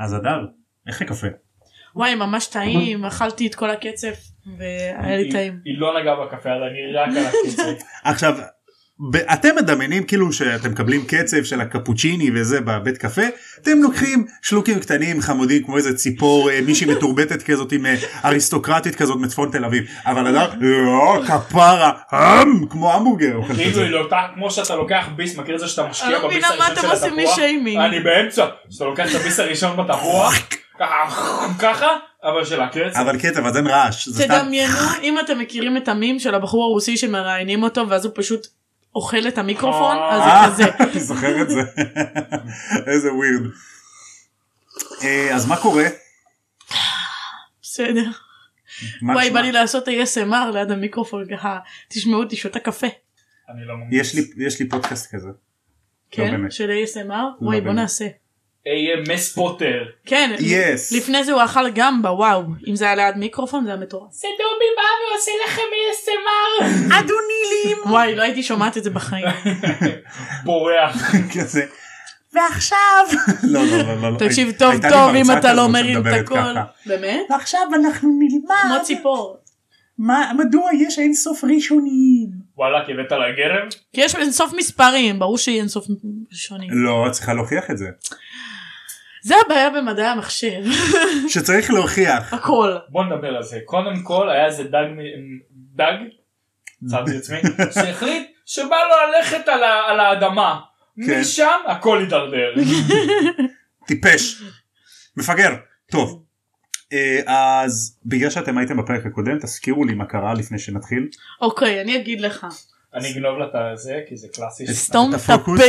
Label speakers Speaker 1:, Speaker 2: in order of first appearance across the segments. Speaker 1: אז אדר, איך הקפה?
Speaker 2: וואי ממש טעים אכלתי את כל הקצף והיה לי
Speaker 3: היא-
Speaker 2: טעים.
Speaker 3: היא לא נגעה בקפה אז אני רק על הקפה.
Speaker 1: עכשיו, ב- אתם מדמיינים כאילו שאתם מקבלים קצב של הקפוצ'יני וזה בבית קפה, אתם לוקחים שלוקים קטנים חמודים כמו איזה ציפור, אה, מישהי מתורבתת כזאת עם אה, אריסטוקרטית כזאת מצפון תל אביב, אבל אדר, לא, כפרה, אמ, כמו המבורגר. אוכל
Speaker 3: כאילו
Speaker 1: כזה.
Speaker 3: היא לא אותה כמו שאתה לוקח ביס מכיר את זה שאתה
Speaker 2: אני
Speaker 3: משקיע
Speaker 2: לא
Speaker 3: בביס
Speaker 2: מבינה מה
Speaker 3: הראשון
Speaker 2: אתם
Speaker 3: של
Speaker 2: עושים לי
Speaker 3: התפוח.
Speaker 2: שיימינג.
Speaker 3: אני באמצע שאתה לוקח את הביס הראשון בתפוח ככה ככה אבל של הקץ.
Speaker 1: אבל קצב, אז אין רעש. זה סתם-
Speaker 2: תדמיינו אם אתם מכירים את המים של הבחור הרוסי שמראיינים אותו ואז הוא פשוט אוכל את המיקרופון אז
Speaker 1: אה,
Speaker 2: זה כזה.
Speaker 1: אני זוכר את זה. איזה ווירד. אה, אז מה קורה?
Speaker 2: בסדר.
Speaker 1: מה
Speaker 2: וואי
Speaker 1: נשמע?
Speaker 2: בא לי לעשות ASMR ליד המיקרופון ככה תשמעו אותי שותה קפה.
Speaker 3: אני לא ממליץ.
Speaker 1: יש לי- יש לי פודקאסט כזה.
Speaker 2: כן
Speaker 1: באמת. לא,
Speaker 2: של ASMR וואי בוא
Speaker 1: באמת.
Speaker 2: נעשה.
Speaker 3: אהיה מס פוטר.
Speaker 2: כן.
Speaker 1: Yes.
Speaker 2: לפני זה הוא אכל גם וואו אם זה היה ליד מיקרופון זה היה מטורף.
Speaker 3: זה דובי בא ועושה לכם ASMR.
Speaker 1: אדונילים.
Speaker 2: וואי לא הייתי שומעת את זה בחיים.
Speaker 3: בורח.
Speaker 1: כזה. ועכשיו. לא לא לא לא. לא.
Speaker 2: תקשיב
Speaker 1: הי-
Speaker 2: טוב
Speaker 1: הייתה לי
Speaker 2: טוב
Speaker 1: מרצה
Speaker 2: אם אתה
Speaker 1: כזאת
Speaker 2: לא מרים את
Speaker 1: שמדברת
Speaker 2: הכל.
Speaker 1: ככה.
Speaker 2: באמת?
Speaker 1: ועכשיו אנחנו נלמד.
Speaker 2: כמו ציפור.
Speaker 1: מה- מדוע יש אין סוף ראשונים.
Speaker 3: וואלה כי הבאת לה גרם.
Speaker 2: כי יש אינסוף מספרים ברור שיהיה אינסוף שונים.
Speaker 1: לא צריכה להוכיח את זה.
Speaker 2: זה הבעיה במדעי המחשב
Speaker 1: שצריך להוכיח.
Speaker 2: הכל.
Speaker 3: בוא נדבר על זה. קודם כל היה איזה דג, מ- דג, עצרתי את עצמי, שהחליט שבא לו ללכת על, ה, על האדמה.
Speaker 1: כן.
Speaker 3: משם הכל הידרדר.
Speaker 1: טיפש. מפגר. טוב. אה, אז בגלל שאתם הייתם בפרק הקודם תזכירו לי מה קרה לפני שנתחיל.
Speaker 2: אוקיי אני אגיד לך.
Speaker 3: אני אגנוב לה את הזה כי זה קלאסי. ש-
Speaker 2: סתום
Speaker 1: אתה
Speaker 2: את הפה.
Speaker 1: פוקוס?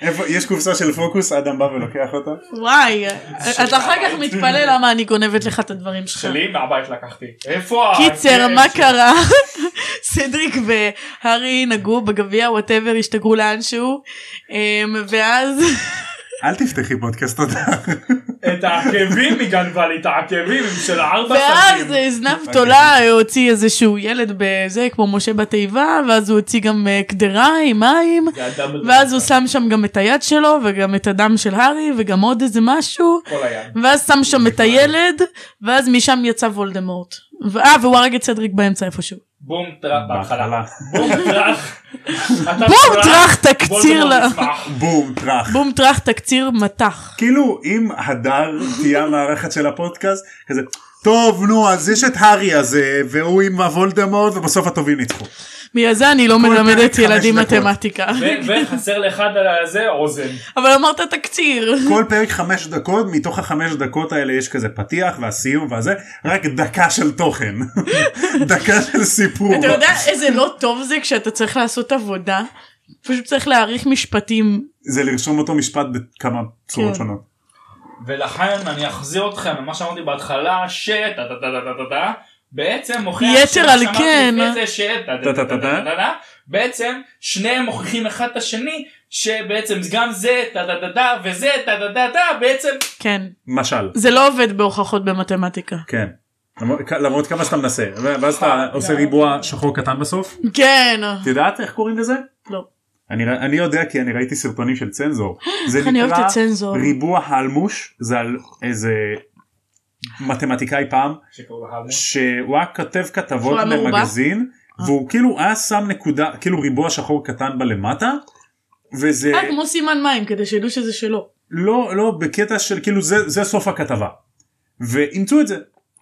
Speaker 1: איפה יש קופסה של פוקוס אדם בא ולוקח אותה.
Speaker 2: וואי. אתה אחר כך מתפלא למה אני גונבת לך את הדברים שלך.
Speaker 3: שלי מהבית לקחתי. איפה ה...
Speaker 2: קיצר
Speaker 3: כן,
Speaker 2: מה
Speaker 3: ש-
Speaker 2: קרה? סדריק והארי נגעו בגביע וואטאבר השתגעו לאנשהו אמ, ואז
Speaker 1: אל תפתחי פודקאסט תודה.
Speaker 3: את העקבים היא גנבה לי, את העקבים הם של הארבע
Speaker 2: ואז
Speaker 3: סרטים.
Speaker 2: אה, זנב תולה אה, הוציא איזשהו ילד בזה כמו משה בתיבה ואז הוא הוציא גם אה, קדרה עם מים ואז הוא שם שם גם את היד שלו וגם את הדם של הארי וגם עוד איזה משהו
Speaker 3: כל היד.
Speaker 2: ואז שם שם את הילד ואז משם יצא וולדמורט. ו- אה והוא הרג את סדריק באמצע איפשהו.
Speaker 3: בום טראח בהתחלה.
Speaker 1: בהתחלה.
Speaker 3: בום טראח. אתה
Speaker 2: בום
Speaker 1: אה,
Speaker 2: טראח
Speaker 3: בוא
Speaker 2: תקציר
Speaker 3: נדבר
Speaker 2: ל...
Speaker 3: נשמח.
Speaker 1: בום טראח.
Speaker 2: בום טראח תקציר מטח.
Speaker 1: כאילו אם הדר תהיה המערכת של הפודקאסט כזה טוב נו אז יש את הארי הזה והוא עם הוולדמורט ובסוף הטובים ניצחו.
Speaker 2: בגלל זה אני לא
Speaker 1: כל פרק
Speaker 2: מלמדת
Speaker 1: חמש
Speaker 2: ילדים
Speaker 1: דקות.
Speaker 2: מתמטיקה.
Speaker 3: ו- וחסר לאחד על זה אוזן.
Speaker 2: אבל אמרת תקציר.
Speaker 1: כל פרק חמש דקות מתוך החמש דקות האלה יש כזה פתיח והסיום והזה רק דקה של תוכן דקה של סיפור.
Speaker 2: אתה יודע איזה לא טוב זה כשאתה צריך לעשות עבודה? פשוט צריך להעריך משפטים.
Speaker 1: זה לרשום אותו משפט בכמה צורות
Speaker 2: כן.
Speaker 1: שונות.
Speaker 3: ולכן אני אחזיר אתכם למה שאמרתי בהתחלה שטה-טה-טה-טה-טה-טה בעצם מוכיח
Speaker 2: יתר
Speaker 3: שמה
Speaker 2: על
Speaker 3: שאמרתי
Speaker 2: כן.
Speaker 3: לפני זה שטה-טה-טה-טה-טה-טה בעצם שניהם מוכיחים אחד את השני שבעצם גם זה טה-טה-טה-טה וזה טה-טה-טה-טה בעצם
Speaker 2: כן.
Speaker 1: משל.
Speaker 2: זה לא עובד בהוכחות במתמטיקה.
Speaker 1: כן. למרות- למרות כמה שאתה מנסה ואז
Speaker 2: אה,
Speaker 1: אתה עושה ריבוע שחור קטן בסוף.
Speaker 2: כן.
Speaker 1: את יודעת איך קוראים לזה?
Speaker 2: לא.
Speaker 1: אני, ר- אני יודע כי אני ראיתי סרטונים של צנזור. זה
Speaker 2: איך אני אוהבת
Speaker 1: נקרא
Speaker 2: את צנזור.
Speaker 1: ריבוע האלמוש, זה על איזה מתמטיקאי פעם,
Speaker 3: שקראו לה האלמוש.
Speaker 1: שהוא היה כותב כתבות
Speaker 2: שהוא היה אה. מרובע?
Speaker 1: במגזין, והוא כאילו היה שם נקודה, כאילו ריבוע שחור קטן בלמטה, וזה
Speaker 2: אה כמו סימן מים כדי שידעו שזה שלו.
Speaker 1: לא, לא, בקטע של כאילו זה, זה סוף הכתבה. ואימצו את זה.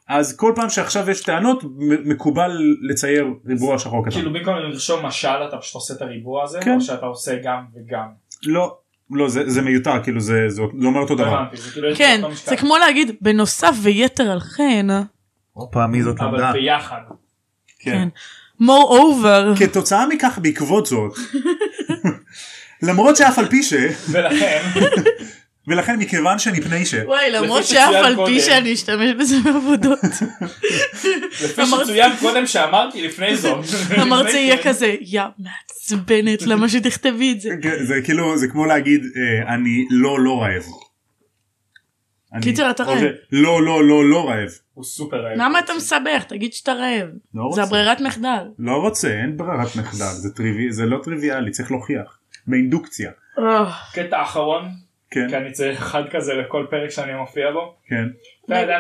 Speaker 1: אז כל פעם שעכשיו יש טענות, מ- מקובל לצייר ריבוע שחור קטן.
Speaker 3: כאילו במקום לרשום משל אתה פשוט עושה את הריבוע הזה
Speaker 1: כן.
Speaker 3: או שאתה עושה גם וגם.
Speaker 1: לא, לא, זה, זה מיותר, כאילו זה, זה זה נכון. אומר אותו דבר.
Speaker 3: הבנתי, זה כאילו יש
Speaker 2: כן.
Speaker 3: באותו משקל.
Speaker 2: זה כמו להגיד בנוסף ויתר על כן.
Speaker 1: הופה, מי זאת
Speaker 3: אבל ביחד.
Speaker 2: כן. more over.
Speaker 1: כתוצאה מכך בעקבות זאת למרות שאף על פי ש
Speaker 3: ולכן
Speaker 1: ולכן מכיוון שמפני ש
Speaker 2: וואי למרות
Speaker 3: שצוין
Speaker 2: שאף על
Speaker 3: קודם.
Speaker 2: פי שאני אשתמש בזה בעבודות.
Speaker 3: לפי
Speaker 2: אמרתי-
Speaker 3: שצוין קודם שאמרתי לפני זאת.
Speaker 2: המרצה יהיה
Speaker 3: לפני כן.
Speaker 2: כזה יא מעצבנת למה שתכתבי את זה.
Speaker 1: זה כאילו זה כמו להגיד אה, אני לא לא רעב. אני-
Speaker 2: קיצר, אתה
Speaker 1: או
Speaker 2: רעב.
Speaker 1: זה, לא לא לא לא רעב.
Speaker 3: הוא סופר רעב.
Speaker 2: למה אתה מסבך? תגיד שאתה רעב.
Speaker 1: לא רוצה.
Speaker 2: זה הברירת מחדל.
Speaker 1: לא רוצה אין ברירת מחדל זה טריווי זה לא טריוויאלי צריך להוכיח באינדוקציה.
Speaker 2: אה,
Speaker 3: קטע אחרון
Speaker 1: כן.
Speaker 3: כי אני צריך אחד כזה לכל פרק שאני מופיע בו.
Speaker 1: כן.
Speaker 3: אתה ידעת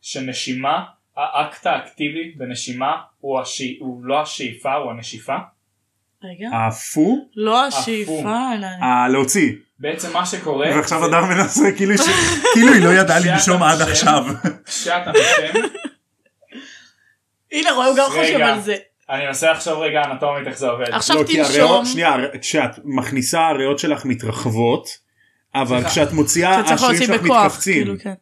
Speaker 3: שנשימה, האקט האקטיבי בנשימה הוא, השי, הוא לא השאיפה, הוא הנשיפה.
Speaker 2: רגע.
Speaker 1: עפו?
Speaker 2: לא השאיפה, אלא...
Speaker 1: אה, להוציא.
Speaker 3: בעצם מה שקורה,
Speaker 1: ועכשיו
Speaker 3: אה, זה
Speaker 1: אדם מנסה כאילו ש- כאילו היא לא ידעה
Speaker 3: שאתה
Speaker 1: לנשום עד
Speaker 3: נושם.
Speaker 1: עכשיו.
Speaker 3: כשאתה נושם,
Speaker 2: הנה רואה הוא גם חושב
Speaker 3: רגע. אה,
Speaker 2: על זה.
Speaker 3: אני אנסה עכשיו רגע אנטומית איך זה עובד.
Speaker 2: עכשיו
Speaker 1: לא, כי
Speaker 2: תנשום.
Speaker 1: הריאות- שנייה, הר- כשאת מכניסה הריאות שלך מתרחבות, אבל
Speaker 3: סליחה.
Speaker 1: כשאת מוציאה
Speaker 2: אתה צריך
Speaker 1: השרירים
Speaker 2: להוציא
Speaker 1: שלך
Speaker 2: בכוח.
Speaker 1: מתכווצים.
Speaker 2: כאילו, כן.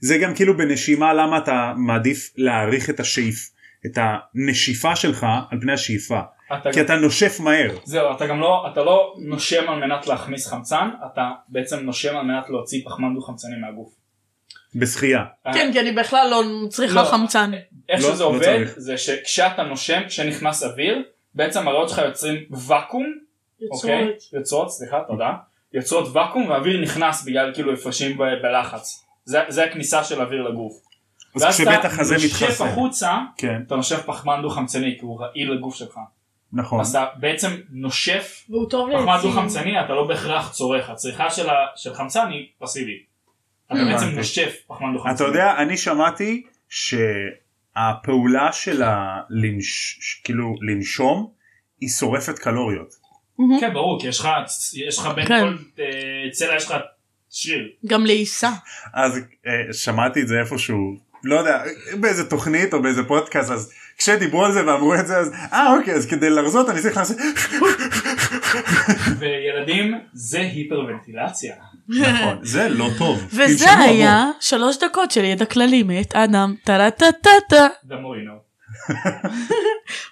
Speaker 1: זה גם כאילו בנשימה למה אתה מעדיף להעריך את השאיף, את הנשיפה שלך על פני השאיפה.
Speaker 3: אתה-
Speaker 1: כי אתה נושף מהר.
Speaker 3: זהו, אתה גם לא, אתה לא נושם על מנת להכניס חמצן, אתה בעצם נושם על מנת להוציא פחמן דו חמצני מהגוף.
Speaker 1: בשחייה.
Speaker 2: כן, כי אני בכלל לא צריכה
Speaker 3: לא.
Speaker 2: חמצן.
Speaker 3: איך
Speaker 1: לא-
Speaker 3: שזה
Speaker 1: לא
Speaker 3: עובד
Speaker 1: צריך.
Speaker 3: זה שכשאתה נושם, כשנכנס אוויר, בעצם הריאות שלך יוצרים ואקום, אוקיי?
Speaker 2: יצורת.
Speaker 3: יוצרות, סליחה, תודה. יוצרות ואקום והאוויר נכנס בגלל כאילו הפרשים ב- בלחץ. זה, זה הכניסה של אוויר לגוף.
Speaker 1: אז כשבית החזה
Speaker 3: נושף
Speaker 1: מתחסן.
Speaker 3: החוצה,
Speaker 1: כן,
Speaker 3: אתה נושף פחמן דו חמצני כי הוא רעיל לגוף שלך.
Speaker 1: נכון.
Speaker 3: אז אתה בעצם נושף
Speaker 2: והוא טוב
Speaker 3: פחמן דו
Speaker 2: ליצים.
Speaker 3: חמצני אתה לא בהכרח צורך הצריכה של, ה... של חמצן היא פסיבית. אתה
Speaker 1: הבנתי.
Speaker 3: בעצם נושף פחמן דו חמצני.
Speaker 1: אתה יודע, אני שמעתי שהפעולה של הלנש... כאילו לנשום, היא שורפת קלוריות.
Speaker 3: כן ברור כי יש לך יש לך בין
Speaker 2: כן.
Speaker 3: כל אה, צלע יש לך שריר.
Speaker 2: גם לעיסה.
Speaker 1: אז אה, שמעתי את זה איפשהו, לא יודע, באיזה תוכנית או באיזה פודקאסט, אז כשדיברו על זה ואמרו את זה, אז אה אוקיי, אז כדי להרזות אני צריך לעשות...
Speaker 3: וילדים זה היפרוונטילציה.
Speaker 1: נכון, זה לא טוב.
Speaker 2: וזה
Speaker 1: תנשמו
Speaker 2: היה
Speaker 1: עמוק.
Speaker 2: שלוש דקות של ידע כללי מאת אדם טה-טה-טה-טה.
Speaker 3: דמורינו.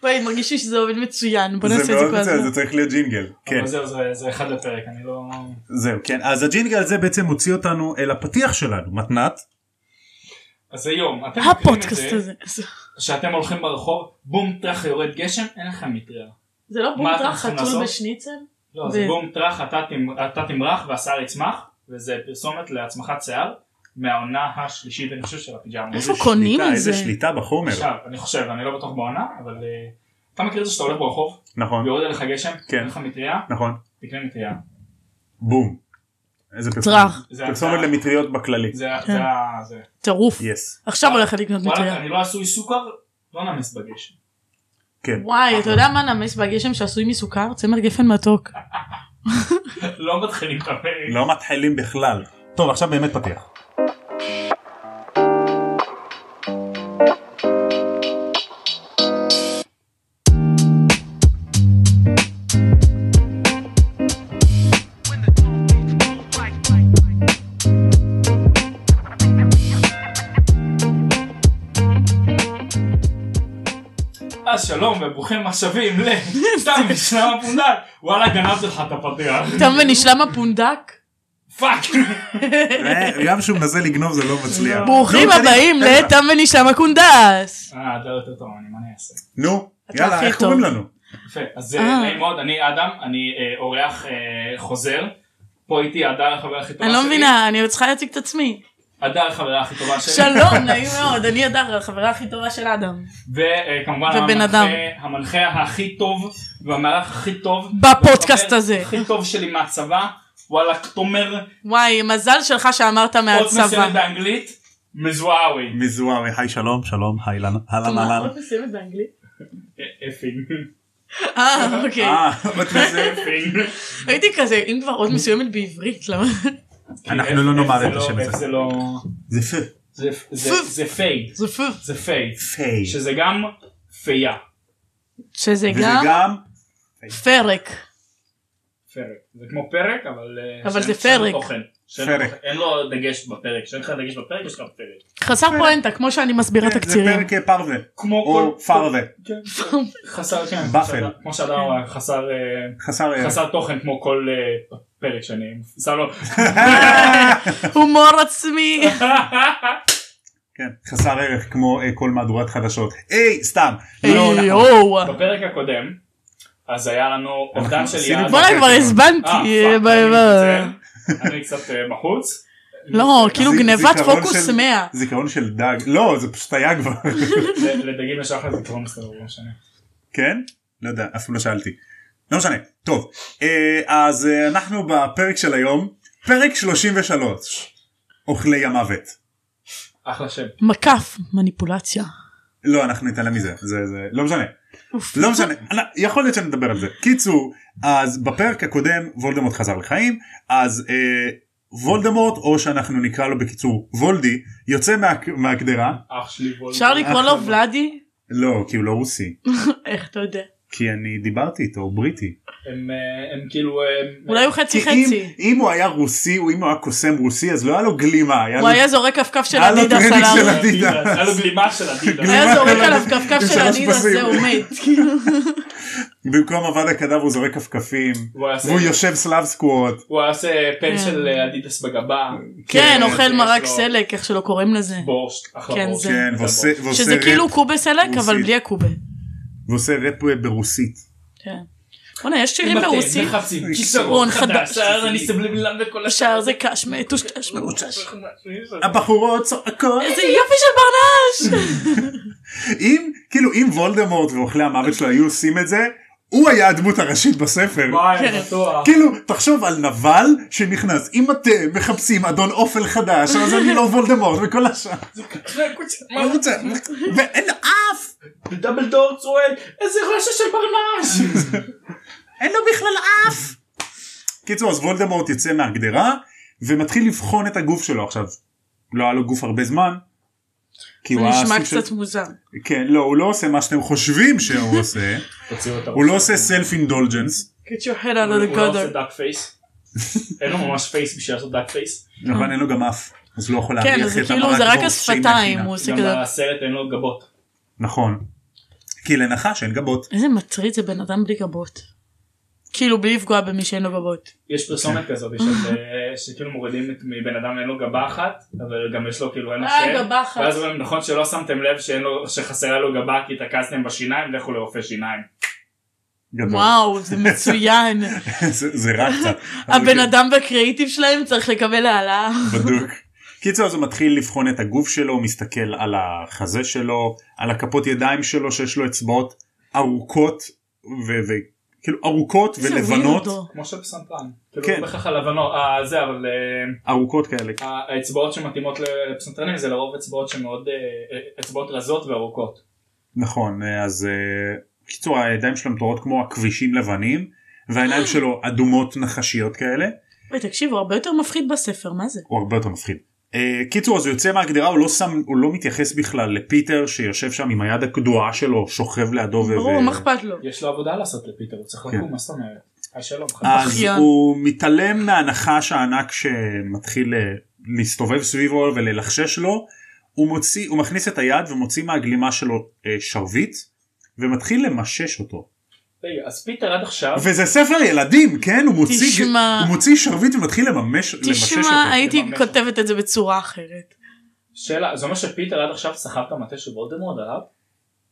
Speaker 2: וואי, מרגיש לי שזה עובד מצוין. בוא נעשה
Speaker 1: זה
Speaker 2: את זה
Speaker 1: מאוד
Speaker 2: כל
Speaker 1: מצוין,
Speaker 2: הזמן.
Speaker 1: זה צריך להיות ג'ינגל. כן,
Speaker 3: אבל זהו זה- זה אחד לפרק אני לא.
Speaker 1: זהו, כן. אז הג'ינגל הזה בעצם הוציא אותנו אל הפתיח שלנו, מתנת.
Speaker 3: אז היום אתם מכירים את
Speaker 2: הפודקאסט
Speaker 3: זה
Speaker 2: הזה.
Speaker 3: שאתם הולכים ברחוב בום טראח יורד גשם אין לכם מטריה.
Speaker 2: זה לא
Speaker 3: מה אתם
Speaker 2: בוטרה
Speaker 3: צריכים
Speaker 2: חתול
Speaker 3: לעשות?
Speaker 2: בשניצל?
Speaker 3: לא, זה
Speaker 2: ו-
Speaker 3: בום טראח, אתה תמ- אתה תמרח והשיער יצמח, וזה פרסומת להצמחת שיער מהעונה השלישית, אני חושב, של הפיג'מה.
Speaker 2: איפה קונים
Speaker 1: שליטה,
Speaker 2: את
Speaker 1: איזה
Speaker 2: זה?
Speaker 1: שליטה בחומר.
Speaker 3: עכשיו, אני חושב, אני לא בטוח בעונה, אבל אה, אתה מכיר את זה שאתה הולך ברחוב,
Speaker 1: נכון,
Speaker 3: ויורד עליך גשם,
Speaker 1: כן.
Speaker 3: אין לך מטריה,
Speaker 1: נכון.
Speaker 3: תקנה מטריה.
Speaker 1: בום. איזה פרסומת.
Speaker 2: טראח.
Speaker 3: זה-
Speaker 1: פרסומת
Speaker 3: זה-
Speaker 1: למטריות בכללי.
Speaker 3: זה
Speaker 2: כן.
Speaker 3: זה ה... זה.
Speaker 2: טירוף.
Speaker 1: יס.
Speaker 2: עכשיו הולכת לקנות מטריה.
Speaker 3: וואלה, אני לא עשוי סוכר, לא נמס בגשם.
Speaker 1: כן.
Speaker 2: וואי, אתה יודע מה נמס בגשם שעשוי מסוכר? צמר גפן מתוק.
Speaker 3: לא מתחילים את הפרק.
Speaker 1: לא מתחילים בכלל. טוב, עכשיו באמת פתיח.
Speaker 3: אז שלום וברוכים השבים ל... סתם משלם הפונדק. וואלה, גנבתי לך את הפתיח.
Speaker 2: תם ונשלם הפונדק?
Speaker 3: פאק.
Speaker 1: אה, גם שהוא מנסה לגנוב זה לא מצליח.
Speaker 2: ברוכים
Speaker 1: נו, קדימה,
Speaker 2: הבאים
Speaker 1: קדימה.
Speaker 2: לתם ונשלם הקונדס!
Speaker 3: אה, אתה יותר טוב, אני מה אני אעשה.
Speaker 1: נו,
Speaker 2: אתה
Speaker 1: יאללה,
Speaker 2: הכי
Speaker 1: איך
Speaker 2: טוב.
Speaker 1: קוראים לנו?
Speaker 3: יפה, אז אה,
Speaker 2: אה.
Speaker 3: נעים מאוד, אני אדם, אני אה, אורח אה, חוזר. פה איתי הדר החברה הכי טובה
Speaker 2: אני
Speaker 3: שלי.
Speaker 2: לא מבינה, אני עוד צריכה להציג את עצמי.
Speaker 3: הדר החברה הכי טובה שלי.
Speaker 2: שלום, נעים מאוד, אני הדר, החברה הכי טובה של אדם.
Speaker 3: וכמובן
Speaker 2: ובן
Speaker 3: אה, המנחה-
Speaker 2: אדם.
Speaker 3: המנחה הכי טוב והמארח הכי טוב.
Speaker 2: בפודקאסט
Speaker 3: והחבר
Speaker 2: הזה.
Speaker 3: הכי טוב שלי מהצבא. וואלה, תומר.
Speaker 2: וואי, מזל שלך שאמרת
Speaker 3: עוד
Speaker 2: מהצבא.
Speaker 3: מסוימת באנגלית. מזוהאווי.
Speaker 1: מזוהר, היי שלום, שלום, היי אהלן, אהלן,
Speaker 2: מה,
Speaker 1: אהלן.
Speaker 2: עוד מסוימת באנגלית?
Speaker 3: אה, אפין.
Speaker 2: אה, אוקיי.
Speaker 1: אה, עוד מזה.
Speaker 3: אפין.
Speaker 2: הייתי כזה, אם כבר עוד מסוימת בעברית, למה?
Speaker 1: אנחנו
Speaker 3: איך-
Speaker 1: לא נאמר
Speaker 3: איך זה
Speaker 1: את השם
Speaker 3: לא-
Speaker 1: הזה.
Speaker 3: איך זה לא...
Speaker 1: זה פ...
Speaker 3: זה- זה- זה פיי.
Speaker 2: זה פו.
Speaker 3: זה פיי.
Speaker 1: פיי.
Speaker 3: שזה גם פייה.
Speaker 2: שזה
Speaker 1: וזה
Speaker 2: גם
Speaker 1: גם...
Speaker 2: פרק.
Speaker 3: פרק. זה כמו פרק אבל אה,
Speaker 2: אבל
Speaker 3: שאין-
Speaker 2: זה
Speaker 3: שאין
Speaker 2: פרק.
Speaker 3: תוכן. שאין
Speaker 1: פרק.
Speaker 3: תוכן. אין לו דגש בפרק. כשאין לך דגש בפרק יש לך פרק.
Speaker 2: חסר פואנטה, כמו שאני מסבירה
Speaker 1: כן, זה
Speaker 2: תקצירים.
Speaker 1: פרק אה, פרווה.
Speaker 3: כמו
Speaker 1: או
Speaker 3: כל-
Speaker 1: פרווה.
Speaker 3: כן. חסר כן.
Speaker 1: באפל.
Speaker 3: כמו שאדם- כמו שאדם אמר, חסר אה,
Speaker 1: חסר... ערך.
Speaker 3: חסר תוכן כמו כל אה, פרק שאני שם לו.
Speaker 1: אה.
Speaker 2: הומור עצמי.
Speaker 1: לא, כן, חסר ערך כמו אה, כל מהדורת חדשות. היי, סתם. לא,
Speaker 2: איי,
Speaker 1: אנחנו-
Speaker 2: יואו.
Speaker 3: בפרק הקודם אז היה לנו אובדן של
Speaker 1: עשינו
Speaker 3: יעד.
Speaker 1: פה-
Speaker 2: בואנה
Speaker 1: אוקיי,
Speaker 2: כבר
Speaker 1: טוב.
Speaker 3: אה, פאק,
Speaker 2: הזבנתי. אה,
Speaker 3: אני
Speaker 2: ב- ב-
Speaker 3: מתנצל. אני קצת אה, בחוץ. אה,
Speaker 2: לא, כאילו
Speaker 1: זיכרון
Speaker 2: גנבת
Speaker 1: של-
Speaker 2: פוקוס 100.
Speaker 1: זיכרון של דג. לא, זה פשוט היה כבר.
Speaker 3: ל- לדגים יש אחלה זיכרון מסתבר. לא משנה.
Speaker 1: כן? לא יודע, אפילו לא שאלתי. לא משנה. טוב, אה, אז אה, אנחנו בפרק של היום פרק 33 אוכלי המוות.
Speaker 3: אחלה שם.
Speaker 2: מקף מניפולציה.
Speaker 1: לא אנחנו נתעלם מזה זה זה לא משנה
Speaker 2: אוף.
Speaker 1: לא משנה אנ- יכול להיות שנדבר על זה קיצור אז בפרק הקודם וולדמורט חזר לחיים אז אה, וולדמורט או שאנחנו נקרא לו בקיצור וולדי יוצא מה, מהגדרה
Speaker 3: אח שלי וולד.
Speaker 2: אפשר לקרוא
Speaker 1: אה,
Speaker 2: לו ולאדי?
Speaker 1: לא כי הוא לא רוסי
Speaker 2: איך אתה יודע?
Speaker 1: כי אני דיברתי איתו הוא בריטי
Speaker 3: הם, אה, הם כאילו... הם-
Speaker 2: אולי הוא חצי
Speaker 1: כי אם,
Speaker 2: חצי.
Speaker 1: אם הוא היה רוסי או אם הוא היה קוסם רוסי אז לא היה לו גלימה היה
Speaker 2: הוא
Speaker 1: לו
Speaker 2: היה זורק כפכף של
Speaker 1: היה לו
Speaker 2: אדידס
Speaker 1: טרנינג
Speaker 2: על
Speaker 3: אה,
Speaker 1: של
Speaker 2: ההר.
Speaker 1: אדידס.
Speaker 3: היה לו אה, גלימה של אדידס.
Speaker 2: היה
Speaker 1: גלימה
Speaker 2: זורק
Speaker 1: של
Speaker 2: עליו
Speaker 1: אדידס. עם
Speaker 2: כפכף של
Speaker 1: שלוש
Speaker 2: אדידס
Speaker 1: פסים.
Speaker 2: זהו מת.
Speaker 1: במקום עבד הקדב הוא זורק כפכפים
Speaker 3: הוא היה עושה-
Speaker 1: והוא יושב סלאב סקוואט
Speaker 3: הוא היה עושה פן
Speaker 2: כן.
Speaker 3: של אה, אדידס בגבה. אה,
Speaker 2: כן אוכל
Speaker 3: יש
Speaker 2: מרק
Speaker 3: לו
Speaker 2: סלק איך שלא קוראים לזה.
Speaker 3: בורשט. אחלה
Speaker 2: כן,
Speaker 3: בורשט.
Speaker 2: זה-
Speaker 1: כן ועושה ועושה
Speaker 2: שזה
Speaker 1: ראפ-
Speaker 2: כאילו קובה סלק אבל
Speaker 1: רוסית.
Speaker 2: בלי הקובה.
Speaker 1: ועושה ראפ ברוסית.
Speaker 2: כן. בוא'נה יש שירים
Speaker 3: מטה,
Speaker 2: ברוסית.
Speaker 3: מחפשים,
Speaker 1: כישרון
Speaker 3: כישרון
Speaker 2: חדש.
Speaker 3: חדש, שער אני סבלימילן וכל
Speaker 2: השאר זה קש מטושטש מרושש.
Speaker 1: הבחורות צועקות.
Speaker 2: איזה יופי של ברנש!
Speaker 1: אם כאילו אם וולדמורט ואוכלי המוות שלו היו עושים את זה הוא היה הדמות הראשית בספר.
Speaker 2: כן.
Speaker 3: וואי, בטוח.
Speaker 1: כאילו תחשוב על נבל שנכנס אם אתם מחפשים אדון אופל חדש אז אני לא וולדמורט וכל השאר. מה הוא רוצה? ואין לו אף
Speaker 3: דאבל דור צועק, איזה רשע של ברנש!
Speaker 1: אין לו בכלל אף. קיצור אז וולדמורט יוצא מהגדרה ומתחיל לבחון את הגוף שלו עכשיו. לא היה לו גוף הרבה זמן. כי
Speaker 2: זה
Speaker 1: הוא היה
Speaker 2: נשמע
Speaker 1: סוג של-
Speaker 2: קצת מוזר.
Speaker 1: כן לא הוא לא עושה מה שאתם חושבים שהוא עושה
Speaker 3: תוציאו את
Speaker 1: הוא לא עושה סלף אינדולג'נס
Speaker 2: Get your head out
Speaker 3: הוא
Speaker 2: of the
Speaker 3: לא עושה
Speaker 2: gutter.
Speaker 3: דאק פייס. אין לו ממש פייס בשביל לעשות דאק פייס.
Speaker 1: אבל אין לו גם אף אז לא יכול
Speaker 2: כן
Speaker 1: להריח
Speaker 2: אז זה
Speaker 1: את
Speaker 2: כאילו
Speaker 1: המרק
Speaker 2: זה רק
Speaker 1: בורשט שהיא
Speaker 2: השפתיים
Speaker 1: מכינה.
Speaker 2: הוא עושה
Speaker 3: גם
Speaker 2: כזה.
Speaker 3: בסרט אין לו גבות.
Speaker 1: נכון. כי לנחש אין גבות.
Speaker 2: איזה מטריד זה בן אדם בלי גבות. כאילו בלי לפגוע במי שאין לו גבות.
Speaker 3: יש פרסומת
Speaker 2: כן.
Speaker 3: כזאת של- שכאילו מורידים את- מבן אדם אין לו גבה אחת, אבל גם יש לו כאילו אין לו
Speaker 2: אה,
Speaker 3: שם.
Speaker 2: גבה אחת.
Speaker 3: ואז אומרים נכון שלא שמתם לב שאין לו- שחסרה לו גבה כי התעקסתם בשיניים, לכו לרופא שיניים.
Speaker 1: גדול.
Speaker 2: וואו זה מצוין.
Speaker 1: זה זה רע קצת. אבל
Speaker 2: הבן
Speaker 1: כן,
Speaker 2: אדם בקריאיטיב שלהם צריך לקבל העלאה.
Speaker 1: בדוק. קיצור אז הוא מתחיל לבחון את הגוף שלו, הוא מסתכל על החזה שלו, על הכפות ידיים שלו שיש לו אצבעות ארוכות וכאילו ארוכות
Speaker 2: איזה
Speaker 1: ולבנות
Speaker 2: weirdo.
Speaker 3: כמו שבסנתרן. כאילו
Speaker 1: כן.
Speaker 3: לא בהכרח הלבנות, אה, זה אבל אה,
Speaker 1: ארוכות כאלה.
Speaker 3: ה- האצבעות שמתאימות לפסנתרנים זה לרוב אצבעות שמאוד, אה, אה, אצבעות רזות וארוכות.
Speaker 1: נכון אז אה, קיצור הידיים שלו מטורות כמו הכבישים לבנים והעיניים שלו אדומות נחשיות כאלה.
Speaker 2: וואי, תקשיב הוא הרבה יותר מפחיד בספר מה זה?
Speaker 1: הוא הרבה יותר מפחיד. אה, קיצור אז הוא יוצא מהגדרה הוא לא שם הוא לא מתייחס בכלל לפיטר שיושב שם עם היד הקדועה שלו שוכב לידו. ו-
Speaker 2: ברור
Speaker 1: ו-
Speaker 2: מה אכפת לו?
Speaker 3: יש לו עבודה לעשות לפיטר, הוא צריך לקום, מה זאת אומרת? היי, שלום, חדש.
Speaker 1: אז
Speaker 2: אחיין.
Speaker 1: הוא מתעלם מהנחש הענק שמתחיל אה, להסתובב סביבו וללחשש לו. הוא מוציא הוא מכניס את היד ומוציא מהגלימה שלו אה, שרביט ומתחיל למשש אותו.
Speaker 3: רגע, אז פיטר עד עכשיו,
Speaker 1: וזה ספר ילדים כן הוא מוציא
Speaker 2: תשמע.
Speaker 1: הוא מוציא שרביט ומתחיל לממש למשש אותו.
Speaker 2: תשמע אה, הייתי
Speaker 3: לממש אותו.
Speaker 2: כותבת את זה בצורה אחרת.
Speaker 3: שאלה, זה אומר שפיטר עד עכשיו סחב את המטה של וולדמורד עליו?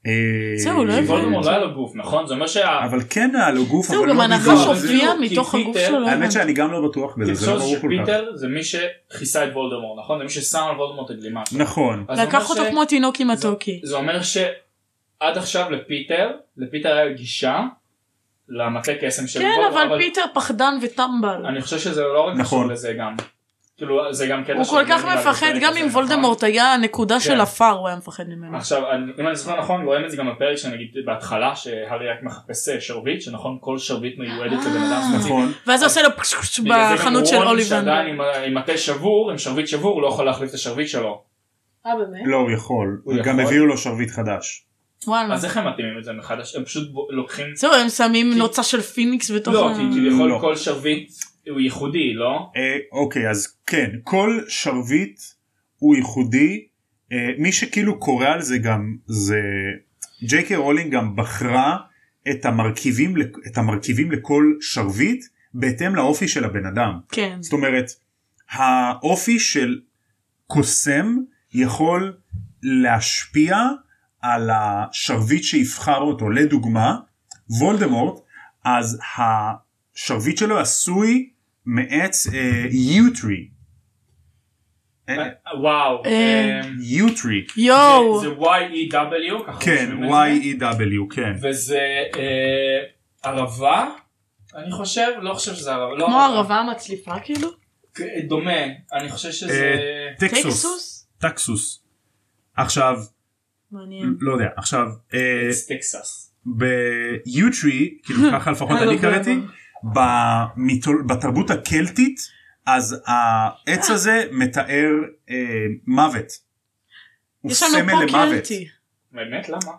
Speaker 1: אה,
Speaker 2: זהו, לא הבנתי.
Speaker 3: וולדמורד לא היה לו גוף, נכון? זה אומר שה...
Speaker 1: אבל כן היה לו גוף
Speaker 2: זהו
Speaker 1: אבל
Speaker 2: גם
Speaker 1: לא
Speaker 2: הנחש
Speaker 1: בדיוק.
Speaker 3: אבל זה
Speaker 2: הופיע
Speaker 3: לא, כי
Speaker 2: מתוך הגוף
Speaker 3: פיטר-
Speaker 2: שלו. לא
Speaker 1: האמת
Speaker 2: הבנתי.
Speaker 1: שאני גם לא בטוח בזה, זה לא
Speaker 3: תחשוב
Speaker 1: ברור כל כך.
Speaker 3: שפיטר זה מי שכיסה את וולדמורד, נכון? זה מי ששם על וולדמורד את הגלימה. שלו.
Speaker 1: נכון,
Speaker 3: אז זה אומר
Speaker 2: לקח
Speaker 3: ש-
Speaker 2: אותו כמו תינוק עם הטוקי.
Speaker 3: זה אומר שעד עכשיו לפיטר, לפיטר היה גישה למטה קסם של
Speaker 2: כן
Speaker 3: וולדמורט,
Speaker 2: אבל פיטר פחדן וטמבל.
Speaker 3: אני חושב שזה לא רק
Speaker 1: נכון.
Speaker 3: נכון לזה גם. כאילו זה גם קטע
Speaker 2: הוא
Speaker 3: של
Speaker 2: כל כך
Speaker 3: וולדמורט
Speaker 2: מפחד
Speaker 3: בפרק
Speaker 2: גם
Speaker 3: הזה,
Speaker 2: אם
Speaker 3: נכון?
Speaker 2: וולדמורט היה הנקודה
Speaker 3: כן.
Speaker 2: של עפר הוא היה מפחד ממנו.
Speaker 3: עכשיו אני- אם אני זוכר נכון רואים את זה גם בפרק שנגיד בהתחלה שהארי רק מחפש אה, שרביט שנכון כל שרביט מיועדת לבן אדם
Speaker 2: אה.
Speaker 3: ספציפי.
Speaker 1: נכון.
Speaker 2: ואז הוא עושה לו פשש פשש
Speaker 3: בגלל זה גם
Speaker 2: בחנות של
Speaker 3: רון
Speaker 2: אוליבן.
Speaker 3: שעדיין עם ה- עם מטה שבור עם שרביט שבור הוא לא יכול להחליף את השרביט שלו.
Speaker 2: אה באמת?
Speaker 1: לא, הוא יכול.
Speaker 3: הוא
Speaker 1: גם
Speaker 3: יכול?
Speaker 1: הביאו לו שרביט חדש.
Speaker 2: וואלה.
Speaker 3: אז איך הם מתאימים את זה מחדש הם פשוט ב- לוקחים
Speaker 2: זהו הם שמים
Speaker 3: כי-
Speaker 2: נוצה של פיניקס בתוך
Speaker 3: לא
Speaker 2: ה...
Speaker 3: כי כביכול
Speaker 1: לא.
Speaker 3: כל שרביט הוא ייחודי לא?
Speaker 1: אה, אוקיי, אז כן, כל שרביט הוא ייחודי. אה, מי שכאילו קורא על זה גם, זה... ג'יי קיי רולינג גם בחרה את המרכיבים, לכ- את המרכיבים לכל שרביט בהתאם לאופי של הבן אדם.
Speaker 2: כן.
Speaker 1: זאת אומרת, האופי של קוסם יכול להשפיע על השרביט שיבחר אותו. לדוגמה, וולדמורט, אז השרביט שלו עשוי מעץ יוטרי.
Speaker 3: אה, וואו.
Speaker 2: אה,
Speaker 3: אמ,
Speaker 1: יוטרי.
Speaker 2: יואו.
Speaker 3: זה YEW, ככה
Speaker 1: כן,
Speaker 3: רושמים את זה.
Speaker 1: Y-E-W, כן.
Speaker 3: וזה אה, ערבה, אני חושב, לא חושב שזה ערבה, לא
Speaker 2: כמו הערבה המצליפה כאילו?
Speaker 3: דומה אני חושב שזה
Speaker 1: טקסוס.
Speaker 2: טקסוס?
Speaker 1: טקסוס. עכשיו,
Speaker 2: מעניין.
Speaker 1: לא יודע, עכשיו, אה,
Speaker 3: טקסס.
Speaker 1: ביוטרי, כאילו ככה
Speaker 2: לא,
Speaker 1: לפחות אני קראתי, במיתול- בתרבות הקלטית, אז
Speaker 2: אה.
Speaker 1: העץ הזה מתאר אה, מוות. הוא
Speaker 2: יש
Speaker 1: סמל
Speaker 2: לנו פה
Speaker 1: למוות.
Speaker 2: קלטי.
Speaker 3: באמת למה?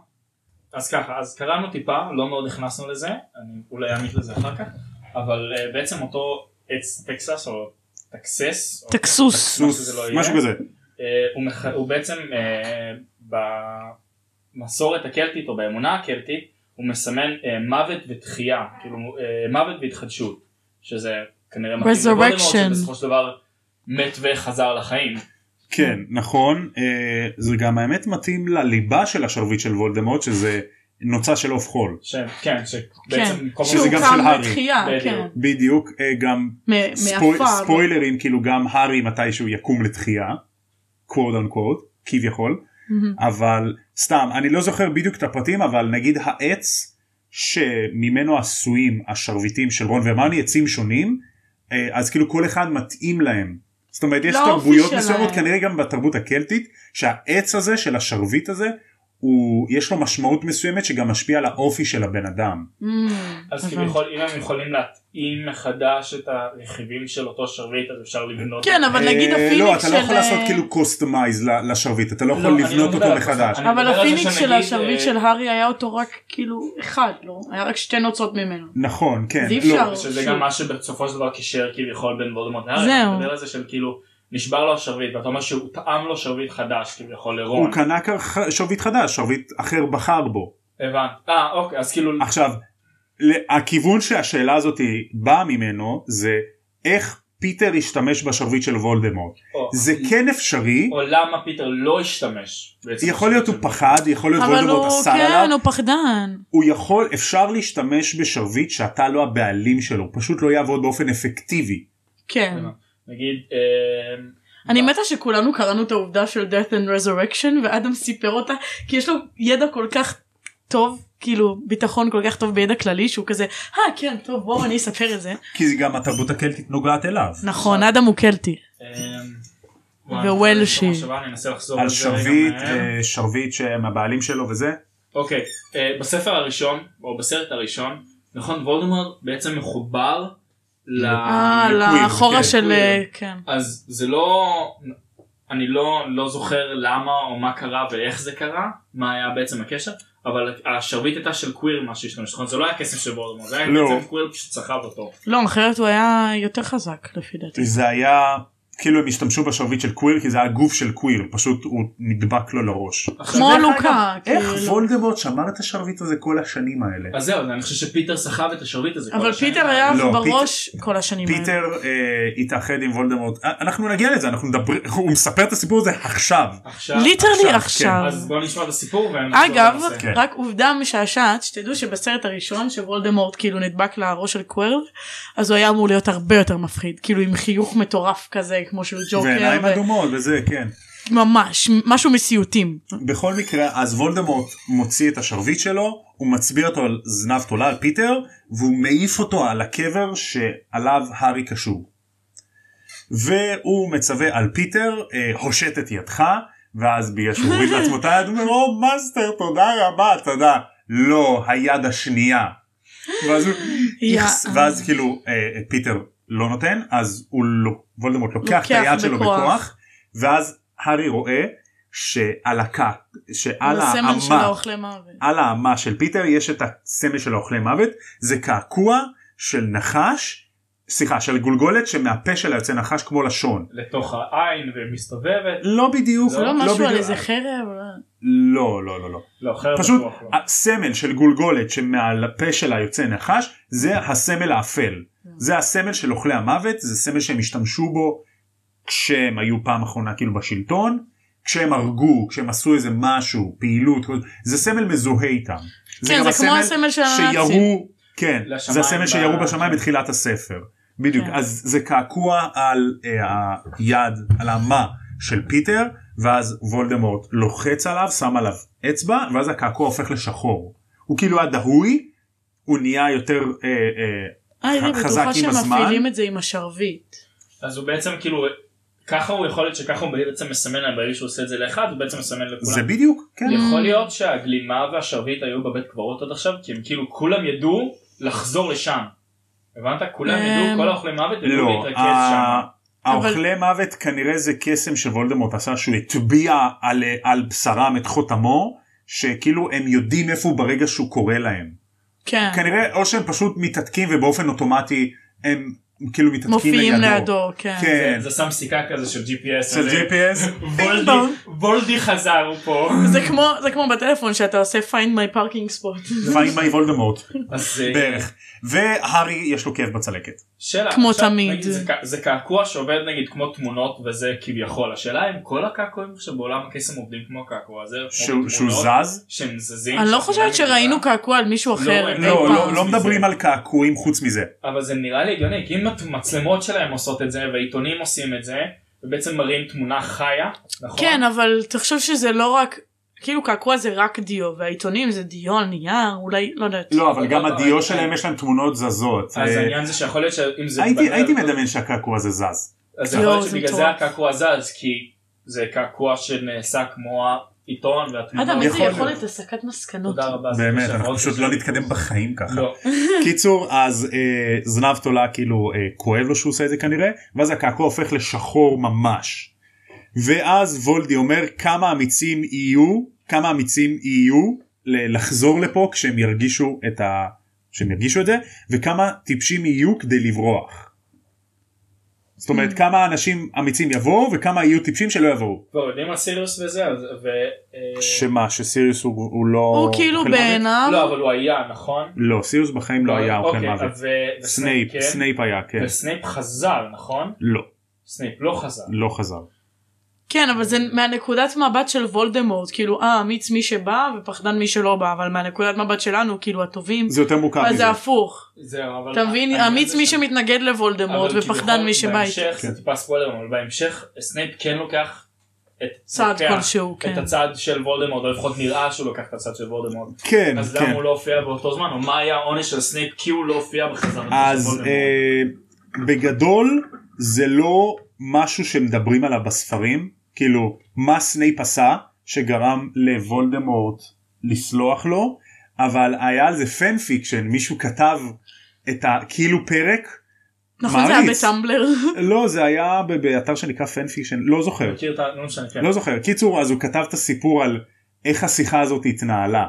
Speaker 3: אז ככה אז קראנו טיפה לא מאוד נכנסנו לזה אני אולי אעמיד לזה אחר כך אבל אה, בעצם אותו עץ טקסס או טקסס. או
Speaker 2: טקסוס.
Speaker 3: מה שזה לא יהיה.
Speaker 1: משהו כזה.
Speaker 3: אה, הוא, מח... הוא בעצם אה, במסורת הקלטית או באמונה הקלטית הוא מסמן אה, מוות ותחייה, כאילו אה, מוות והתחדשות, שזה כנראה מתאים לוולדמורט
Speaker 2: Resurrection.
Speaker 3: שבסופו של דבר מת וחזר לחיים.
Speaker 1: כן נכון אה, זה גם האמת מתאים לליבה של השרביט של וולדמורט שזה נוצה של עוף חול
Speaker 3: ש... כן, שבעצם
Speaker 2: כן.
Speaker 3: כל
Speaker 1: שזה
Speaker 2: שהוא
Speaker 1: גם
Speaker 3: מיני-
Speaker 1: של
Speaker 2: קם
Speaker 1: הארי.
Speaker 2: לתחייה. כן.
Speaker 3: בדיוק.
Speaker 1: בדיוק אה, גם
Speaker 2: מ-
Speaker 1: ספו...
Speaker 2: מעפר.
Speaker 1: ספוילרים כאילו גם הארי מתישהו יקום לתחייה קווד און קווד כביכול
Speaker 2: מהמם.
Speaker 1: אבל סתם אני לא זוכר בדיוק את הפרטים אבל נגיד העץ שממנו עשויים השרביטים של רון והרמני עצים שונים אה, אז כאילו כל אחד מתאים להם. זאת אומרת יש
Speaker 2: לאופי
Speaker 1: תרבויות
Speaker 2: לא שלהם.
Speaker 1: מסוימות כנראה גם בתרבות הקלטית שהעץ הזה של השרביט הזה הוא יש לו משמעות מסוימת שגם משפיע על האופי של הבן אדם.
Speaker 2: מהמם.
Speaker 3: אז
Speaker 2: Mm. הבנתי.
Speaker 3: כביכול אם הם יכולים להתאים מחדש את הרכיבים של אותו שרביט אז אפשר לבנות.
Speaker 2: כן, אבל
Speaker 1: אה,
Speaker 2: נגיד הפיניקס של...
Speaker 1: לא אתה לא יכול לעשות
Speaker 2: אה,
Speaker 1: כאילו קוסטומייז לשרביט אתה לא
Speaker 3: לא,
Speaker 1: יכול
Speaker 3: אני לא
Speaker 1: לבנות
Speaker 3: מדבר
Speaker 1: אותו
Speaker 3: על custom-
Speaker 1: מחדש.
Speaker 3: אני
Speaker 2: אבל
Speaker 3: מדבר על זה
Speaker 2: הפיניקס של
Speaker 3: שנגיד,
Speaker 2: השרביט
Speaker 3: אה,
Speaker 2: של הארי היה אותו רק כאילו אחד, לא? היה רק שתי נוצות ממנו.
Speaker 1: נכון כן.
Speaker 2: אז אי
Speaker 1: לא,
Speaker 2: אפשר.
Speaker 3: שזה גם מה שבסופו של דבר קישר כביכול בין וולדמורט להארי.
Speaker 2: זהו.
Speaker 3: אתה מדבר על זה של כאילו נשבר לו השרביט ואתה אומר שהוא טעם לו שרביט חדש כביכול לרון.
Speaker 1: הוא קנה כ- שרביט חדש שרביט אחר בחר בו.
Speaker 3: הבנתי. אה אוקיי אז כאילו
Speaker 1: עכשיו ל- הכיוון שהשאלה הזאת באה ממנו זה איך פיטר השתמש בשרביט של וולדמורט
Speaker 3: או-
Speaker 1: זה כן אפשרי
Speaker 3: או למה פיטר לא השתמש. בעצם
Speaker 1: יכול להיות הוא פחד יכול להיות
Speaker 2: אבל
Speaker 1: וולדמורט
Speaker 2: הוא,
Speaker 1: אסר
Speaker 2: כן,
Speaker 1: עליו
Speaker 2: הוא פחדן.
Speaker 1: הוא יכול אפשר להשתמש בשרביט שאתה לא הבעלים שלו הוא פשוט לא יעבוד באופן אפקטיבי.
Speaker 2: כן.
Speaker 3: נגיד. אה,
Speaker 2: אני
Speaker 3: ב-
Speaker 2: מתה שכולנו קראנו את העובדה של death and resurrection ואדם סיפר אותה כי יש לו ידע כל כך טוב כאילו ביטחון כל כך טוב בידע כללי שהוא כזה אה כן טוב בואו אני אספר את זה
Speaker 1: כי זה גם התרבות הקלטית נוגעת אליו.
Speaker 2: נכון אדם הוא קלטי
Speaker 3: אה, וואי,
Speaker 2: ווולשי.
Speaker 3: אני לא חושב על אנסה לחזור
Speaker 1: על
Speaker 3: על זה רגע
Speaker 1: שרביט
Speaker 3: מהר.
Speaker 1: אה, שרביט שהם הבעלים שלו וזה
Speaker 3: אוקיי, אה, בספר הראשון, או בסרט הראשון, נכון, וולדמורט בעצם מחובר ל...
Speaker 2: אה
Speaker 1: לקוויר,
Speaker 2: לחורה
Speaker 1: כן,
Speaker 2: של אה,
Speaker 3: לקוויר.
Speaker 2: כן
Speaker 3: אז זה לא... אני לא, לא זוכר למה או מה קרה ואיך זה קרה, מה היה בעצם הקשר, אבל השרביט הייתה של קוויר מה שהשתמש, נכון? זה לא היה כסף של וולדמורט, זה היה
Speaker 1: לא.
Speaker 3: בעצם קוויר פשוט סחב אותו.
Speaker 2: לא אחרת הוא היה יותר חזק לפי דעתי
Speaker 1: זה היה כאילו הם השתמשו בשרביט של קוויר כי זה היה גוף של קוויר פשוט הוא נדבק לו לראש.
Speaker 3: עכשיו,
Speaker 2: כמו
Speaker 1: דרך
Speaker 2: לוקה
Speaker 1: איך
Speaker 2: כאילו.
Speaker 1: וולדמורט שמר את השרביט הזה כל השנים האלה?
Speaker 3: אז זהו, אני חושב שפיטר סחב את השרביט הזה. כל
Speaker 2: אבל
Speaker 3: השנים.
Speaker 2: פיטר היה
Speaker 1: לא,
Speaker 2: בראש כל השנים האלה
Speaker 1: פיטר אה, התאחד עם וולדמורט אה, אנחנו נגיע לזה אנחנו מדברים הוא מספר את הסיפור הזה עכשיו
Speaker 3: עכשיו,
Speaker 2: ליטרלי
Speaker 1: עכשיו, כן,
Speaker 2: עכשיו
Speaker 3: אז בוא נשמע את הסיפור ונחזור
Speaker 2: אגב,
Speaker 3: לנושא.
Speaker 1: כן.
Speaker 2: רק עובדה משעשעת, שתדעו שבסרט הראשון שוולדמורט כאילו נדבק לראש של קוורל, אז הוא היה אמור להיות הרבה יותר מפחיד, כאילו עם חיוך מטורף כזה כמו של ג'וקר,
Speaker 1: ועיניים
Speaker 2: ו-
Speaker 1: אדומות וזה כן
Speaker 2: ממש, משהו מסיוטים.
Speaker 1: בכל מקרה אז וולדמורט מוציא את השרביט שלו הוא מצביע אותו על זנב תולה על פיטר והוא מעיף אותו על הקבר שעליו הארי קשור. והוא מצווה על פיטר אה, הושט את ידך ואז בגלל שהוא הוריד לעצמו את היד הוא אומר או מאסטר תודה רבה תודה לא היד השנייה. ואז, הוא,
Speaker 2: יא-
Speaker 1: "איכס", ואז כאילו אה, אה, פיטר לא נותן אז הוא לא וולדמורט לוקח את
Speaker 2: לוקח
Speaker 1: היד שלו
Speaker 2: בכוח.
Speaker 1: בכוח ואז הארי רואה שעל הכת שעל
Speaker 2: הוא הסמל של
Speaker 1: האמה
Speaker 2: האוכלי מוות.
Speaker 1: על האמה של פיטר יש את הסמל של האוכלי מוות זה קעקוע של נחש סליחה של גולגולת שמהפה שלה יוצא נחש כמו לשון
Speaker 3: לתוך העין ומסתובבת.
Speaker 1: לא בדיוק
Speaker 2: זה לא משהו
Speaker 1: בדיוק,
Speaker 2: על איזה חרב?
Speaker 1: לא
Speaker 2: לא.
Speaker 1: לא לא לא
Speaker 3: לא, אחרת
Speaker 1: פשוט
Speaker 3: בטוח לא.
Speaker 1: הסמל של גולגולת שמעל הפה שלה יוצא נחש זה הסמל האפל
Speaker 2: כן.
Speaker 1: זה הסמל של אוכלי המוות זה סמל שהם השתמשו בו כשהם היו פעם אחרונה כאילו בשלטון כשהם הרגו כשהם עשו איזה משהו פעילות זה סמל מזוהה איתם.
Speaker 2: כן,
Speaker 1: גם
Speaker 2: זה כמו הסמל של הנאצים.
Speaker 1: שירו כן
Speaker 3: לשמיים
Speaker 1: זה הסמל
Speaker 3: ב- כן.
Speaker 1: שירו בשמיים בתחילת הספר בדיוק
Speaker 2: כן.
Speaker 1: אז זה קעקוע על אה, היד על המה של פיטר ואז וולדמורט לוחץ עליו שם עליו אצבע ואז הקעקוע הופך לשחור הוא כאילו היה דהוי הוא נהיה יותר אה, אה,
Speaker 2: אה, אני בטוחה
Speaker 1: חזק עם
Speaker 2: שהם
Speaker 1: הזמן.
Speaker 2: מפעילים את זה עם השרביט.
Speaker 3: אז הוא בעצם כאילו ככה הוא יכול להיות שככה הוא בעצם מסמן להם ברגע שהוא עושה את זה לאחד הוא בעצם מסמן לכולם.
Speaker 1: זה בדיוק, כן.
Speaker 2: Mm.
Speaker 3: יכול להיות שהגלימה והשרביט היו בבית קברות עד עכשיו כי הם כאילו כולם ידעו לחזור לשם. הבנת? כולם
Speaker 2: אמ,
Speaker 3: ידעו, כל האוכלי מוות ידעו
Speaker 1: לא,
Speaker 3: להתרכז
Speaker 1: ה-
Speaker 3: שם.
Speaker 1: האוכלי מוות כנראה זה קסם שוולדמורט עשה שהוא הטביע על- אה, על בשרם את חותמו, שכאילו הם יודעים איפה הוא ברגע שהוא קורא להם.
Speaker 2: כן.
Speaker 1: כנראה או שהם פשוט מתעתקים ובאופן אוטומטי הם כאילו מתעתקים
Speaker 2: מופיעים
Speaker 1: לידו.
Speaker 2: לידו, כן.
Speaker 1: כן,
Speaker 3: זה שם סיכה כזה של GPS.
Speaker 1: של
Speaker 3: הזה.
Speaker 1: GPS.
Speaker 3: וולדי-
Speaker 2: בום.
Speaker 3: וולדי חזר הוא פה.
Speaker 2: זה כמו זה כמו בטלפון שאתה עושה find my parking spot
Speaker 1: פיין מיי וולדמורט
Speaker 3: אז אה,
Speaker 1: בערך והארי יש לו כאב בצלקת
Speaker 3: שאלה.
Speaker 2: כמו
Speaker 3: עכשיו,
Speaker 2: תמיד.
Speaker 3: נגיד, זה קע- זה קעקוע שעובד נגיד כמו תמונות וזה כביכול. השאלה אם כל הקעקועים עכשיו בעולם הקסם עובדים כמו הקעקוע הזה. כמו
Speaker 1: שהוא שהוא
Speaker 3: תמונות
Speaker 1: זז
Speaker 3: שהם זזים.
Speaker 2: אני לא
Speaker 3: שהתמונה
Speaker 2: חושבת שראינו
Speaker 3: מגניבה.
Speaker 2: קעקוע על מישהו אחר.
Speaker 3: לא,
Speaker 2: אי
Speaker 1: לא
Speaker 2: פעם.
Speaker 1: לא לא
Speaker 3: מזה.
Speaker 1: מדברים על קעקועים חוץ מזה
Speaker 3: אבל זה נראה לי הגיוני כי אם המצלמות שלהם עושות את זה והעיתונים עושים את זה ובעצם מראים תמונה חיה נכון?
Speaker 2: כן אבל תחשוב שזה לא רק כאילו קעקוע זה רק דיו והעיתונים זה דיו על נייר אולי לא יודעת.
Speaker 1: לא אבל גם
Speaker 3: לא, לא,
Speaker 1: הדיו
Speaker 3: אני-
Speaker 1: שלהם יש להם תמונות זזות
Speaker 3: אז
Speaker 1: אה,
Speaker 3: העניין זה שיכול להיות שאם זה
Speaker 1: הייתי
Speaker 3: בנוי
Speaker 1: הייתי
Speaker 3: על-
Speaker 1: מדמיין שהקעקוע הזה זז
Speaker 3: אז יכול להיות
Speaker 2: לא, זה
Speaker 3: שבגלל זה
Speaker 2: מטורף.
Speaker 3: הקעקוע זז כי זה קעקוע שנעשה כמו העיתון והתמונות.
Speaker 2: אדם איזה
Speaker 1: יכול
Speaker 2: יכולת הסקת מסקנות.
Speaker 3: תודה רבה. זה
Speaker 1: באמת
Speaker 3: קשה,
Speaker 1: אנחנו
Speaker 3: מאוד
Speaker 1: פשוט
Speaker 3: קשה.
Speaker 1: לא נתקדם בחיים ככה
Speaker 3: לא.
Speaker 1: קיצור אז אה, זנב תולה כאילו אה, כואב לו שהוא עושה את זה כנראה ואז הקעקוע הופך לשחור ממש. ואז וולדי אומר כמה אמיצים יהיו כמה אמיצים יהיו ל- לחזור לפה כשהם ירגישו את ה... כשהם ירגישו את זה וכמה טיפשים יהיו כדי לברוח. זאת אומרת
Speaker 2: Hmm.
Speaker 1: כמה אנשים אמיצים יבואו וכמה יהיו טיפשים שלא יבואו.
Speaker 3: כבר יודעים על סיריוס וזה אז- ו... אה,
Speaker 1: שמה שסיריוס הוא, הוא לא...
Speaker 2: הוא כאילו
Speaker 1: אוכל מוות?
Speaker 2: בעיניו
Speaker 3: לא אבל הוא היה נכון?
Speaker 1: לא סיריוס בחיים לא היה אוכל
Speaker 3: אוקיי,
Speaker 1: מוות.
Speaker 3: ו-
Speaker 1: סנייפ
Speaker 3: כן.
Speaker 1: סנייפ היה כן.
Speaker 3: וסנייפ חזר נכון?
Speaker 1: לא
Speaker 3: סנייפ לא חזר.
Speaker 1: לא חזר.
Speaker 2: כן אבל זה מהנקודת מבט של וולדמורט כאילו אה אמיץ מי שבא ופחדן מי שלא בא אבל מהנקודת מבט שלנו כאילו הטובים
Speaker 1: זה יותר מורכב
Speaker 2: אז
Speaker 1: מזה.
Speaker 2: זה הפוך.
Speaker 3: זהו, אבל-
Speaker 2: אתה מבין
Speaker 3: העניין
Speaker 2: אמיץ
Speaker 3: זה
Speaker 2: מי
Speaker 3: ש-
Speaker 2: שמתנגד לוולדמורט
Speaker 3: אבל
Speaker 2: ופחדן
Speaker 3: כביכול
Speaker 2: מי שבא איתו.
Speaker 3: בהמשך זה
Speaker 1: כן.
Speaker 3: טיפה ספוילר אבל בהמשך סנייפ כן לוקח את
Speaker 2: צעד
Speaker 3: לוקח
Speaker 2: כלשהו
Speaker 3: את
Speaker 2: כן.
Speaker 3: הצד של וולדמורט או לפחות נראה שהוא לוקח את הצד של וולדמורט
Speaker 1: כן,
Speaker 3: אז למה
Speaker 1: כן.
Speaker 3: הוא לא הופיע באותו זמן או מה היה העונש של סנייפ כי הוא לא הופיע בחזרתו של
Speaker 1: אז
Speaker 3: וולדמורט.
Speaker 1: אה, בגדול זה לא משהו שמדברים עליו בספרים, כאילו מה סנייפ עשה שגרם לוולדמורט לסלוח לו, אבל היה על זה פן פיקשן, מישהו כתב את ה... כאילו פרק,
Speaker 2: נכון זה היה
Speaker 1: מעריץ.
Speaker 2: בטמבלר.
Speaker 1: לא זה היה ב- באתר שנקרא פן פיקשן, לא זוכר,
Speaker 3: מכיר את ה... לא משנה, כן.
Speaker 1: לא זוכר. קיצור, אז הוא כתב את הסיפור על איך השיחה הזאת התנהלה.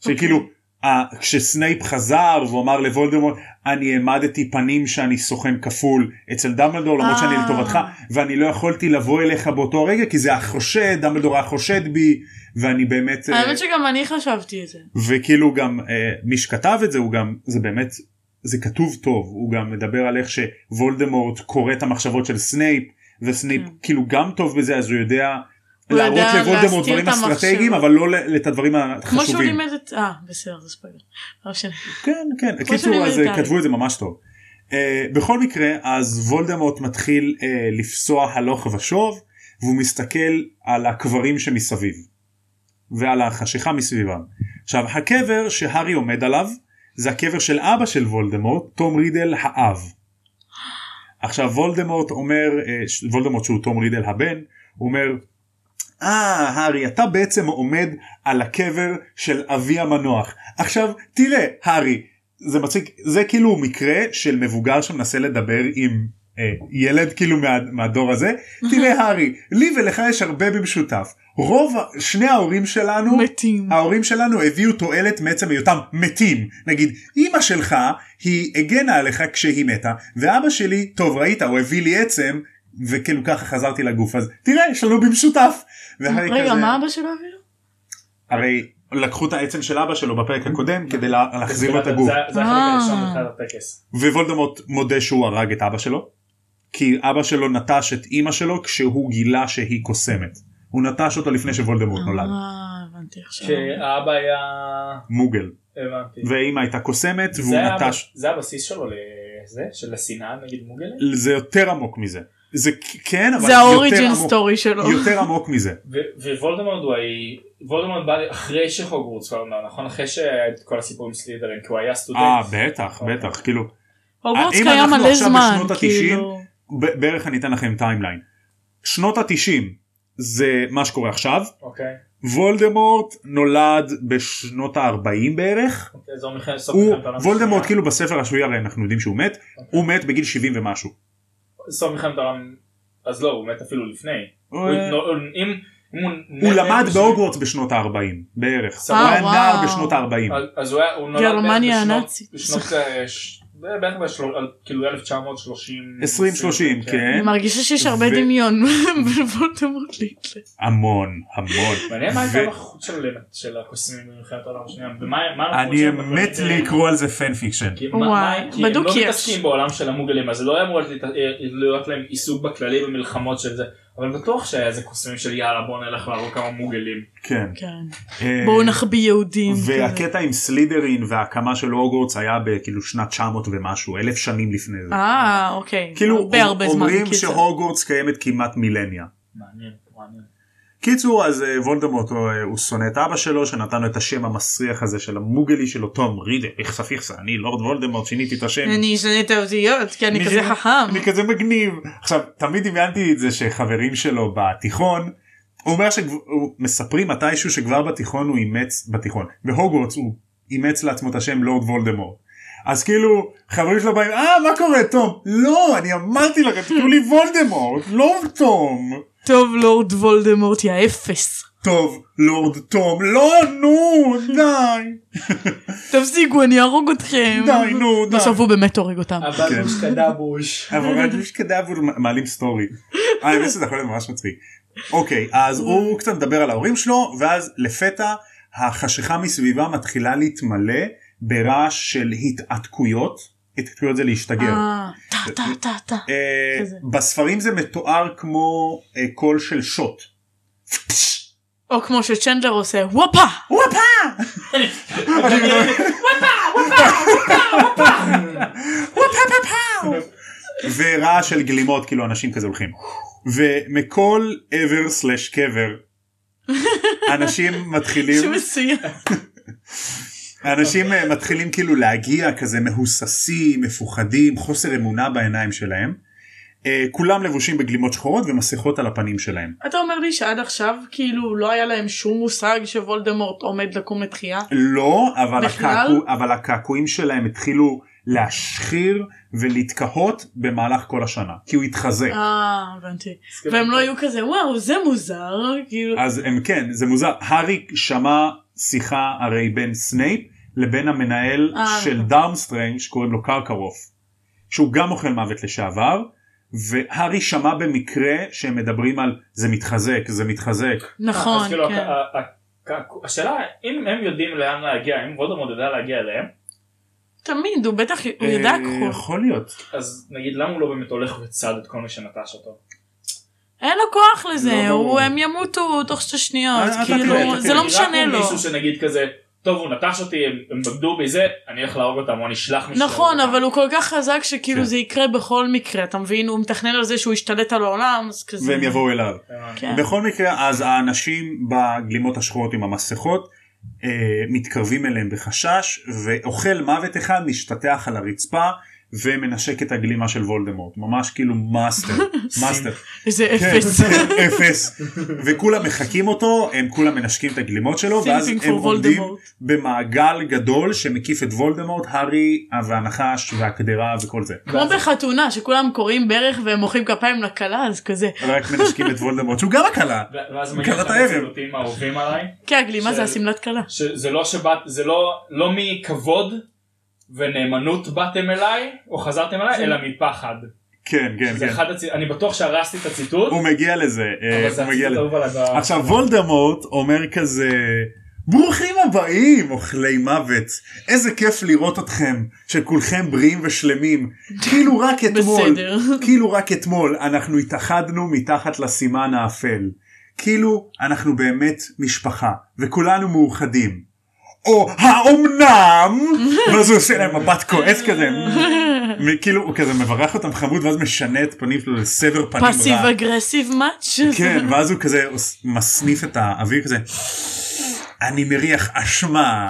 Speaker 1: שכאילו,
Speaker 2: אוקיי.
Speaker 1: ה- כשסנייפ חזר והוא אמר לוולדמורט, אני העמדתי פנים שאני סוכן כפול אצל דמבלדור למרות שאני
Speaker 2: אה.
Speaker 1: לטובתך, ואני לא יכולתי לבוא אליך באותו הרגע כי זה החושד, דמבלדור היה חושד בי, ואני באמת... אה,
Speaker 2: האמת שגם אני חשבתי את זה.
Speaker 1: וכאילו גם אה, מי שכתב את זה הוא גם זה באמת זה כתוב טוב הוא גם מדבר על איך שוולדמורט קורא את המחשבות של סנייפ וסנייפ
Speaker 2: כן.
Speaker 1: כאילו גם טוב בזה אז הוא יודע
Speaker 2: הוא
Speaker 1: להראות
Speaker 2: יודע
Speaker 1: לוולדמורט
Speaker 2: להסתיר
Speaker 1: דברים
Speaker 2: את המחשב.
Speaker 1: אסטרטגיים אבל לא ל- את הדברים
Speaker 2: כמו שהוא
Speaker 1: החשובים.
Speaker 2: לימד את... אה בסדר זה ספוילר. לא משנה.
Speaker 1: כן כן
Speaker 2: שהוא
Speaker 1: קיצור
Speaker 2: לימד
Speaker 1: אז
Speaker 2: את
Speaker 1: אה,
Speaker 2: הארי.
Speaker 1: כתבו את זה ממש טוב. אה, בכל מקרה אז וולדמורט מתחיל אה, לפסוע הלוך ושוב והוא מסתכל על הקברים שמסביב ועל החשיכה מסביבם. עכשיו הקבר שהארי עומד עליו זה הקבר של אבא של וולדמורט תום רידל האב. עכשיו וולדמורט אומר אה, ש- וולדמורט שהוא תום רידל הבן הוא אומר אה הארי אתה בעצם עומד על הקבר של אבי המנוח עכשיו תראה הארי זה מצחיק זה כאילו מקרה של מבוגר שמנסה לדבר עם אה, ילד כאילו מה, מהדור הזה תראה הארי לי ולך יש הרבה במשותף רוב ה- שני ההורים שלנו
Speaker 2: מתים.
Speaker 1: ההורים שלנו הביאו תועלת מעצם היותם מתים. נגיד, אימא שלך, היא הגנה עליך כשהיא מתה, ואבא שלי, טוב ראית, הוא הביא לי עצם, וכאילו ככה חזרתי לגוף, אז תראה, יש לנו במשותף. והארי
Speaker 2: רגע
Speaker 1: כזה-
Speaker 2: מה אבא שלו הביא? לו?
Speaker 1: הרי לקחו את העצם של אבא שלו בפרק הקודם כדי לה- להחזיר לו את
Speaker 3: זה-
Speaker 1: הגוף.
Speaker 3: זה- זה החלק
Speaker 2: אה.
Speaker 3: הראשון מבחינת הטקס.
Speaker 1: ווולדמורט מודה שהוא הרג את אבא שלו, כי אבא שלו נטש את אימא שלו כשהוא גילה שהיא קוסמת. הוא נטש אותו לפני שוולדמורט נולד.
Speaker 2: אה הבנתי עכשיו.
Speaker 3: כשהאבא היה...
Speaker 1: מוגל.
Speaker 3: הבנתי.
Speaker 1: ואימא הייתה קוסמת והוא
Speaker 3: זה היה-
Speaker 1: נטש
Speaker 3: זה הבסיס שלו לזה? של השנאה נגיד מוגלה?
Speaker 1: זה יותר עמוק מזה זה כן אבל
Speaker 2: זה
Speaker 1: יותר
Speaker 2: האוריג'ין
Speaker 1: עמוק-
Speaker 2: סטורי שלו.
Speaker 1: יותר עמוק מזה
Speaker 3: ו- ווולדמורט הוא ה... וולדמורט בא אחרי שחוגרוץ כבר אמר, נכון? אחרי שהיה את כל הסיפור עם סלידרין כי הוא היה סטודנט. אוקיי.
Speaker 1: אה בטח בטח כאילו
Speaker 2: הוגוורטס
Speaker 1: אם
Speaker 2: קיים
Speaker 1: אנחנו
Speaker 2: מלא
Speaker 1: עכשיו
Speaker 2: זמן.
Speaker 1: בשנות ה-90,
Speaker 2: כאילו.
Speaker 1: ב- בערך אני אתן לכם טיימליין. שנות התשעים זה מה שקורה עכשיו.
Speaker 3: אוקיי.
Speaker 1: וולדמורט נולד בשנות ה-40 בערך.
Speaker 3: אוקיי, זה אומר סוף
Speaker 1: הוא,
Speaker 3: מלחמת העולם
Speaker 1: וולדמורט
Speaker 3: השנייה.
Speaker 1: כאילו בספר השביעי הרי אנחנו יודעים שהוא מת, הוא מת בגיל 70 ומשהו. כאילו-
Speaker 3: סוף מלחמת העולם. אז לא, הוא מת אפילו לפני. הוא-
Speaker 1: אה,
Speaker 3: הוא- אם- אם
Speaker 1: הוא
Speaker 3: מת
Speaker 1: למד
Speaker 3: בשביל-
Speaker 1: בהוגוורטס בשנות ה-40 בערך. הוא
Speaker 3: אה,
Speaker 1: היה נער
Speaker 2: וואו.
Speaker 1: בשנות ה-40.
Speaker 3: אז- אז הוא היה, הוא נולד
Speaker 2: גרמניה
Speaker 3: בערך בשנות-
Speaker 2: הנאצית.
Speaker 3: בשנות, אה, ש- בערך בשלו- על- כאילו 1930.
Speaker 1: 20-30
Speaker 2: אני
Speaker 1: כן.
Speaker 2: מרגישה שיש הרבה
Speaker 1: ו-
Speaker 2: דמיון בין וולדמורט להיטלר.
Speaker 1: המון המון.
Speaker 3: מעניין מה
Speaker 1: ו-
Speaker 3: הייתה הנוכחות של- של הקוסמים במלחמת העולם השנייה. ומה- מה הנוכחות
Speaker 1: אני
Speaker 3: שלהם
Speaker 1: מת
Speaker 3: בדברים האלה?
Speaker 1: לקרוא על זה פן פיקשן.
Speaker 3: כי מה-
Speaker 2: וואי,
Speaker 3: מה- כי הם
Speaker 2: בדוק
Speaker 3: לא
Speaker 2: יש.
Speaker 3: מתעסקים בעולם של המוגלים, אז לא היה אמור להיות- להיות להם עיסוק בכללי במלחמות של זה, אבל בטוח שהיה איזה קוסמים של יאללה בוא נלך להרוג כמה מוגלים.
Speaker 1: כן.
Speaker 2: כן.
Speaker 1: אה,
Speaker 2: בואו כן. נחביא יהודים. כזה.
Speaker 1: והקטע עם סלידרין וההקמה של הוגוורטס היה בכאילו שנת 900 ומשהו אלף שנים לפני זה.
Speaker 2: אה, אוקיי.
Speaker 1: כאילו
Speaker 2: הרבה הרבה זמן.
Speaker 1: אומרים
Speaker 2: קיצר.
Speaker 1: שהוגוורטס קיימת כמעט מילניה.
Speaker 3: מעניין, מעניין.
Speaker 1: קיצור אז אה, וולדמורט אה, הוא שונא את אבא שלו שנתן לו את השם המסריח הזה של המוגלי שלו תום רידר איכסה פיכסה אני לורד וולדמורט שיניתי את השם.
Speaker 2: אני אשנה את האותיות כי אני
Speaker 1: אני
Speaker 2: כזה
Speaker 1: זה-
Speaker 2: חכם.
Speaker 1: אני כן- כזה מגניב עכשיו תמיד דמיינתי את זה שחברים שלו בתיכון. הוא אומר שמספרים מתישהו שכבר בתיכון הוא אימץ בתיכון בהוגוורטס הוא אימץ לעצמו את השם לורד וולדמורט. אז כאילו חברים שלו באים אה מה קורה תום לא אני אמרתי לכם תקראו לי וולדמורט לא תום.
Speaker 2: טוב לורד וולדמורט יא אפס.
Speaker 1: טוב לורד תום לא נו די
Speaker 2: תפסיקו אני אהרוג אתכם.
Speaker 1: די נו די.
Speaker 2: בסוף הוא באמת הורג אותם.
Speaker 1: כן.
Speaker 3: הבאבוש קדבוש.
Speaker 1: אבל יש כדאב מעלים סטורי. אה, האמת שזה יכול להיות ממש מצחיק. אוקיי אז הוא
Speaker 2: Mm.
Speaker 1: קצת מדבר על ההורים שלו ואז לפתע החשיכה מסביבה מתחילה להתמלא ברעש של התעתקויות. התעתקויות זה להשתגר.
Speaker 2: אה, טה טה טה טה.
Speaker 1: אה,
Speaker 2: כזה.
Speaker 1: בספרים זה מתואר כמו אה, קול של שוט.
Speaker 2: או כמו שצ'נדלר עושה וופה.
Speaker 1: וואפה! אני מדבר-
Speaker 2: לא-
Speaker 1: ורעש של גלימות כאילו אנשים כזה הולכים ומכל עבר סלש קבר אנשים מתחילים
Speaker 2: שמסוים.
Speaker 1: אנשים אה, מתחילים כאילו להגיע כזה מהוססים מפוחדים חוסר אמונה בעיניים שלהם אה, כולם לבושים בגלימות שחורות ומסכות על הפנים שלהם
Speaker 2: אתה אומר לי שעד עכשיו כאילו לא היה להם שום מושג שוולדמורט עומד לקום לתחייה?
Speaker 1: לא אבל,
Speaker 2: בכלל?
Speaker 1: הקעקוע, אבל הקעקועים שלהם התחילו להשחיר ולהתקהות במהלך כל השנה כי הוא התחזק.
Speaker 2: אה, הבנתי.
Speaker 1: כן,
Speaker 2: והם לא
Speaker 3: אה,
Speaker 2: היו כזה וואו זה מוזר כאילו.
Speaker 1: אז הם כן זה מוזר הארי שמע שיחה הרי בין סנייפ לבין המנהל
Speaker 2: אה.
Speaker 1: של דארמסטרנג שקוראים לו קרקרוף שהוא גם אוכל מוות לשעבר והארי שמע במקרה שהם מדברים על זה מתחזק זה מתחזק
Speaker 2: נכון,
Speaker 3: אז כאילו,
Speaker 2: כן.
Speaker 1: אה,
Speaker 3: ה- ה- ה- השאלה אם הם יודעים לאן להגיע, אם וולדמורט יודע להגיע אליהם,
Speaker 2: תמיד הוא בטח הוא ידע
Speaker 1: אה,
Speaker 2: הכל.
Speaker 1: יכול להיות
Speaker 3: אז נגיד למה הוא לא באמת הולך וצד את כל מי שנטש אותו?
Speaker 2: אין לו כוח לזה
Speaker 1: לא,
Speaker 2: הוא
Speaker 1: ברור.
Speaker 2: הם ימותו תוך שתי שניות
Speaker 1: אה, אתה תראה,
Speaker 2: כאילו
Speaker 1: אתה
Speaker 2: זה
Speaker 1: תראה.
Speaker 2: לא
Speaker 3: רק
Speaker 2: משנה
Speaker 3: הוא
Speaker 2: לו.
Speaker 3: מישהו שנגיד כזה, טוב הוא נטש אותי, הם הם בגדו בי זה, אני הולך להרוג אותם או אני אשלח מישהו.
Speaker 2: נכון
Speaker 3: להרוג
Speaker 2: אבל הוא כל כך חזק שכאילו
Speaker 1: כן.
Speaker 2: זה יקרה בכל מקרה אתה מבין הוא מתכנן על זה שהוא ישתלט על העולם אז כזה.
Speaker 1: והם יבואו אליו.
Speaker 3: אותם.
Speaker 2: כן.
Speaker 1: בכל מקרה אז האנשים בגלימות השחורות עם המסכות אה, מתקרבים אליהם בחשש ואוכל מוות אחד משתטח על הרצפה ומנשק את הגלימה של וולדמורט ממש כאילו מאסטר מאסטר
Speaker 2: איזה
Speaker 1: כן,
Speaker 2: אפס.
Speaker 1: אפס וכולם מחקים אותו הם כולם מנשקים את הגלימות שלו ואז
Speaker 2: Thinking
Speaker 1: הם
Speaker 2: for
Speaker 1: עומדים
Speaker 2: Voldemort.
Speaker 1: במעגל גדול שמקיף את וולדמורט הארי והנחש והקדרה וכל זה
Speaker 2: כמו בחתונה שכולם קוראים ברך והם מוחאים כפיים לכלה אז כזה
Speaker 1: רק מנשקים את וולדמורט שהוא גם הקלה
Speaker 3: ו- ואז מגיעים
Speaker 1: קראת
Speaker 3: את
Speaker 1: האבן.
Speaker 3: הציטוטים האהובים עליי,
Speaker 2: כן הגלימה זה
Speaker 3: של-
Speaker 2: השמלת כלה.
Speaker 3: שזה לא שבאת, זה לא, לא מכבוד ונאמנות באתם אליי, או חזרתם אליי, אלא מפחד.
Speaker 1: כן כן
Speaker 3: זה
Speaker 1: כן
Speaker 3: אחד הציטוט, אני בטוח שהרסתי את הציטוט,
Speaker 1: הוא מגיע לזה אה,
Speaker 3: אבל זה
Speaker 1: הוא מגיע
Speaker 3: הציטוט
Speaker 1: לזה.
Speaker 3: האהוב עליי. ב-
Speaker 1: עכשיו וולדמורט אומר כזה ברוכים הבאים אוכלי מוות איזה כיף לראות אתכם שכולכם בריאים ושלמים כאילו רק אתמול
Speaker 2: בסדר.
Speaker 1: כאילו רק אתמול אנחנו התאחדנו מתחת לסימן האפל כאילו אנחנו באמת משפחה וכולנו מאוחדים. או האומנם ואז הוא עושה להם מבט כועס כזה כאילו הוא כזה מברך אותם חמוד ואז משנה את פנים שלו לסבר פנים רע.
Speaker 2: פאסיב אגרסיב מאץ'.
Speaker 1: כן, ואז הוא כזה עוש- מסניף את האוויר כזה, אני מריח אשמה,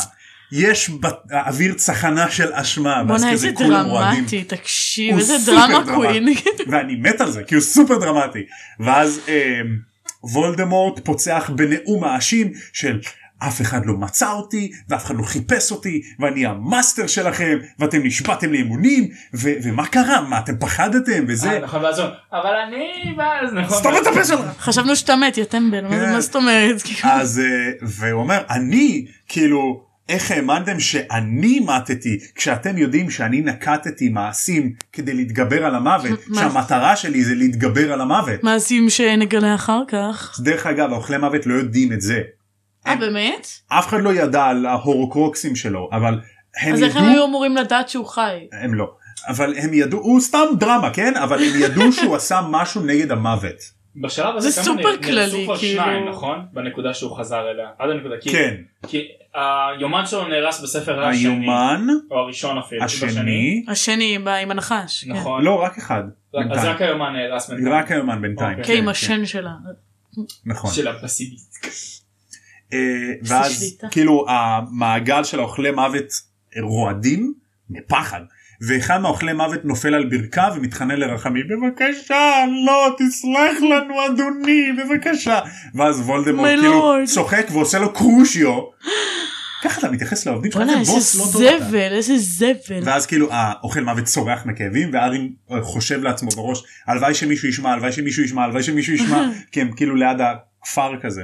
Speaker 1: יש בת- האוויר צחנה של אשמה, ואז
Speaker 2: בואנה
Speaker 1: כזה
Speaker 2: איזה
Speaker 1: כולם רועדים.
Speaker 2: דרמטי, תקשיב,
Speaker 1: הוא
Speaker 2: איזה
Speaker 1: סופר
Speaker 2: דרמה
Speaker 1: דרמטי.
Speaker 2: קווינית.
Speaker 1: ואני מת על זה כי הוא סופר דרמטי ואז אה, וולדמורט פוצח בנאום האשים של אף אחד לא מצא אותי ואף אחד לא חיפש אותי ואני המאסטר שלכם ואתם נשבעתם לאמונים ו- ומה קרה מה אתם פחדתם וזה
Speaker 3: אה, נכון, ואז הוא, אבל אני, ואז, נכון.
Speaker 1: סתום את הפה שלך.
Speaker 2: חשבנו שאתה מת, יא טמבל, מה זה-
Speaker 1: כן.
Speaker 2: מה זאת אומרת? כאילו,
Speaker 1: אז אה, והוא אומר אני כאילו איך האמנתם שאני מתתי כשאתם יודעים שאני נקטתי מעשים כדי להתגבר על המוות
Speaker 2: מה-
Speaker 1: שהמטרה שלי זה להתגבר על המוות.
Speaker 2: מעשים שנגלה אחר כך.
Speaker 1: דרך אגב האוכלי מוות לא יודעים את זה.
Speaker 2: אה באמת?
Speaker 1: אף אחד לא ידע על ההורוקרוקסים שלו אבל הם
Speaker 2: אז איך
Speaker 1: ידעו
Speaker 2: הם היו אמורים לדעת שהוא חי?
Speaker 1: הם לא אבל הם ידעו הוא סתם דרמה כן אבל הם ידעו שהוא עשה משהו נגד המוות
Speaker 3: בשלב הזה
Speaker 2: זה
Speaker 3: כמה
Speaker 2: סופר
Speaker 3: נ-
Speaker 2: כללי,
Speaker 3: נעשו כבר
Speaker 2: כאילו.
Speaker 3: שניים, נכון? בנקודה שהוא חזר אליה. עד הנקודה, כי-
Speaker 1: כן
Speaker 3: כי היומן שלו נהרס בספר השני,
Speaker 1: היומן
Speaker 3: או הראשון אפילו, בשני.
Speaker 1: השני
Speaker 2: השני בא עם הנחש. כן.
Speaker 3: נכון.
Speaker 1: לא רק אחד
Speaker 3: רק- אז
Speaker 1: בינתיים.
Speaker 3: רק היומן נהרס בינתיים.
Speaker 1: רק היומן בינתיים
Speaker 3: אוקיי.
Speaker 2: כן, עם
Speaker 1: כן,
Speaker 2: השן שלה.
Speaker 1: נכון
Speaker 3: של הפסיבית.
Speaker 1: אה, ואז
Speaker 2: שליטה.
Speaker 1: כאילו המעגל של האוכלי מוות רועדים מפחד ואחד מהאוכלי מוות נופל על ברכיו ומתחנן לרחמים בבקשה לא תסלח לנו אדוני בבקשה ואז וולדמורט
Speaker 2: My
Speaker 1: כאילו
Speaker 2: lord.
Speaker 1: צוחק ועושה לו קרושיו. ככה אתה מתייחס לעובדים שלך
Speaker 2: בואנה,
Speaker 1: זה
Speaker 2: איזה
Speaker 1: בוס לא טוב. אתה.
Speaker 2: זבל, איזה זבל.
Speaker 1: ואז כאילו האוכל מוות צורח מכאבים והארי חושב לעצמו בראש הלוואי שמישהו ישמע הלוואי שמישהו ישמע הלוואי שמישהו ישמע כי הם כאילו ליד הכפר כזה.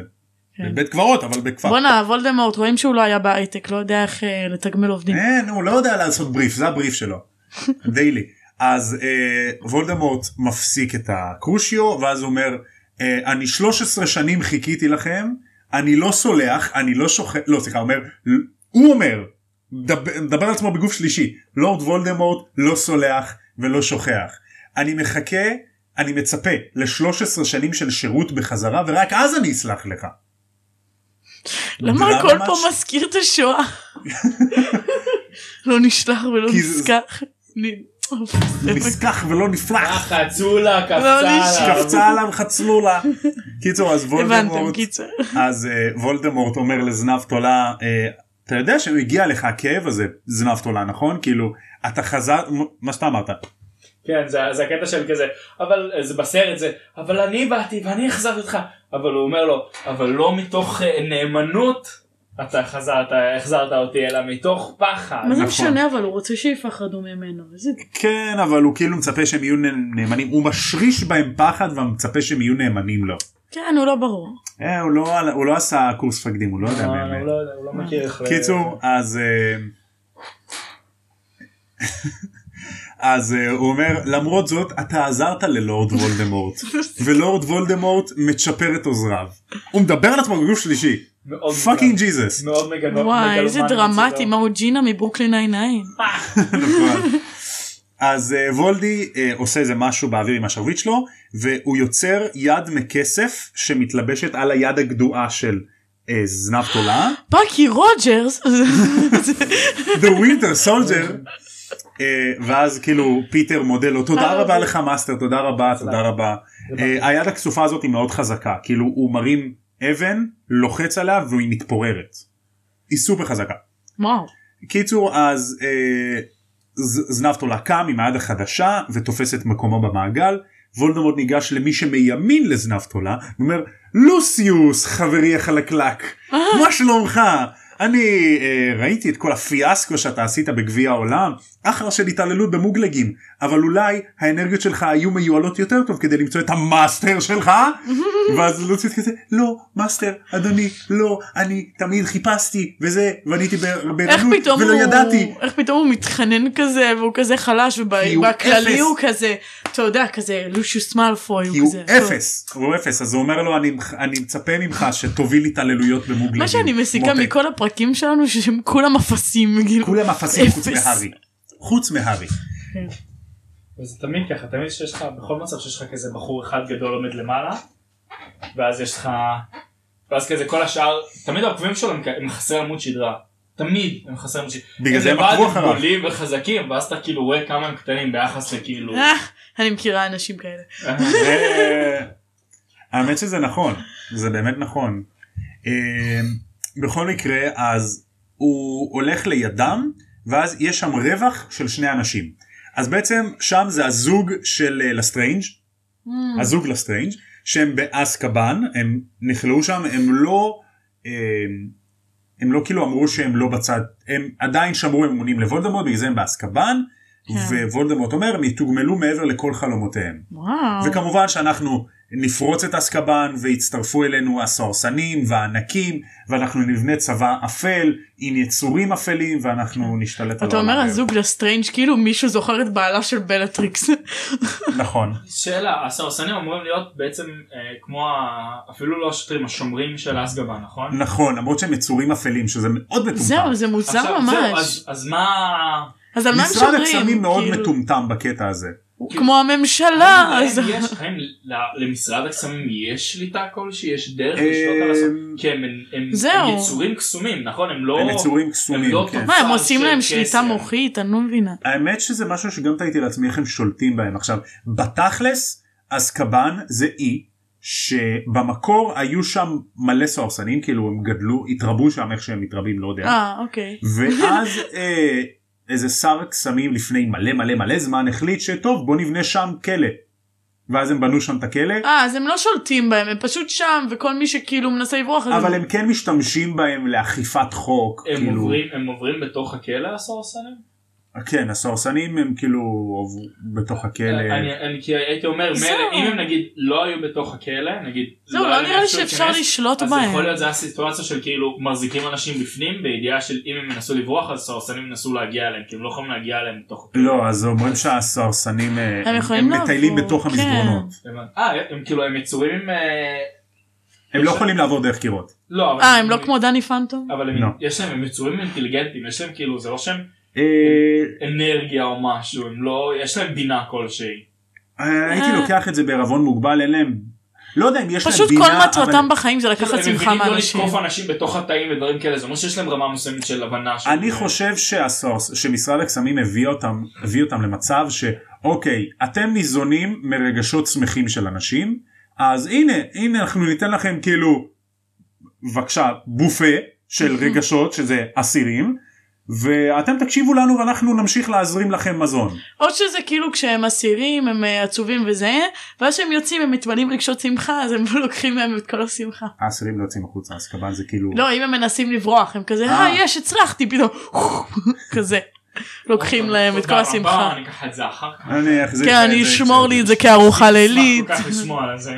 Speaker 2: כן.
Speaker 1: בית קברות אבל בכפר.
Speaker 2: בואנה, וולדמורט, רואים שהוא לא היה בהייטק, לא יודע איך אה, לתגמל עובדים.
Speaker 1: אין, הוא לא יודע לעשות בריף, זה הבריף שלו. דיילי. אז אה, וולדמורט מפסיק את הקרושיו, ואז הוא אומר, אה, אני 13 שנים חיכיתי לכם, אני לא סולח, אני לא שוכח, לא סליחה, הוא אומר, הוא אומר, מדבר- מדבר על עצמו בגוף שלישי, לורד וולדמורט לא סולח ולא שוכח. אני מחכה, אני מצפה ל-13 שנים של שירות בחזרה, ורק אז אני אסלח לך.
Speaker 2: למה
Speaker 1: דרמה
Speaker 2: הכל פה
Speaker 1: ש-
Speaker 2: מזכיר את השואה? לא נשלח ולא
Speaker 1: כי זה-
Speaker 2: נזכח. אני-
Speaker 1: נסלח ולא נפלח.
Speaker 3: ככה,
Speaker 2: לא,
Speaker 3: צולה,
Speaker 2: אני-
Speaker 3: קפצה עליו.
Speaker 1: קפצה עליו חצלולה. קיצור אז
Speaker 2: הבנתם,
Speaker 1: וולדמורט
Speaker 2: קיצר.
Speaker 1: אז אה, וולדמורט אומר לזנב תולה אה, אתה יודע שהוא הגיע לך הכאב הזה זנב תולה נכון כאילו אתה חזר מ- מה שאתה אמרת
Speaker 3: כן, זה, זה הקטע של כזה, אבל אה, זה בסרט זה, אבל אני באתי ואני החזרתי אותך, אבל הוא אומר לו, אבל לא מתוך אה, נאמנות אתה חזרת, החזרת אותי, אלא מתוך פחד.
Speaker 2: מה זה
Speaker 1: נכון.
Speaker 2: משנה אבל הוא רוצה שיפחדו ממנו. איזה-
Speaker 1: כן אבל הוא כאילו מצפה שהם יהיו נ- נאמנים הוא משריש בהם פחד ומצפה שהם יהיו נאמנים לו.
Speaker 2: כן, הוא לא ברור.
Speaker 1: אה, הוא לא על- הוא לא עשה קורס מפקדים הוא לא
Speaker 3: לא,
Speaker 1: יודע
Speaker 3: לא,
Speaker 1: באמת.
Speaker 3: הוא לא יודע, הוא לא מכיר איך... ל-
Speaker 1: קיצור אז. אה, אז אה, הוא אומר למרות זאת אתה עזרת ללורד וולדמורט ולורד וולדמורט מצ'פר את עוזריו. הוא מדבר על עצמו בגוף שלישי.
Speaker 3: מאוד
Speaker 1: פאקינג ג'יזוס.
Speaker 3: מגלום- מאוד מגלום.
Speaker 2: וואי, איזה
Speaker 3: מגלומן
Speaker 2: דרמטי,
Speaker 1: לא.
Speaker 3: מצידו.
Speaker 2: מה הוא ג'ינה מברוקלין 99?
Speaker 1: נכון. אז אה, וולדי אה, עושה איזה משהו באוויר עם השרביט שלו והוא יוצר יד מכסף שמתלבשת על היד הגדועה של אה, זנב תולה.
Speaker 2: פאקי רוג'רס.
Speaker 1: The Winter Soldier. אה, ואז כאילו פיטר מודה לו תודה רבה לך מאסטר תודה רבה אה, לא, תודה רבה. אה, היד הכסופה הזאת היא מאוד חזקה כאילו הוא מרים אבן לוחץ עליה והיא מתפוררת. היא סופר חזקה.
Speaker 2: וואו.
Speaker 1: קיצור אז אה, ז- זנב תולה קם עם היד החדשה ותופס את מקומו במעגל. וולדמורט ניגש למי שמימין לזנב תולה ואומר לוסיוס חברי החלקלק מה שלומך אני אה, ראיתי את כל הפיאסקו שאתה עשית בגביע העולם אחלה של התעללות במוגלגים אבל אולי האנרגיות שלך היו מיועלות יותר טוב כדי למצוא את המאסטר שלך ואז לוציוס כזה לא מאסטר אדוני לא אני תמיד חיפשתי וזה ואני הייתי ב-
Speaker 2: איך
Speaker 1: בערנות
Speaker 2: פתאום
Speaker 1: ולא
Speaker 2: הוא-
Speaker 1: ידעתי
Speaker 2: איך פתאום הוא מתחנן כזה והוא כזה חלש
Speaker 1: כי הוא
Speaker 2: ובכללי
Speaker 1: אפס.
Speaker 2: הוא כזה אתה יודע כזה לושיוס מאלפוי
Speaker 1: כי הוא
Speaker 2: כזה. טוב.
Speaker 1: אפס הוא אפס אז הוא אומר לו אני אני מצפה ממך שתוביל התעללויות במוגלגים.
Speaker 2: מה שאני מסיקה
Speaker 1: מותק.
Speaker 2: מכל הפרקים שלנו שהם כולם אפסים כאילו.
Speaker 1: כולם אפסים חוץ
Speaker 2: אפס.
Speaker 1: מהארי. חוץ מהארי.
Speaker 3: וזה תמיד ככה, תמיד שיש לך, בכל מצב שיש לך כזה בחור אחד גדול עומד למעלה, ואז יש לך, ואז כזה כל השאר, תמיד העוקבים שלו הם כ- הם חסרי עמוד שדרה. תמיד הם חסרי עמוד שדרה.
Speaker 1: בגלל זה הם
Speaker 3: לבד
Speaker 1: עקבו אחריו.
Speaker 3: גדולים וחזקים, ואז אתה כאילו רואה כמה הם קטנים ביחס לכאילו...
Speaker 2: אה, אני מכירה אנשים כאלה.
Speaker 1: זה- האמת שזה נכון זה באמת נכון. אה, בכל אמ, מקרה אז הוא הולך לידם ואז יש שם רווח של שני אנשים. אז בעצם שם זה הזוג של אה, לסטריינג' הזוג לסטריינג' שהם באסקבן הם נכלאו שם הם לא אה, הם לא כאילו אמרו שהם לא בצד הם עדיין שמרו אמונים לוולדמורט בגלל זה הם באסקבן
Speaker 2: כן.
Speaker 1: ווולדמורט אומר הם יתוגמלו מעבר לכל חלומותיהם.
Speaker 2: וואו.
Speaker 1: וכמובן שאנחנו נפרוץ את אסקבן ויצטרפו אלינו הסוהרסנים והענקים ואנחנו נבנה צבא אפל עם יצורים אפלים ואנחנו נשתלט על
Speaker 2: אתה אומר
Speaker 1: העולם.
Speaker 2: הזוג לסטריינג' כאילו מישהו זוכר את בעלה של בלטריקס.
Speaker 1: נכון.
Speaker 3: שאלה, הסרסנים אמורים להיות בעצם אה, כמו, ה- אפילו לא השוטרים, השומרים של אסגבה, נכון?
Speaker 1: נכון למרות שהם יצורים אפלים שזה מאוד מטומטם.
Speaker 2: זהו זה מוזר
Speaker 3: עכשיו, זהו,
Speaker 2: ממש.
Speaker 3: אז- אז מה...
Speaker 2: אז על מה הם
Speaker 1: משרד
Speaker 2: שומרים?
Speaker 1: הקסמים מאוד אה,
Speaker 2: כאילו,
Speaker 1: מטומטם בקטע הזה.
Speaker 3: כאילו,
Speaker 2: כמו הממשלה.
Speaker 3: האם
Speaker 2: לא, אז-
Speaker 3: יש- האם ל- למשרד הקסמים יש שליטה כלשהי? יש דרך
Speaker 1: אה,
Speaker 3: לשלוט על הסרסנים? כי הם, הם, הם,
Speaker 2: זהו.
Speaker 3: הם יצורים קסומים, נכון? הם לא...
Speaker 1: הם יצורים קסומים.
Speaker 3: לא
Speaker 1: כן.
Speaker 3: טובים.
Speaker 2: מה אה, הם עושים
Speaker 3: של
Speaker 2: להם
Speaker 3: כסף.
Speaker 2: שליטה מוחית? אני לא מבינה.
Speaker 1: האמת שזה משהו שגם תהיתי לעצמי איך הם שולטים בהם עכשיו בתכלס אסקבן זה אי שבמקור היו שם מלא סוהרסנים כאילו הם גדלו התרבו שם איך שהם מתרבים לא יודע
Speaker 2: אה אוקיי.
Speaker 1: ואז אה, איזה שר קסמים לפני מלא מלא מלא זמן החליט שטוב בוא נבנה שם כלא ואז הם בנו שם את הכלא
Speaker 2: אה אז הם לא שולטים בהם הם פשוט שם וכל מי שכאילו מנסה לברוח. אז
Speaker 1: אבל הם כן משתמשים בהם לאכיפת חוק
Speaker 3: הם,
Speaker 1: כאילו
Speaker 3: עוברים, הם עוברים בתוך הכלא הסרסנים?
Speaker 1: כן הסוהרסנים הם כאילו עוברו בתוך הכלא.
Speaker 3: אה, אני, אני כי הייתי אומר,
Speaker 2: זהו.
Speaker 3: מילא, אם הם נגיד לא היו בתוך הכלא, נגיד...
Speaker 2: זהו
Speaker 3: היה
Speaker 2: לא
Speaker 3: להם
Speaker 2: נראה לי
Speaker 3: אפשרות
Speaker 2: שאפשר
Speaker 3: להיכנס,
Speaker 2: לשלוט
Speaker 3: אז יכול
Speaker 2: בהם.
Speaker 3: להיות זה הסיטואציה של כאילו מחזיקים אנשים בפנים בידיעה של אם הם ינסו לברוח אז סרסנים ינסו להגיע אליהם כי הם לא יכולים להגיע אליהם בתוך...
Speaker 1: לא אז אומרים שהסוהרסנים אה, הם,
Speaker 2: יכולים
Speaker 1: הם מטיילים
Speaker 2: לעבור,
Speaker 1: בתוך
Speaker 2: כן.
Speaker 1: המסדרונות
Speaker 3: הם- אה הם כאילו הם יצורים עם... אה,
Speaker 1: הם לא יכולים לעבור דרך קירות
Speaker 3: לא אבל...
Speaker 2: אה הם לא כמו דני פנטום?
Speaker 3: אבל
Speaker 1: לא.
Speaker 3: הם, יש להם, הם יצורים אינטליגנטים, יש להם כאילו, זה לא שהם
Speaker 1: אה,
Speaker 3: אנרגיה או משהו, הם לא, יש להם בינה כלשהי.
Speaker 1: אה, הייתי
Speaker 2: אה.
Speaker 1: לוקח את זה בערבון מוגבל אין להם לא יודע אם יש להם
Speaker 2: פשוט
Speaker 1: בינה
Speaker 2: כל
Speaker 1: אבל
Speaker 2: מטרתם בחיים זה לקחת
Speaker 3: הם
Speaker 2: שמחה
Speaker 3: לא
Speaker 2: מאנשים.
Speaker 3: לתקוף אנשים בתוך התאים ודברים כאלה, זה אומר שיש להם רמה מסוימת של הבנה. של-
Speaker 1: אני חושב שהסורס שמשרד הקסמים הביא אותם הביא אותם למצב שאוקיי אתם ניזונים מרגשות שמחים של אנשים אז הנה הנה אנחנו ניתן לכם כאילו בבקשה בופה של רגשות שזה אסירים ואתם תקשיבו לנו ואנחנו נמשיך להזרים לכם מזון.
Speaker 2: או שזה כאילו כשהם אסירים הם אה, עצובים וזה ואז כשהם יוצאים הם מתמלאים רגשות שמחה אז הם לוקחים מהם את כל השמחה.
Speaker 1: האסירים לא יוצאים החוצה אז קב"ן זה כאילו
Speaker 2: לא אם הם מנסים לברוח הם כזה
Speaker 1: אה.
Speaker 2: אה יש הצלחתי פתאום כזה
Speaker 1: אוקיי,
Speaker 2: לוקחים להם את כל
Speaker 3: תודה רבה,
Speaker 2: השמחה.
Speaker 3: אני אקח את זה אחר כך.
Speaker 1: אני אחזיק
Speaker 2: כן
Speaker 1: את
Speaker 2: אני
Speaker 1: אוקיי, זה,
Speaker 2: אשמור
Speaker 1: זה,
Speaker 2: לי את
Speaker 1: זה.
Speaker 2: זה כארוחה לילית.
Speaker 3: אשמח כל כך לשמוע על זה.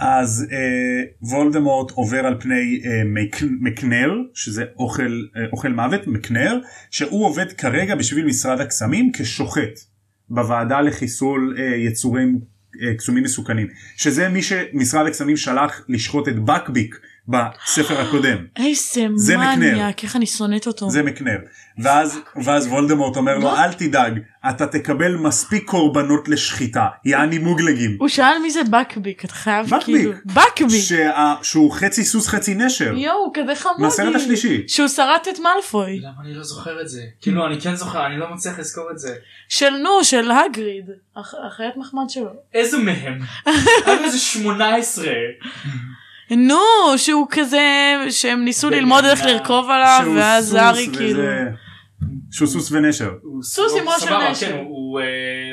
Speaker 1: אז אה, וולדמורט עובר על פני אה, מק, מקנר שזה אוכל אה, אוכל מוות מקנר שהוא עובד כרגע בשביל משרד הקסמים כשוחט בוועדה לחיסול אה, יצורים אה, קסומים מסוכנים שזה מי שמשרד הקסמים שלח לשחוט את בקביק בספר הקודם
Speaker 2: איזה
Speaker 1: זה מקנר.
Speaker 2: מניאק איך אני שונאת אותו.
Speaker 1: זה מקנר ואז ואז וולדמורט אומר לו
Speaker 2: מה?
Speaker 1: אל תדאג אתה תקבל מספיק קורבנות לשחיטה יעני מוגלגים
Speaker 2: הוא שאל מי זה בקביק אתה חייב
Speaker 1: בקביק.
Speaker 2: כאילו. בקביק.
Speaker 1: שה- שהוא חצי סוס חצי נשר
Speaker 2: יואו כזה חמודי.
Speaker 1: מהסרט השלישי.
Speaker 2: שהוא שרט את מאלפוי.
Speaker 3: למה אני לא זוכר את זה? כאילו, אני כן זוכר, אני לא מצליח לזכור את זה.
Speaker 2: של נו של הגריד. אח- החיית מחמד שלו.
Speaker 3: איזה מהם? היה איזה 18.
Speaker 2: נו שהוא כזה שהם ניסו
Speaker 3: בן
Speaker 2: ללמוד איך
Speaker 3: אדם.
Speaker 2: לרכוב עליו
Speaker 1: שהוא
Speaker 2: ואז
Speaker 1: סוס
Speaker 2: הארי
Speaker 1: וזה-
Speaker 2: כאילו.
Speaker 1: שהוא סוס ונשר.
Speaker 3: הוא-
Speaker 2: סוס
Speaker 3: הוא-
Speaker 2: עם ראש של
Speaker 3: סבבה,
Speaker 2: נשר.
Speaker 3: כן, הוא- הוא אה,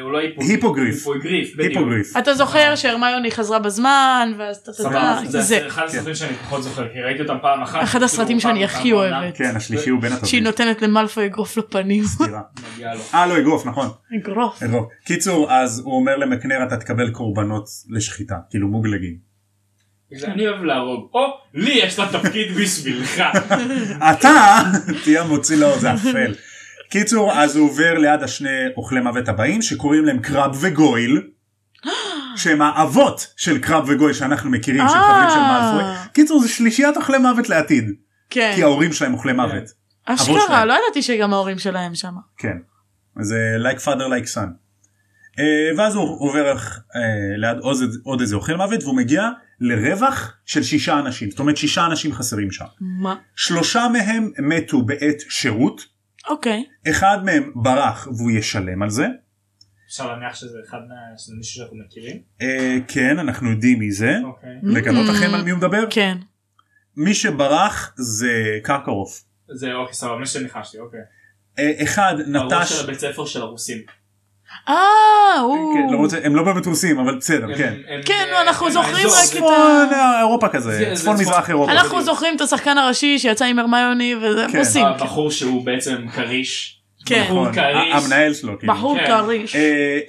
Speaker 3: הוא לא היפוגריף.
Speaker 1: היפוגריף.
Speaker 3: היפוגריף, בדיוק.
Speaker 1: היפוגריף.
Speaker 2: אתה זוכר שהרמיוני חזרה בזמן ואז אתה
Speaker 3: סבבה,
Speaker 2: יודע
Speaker 3: זה
Speaker 2: זה
Speaker 3: אחד
Speaker 1: כן.
Speaker 3: הסרטים שאני פחות זוכר, כי ראיתי אותם פעם אחת.
Speaker 2: אחד הסרטים
Speaker 3: כאילו,
Speaker 2: שאני
Speaker 3: פעם-
Speaker 2: הכי
Speaker 3: פעם בעונה.
Speaker 2: אוהבת
Speaker 1: כן השלישי הוא בין
Speaker 2: שהיא
Speaker 1: הטובים.
Speaker 2: נותנת למלפוי אגרוף לפנים
Speaker 1: סתירה.
Speaker 3: מגיע לו.
Speaker 1: אה לא אגרוף נכון.
Speaker 2: אגרוף
Speaker 1: אגרוף. קיצור אז הוא אומר למקנר אתה תקבל קורבנות לשחיטה כאילו מוגלגים.
Speaker 3: אני אוהב להרוג, או לי יש לה תפקיד בשבילך.
Speaker 1: אתה תהיה המוציא לאור זה אפל. קיצור אז הוא עובר ליד השני אוכלי מוות הבאים שקוראים להם קרב וגויל. שהם האבות של קרב וגויל שאנחנו מכירים של חברים של
Speaker 2: אה.
Speaker 1: מאלפוי. קיצור זה שלישיית אוכלי מוות לעתיד.
Speaker 2: כן
Speaker 1: כי ההורים שלהם אוכלי מוות.
Speaker 2: אשכרה
Speaker 1: שלהם.
Speaker 2: לא ידעתי שגם ההורים שלהם שם
Speaker 1: כן. אז אה, like father like son. אה, ואז הוא עובר אה, ליד עוד, עוד איזה אוכל מוות והוא מגיע לרווח של שישה אנשים. זאת אומרת שישה אנשים חסרים שם.
Speaker 2: מה
Speaker 1: שלושה מהם מתו בעת שירות,
Speaker 2: אוקיי
Speaker 1: אחד מהם ברח והוא ישלם על זה.
Speaker 3: אפשר להניח שזה אחד מה... שזה מישהו שאנחנו מכירים?
Speaker 1: אה, כן, אנחנו יודעים מי זה.
Speaker 3: אוקיי.
Speaker 1: לגלות לכם על מי הוא מדבר?
Speaker 2: כן
Speaker 1: מי שברח זה קרקרוף.
Speaker 3: זה אוקיי סבבה מה שניחשתי אוקיי.
Speaker 1: אה, אחד
Speaker 3: הראש
Speaker 1: נטש,
Speaker 3: של הבית ספר של הרוסים.
Speaker 2: אה, הוא.
Speaker 1: כן, למרות שהם לא באמת רוסים אבל בסדר כן.
Speaker 3: הם- הם,
Speaker 2: כן,
Speaker 3: אה,
Speaker 2: אנחנו
Speaker 3: הם
Speaker 2: זוכרים
Speaker 3: האזור.
Speaker 2: רק את ה...
Speaker 1: צפון אה, אירופה כזה,
Speaker 3: זה- זה
Speaker 1: צפון
Speaker 3: צפון-
Speaker 1: מזרח אירופה.
Speaker 2: אנחנו
Speaker 3: בדיוק.
Speaker 2: זוכרים את השחקן הראשי שיצא עם הרמיוני וזה,
Speaker 1: כן.
Speaker 2: רוסים.
Speaker 3: הבחור שהוא בעצם כריש.
Speaker 2: כן.
Speaker 3: בחור
Speaker 1: נכון, ה-
Speaker 3: כריש.
Speaker 1: המנהל שלו. כאילו.
Speaker 2: בחור
Speaker 3: כן.
Speaker 2: כריש.
Speaker 1: אה,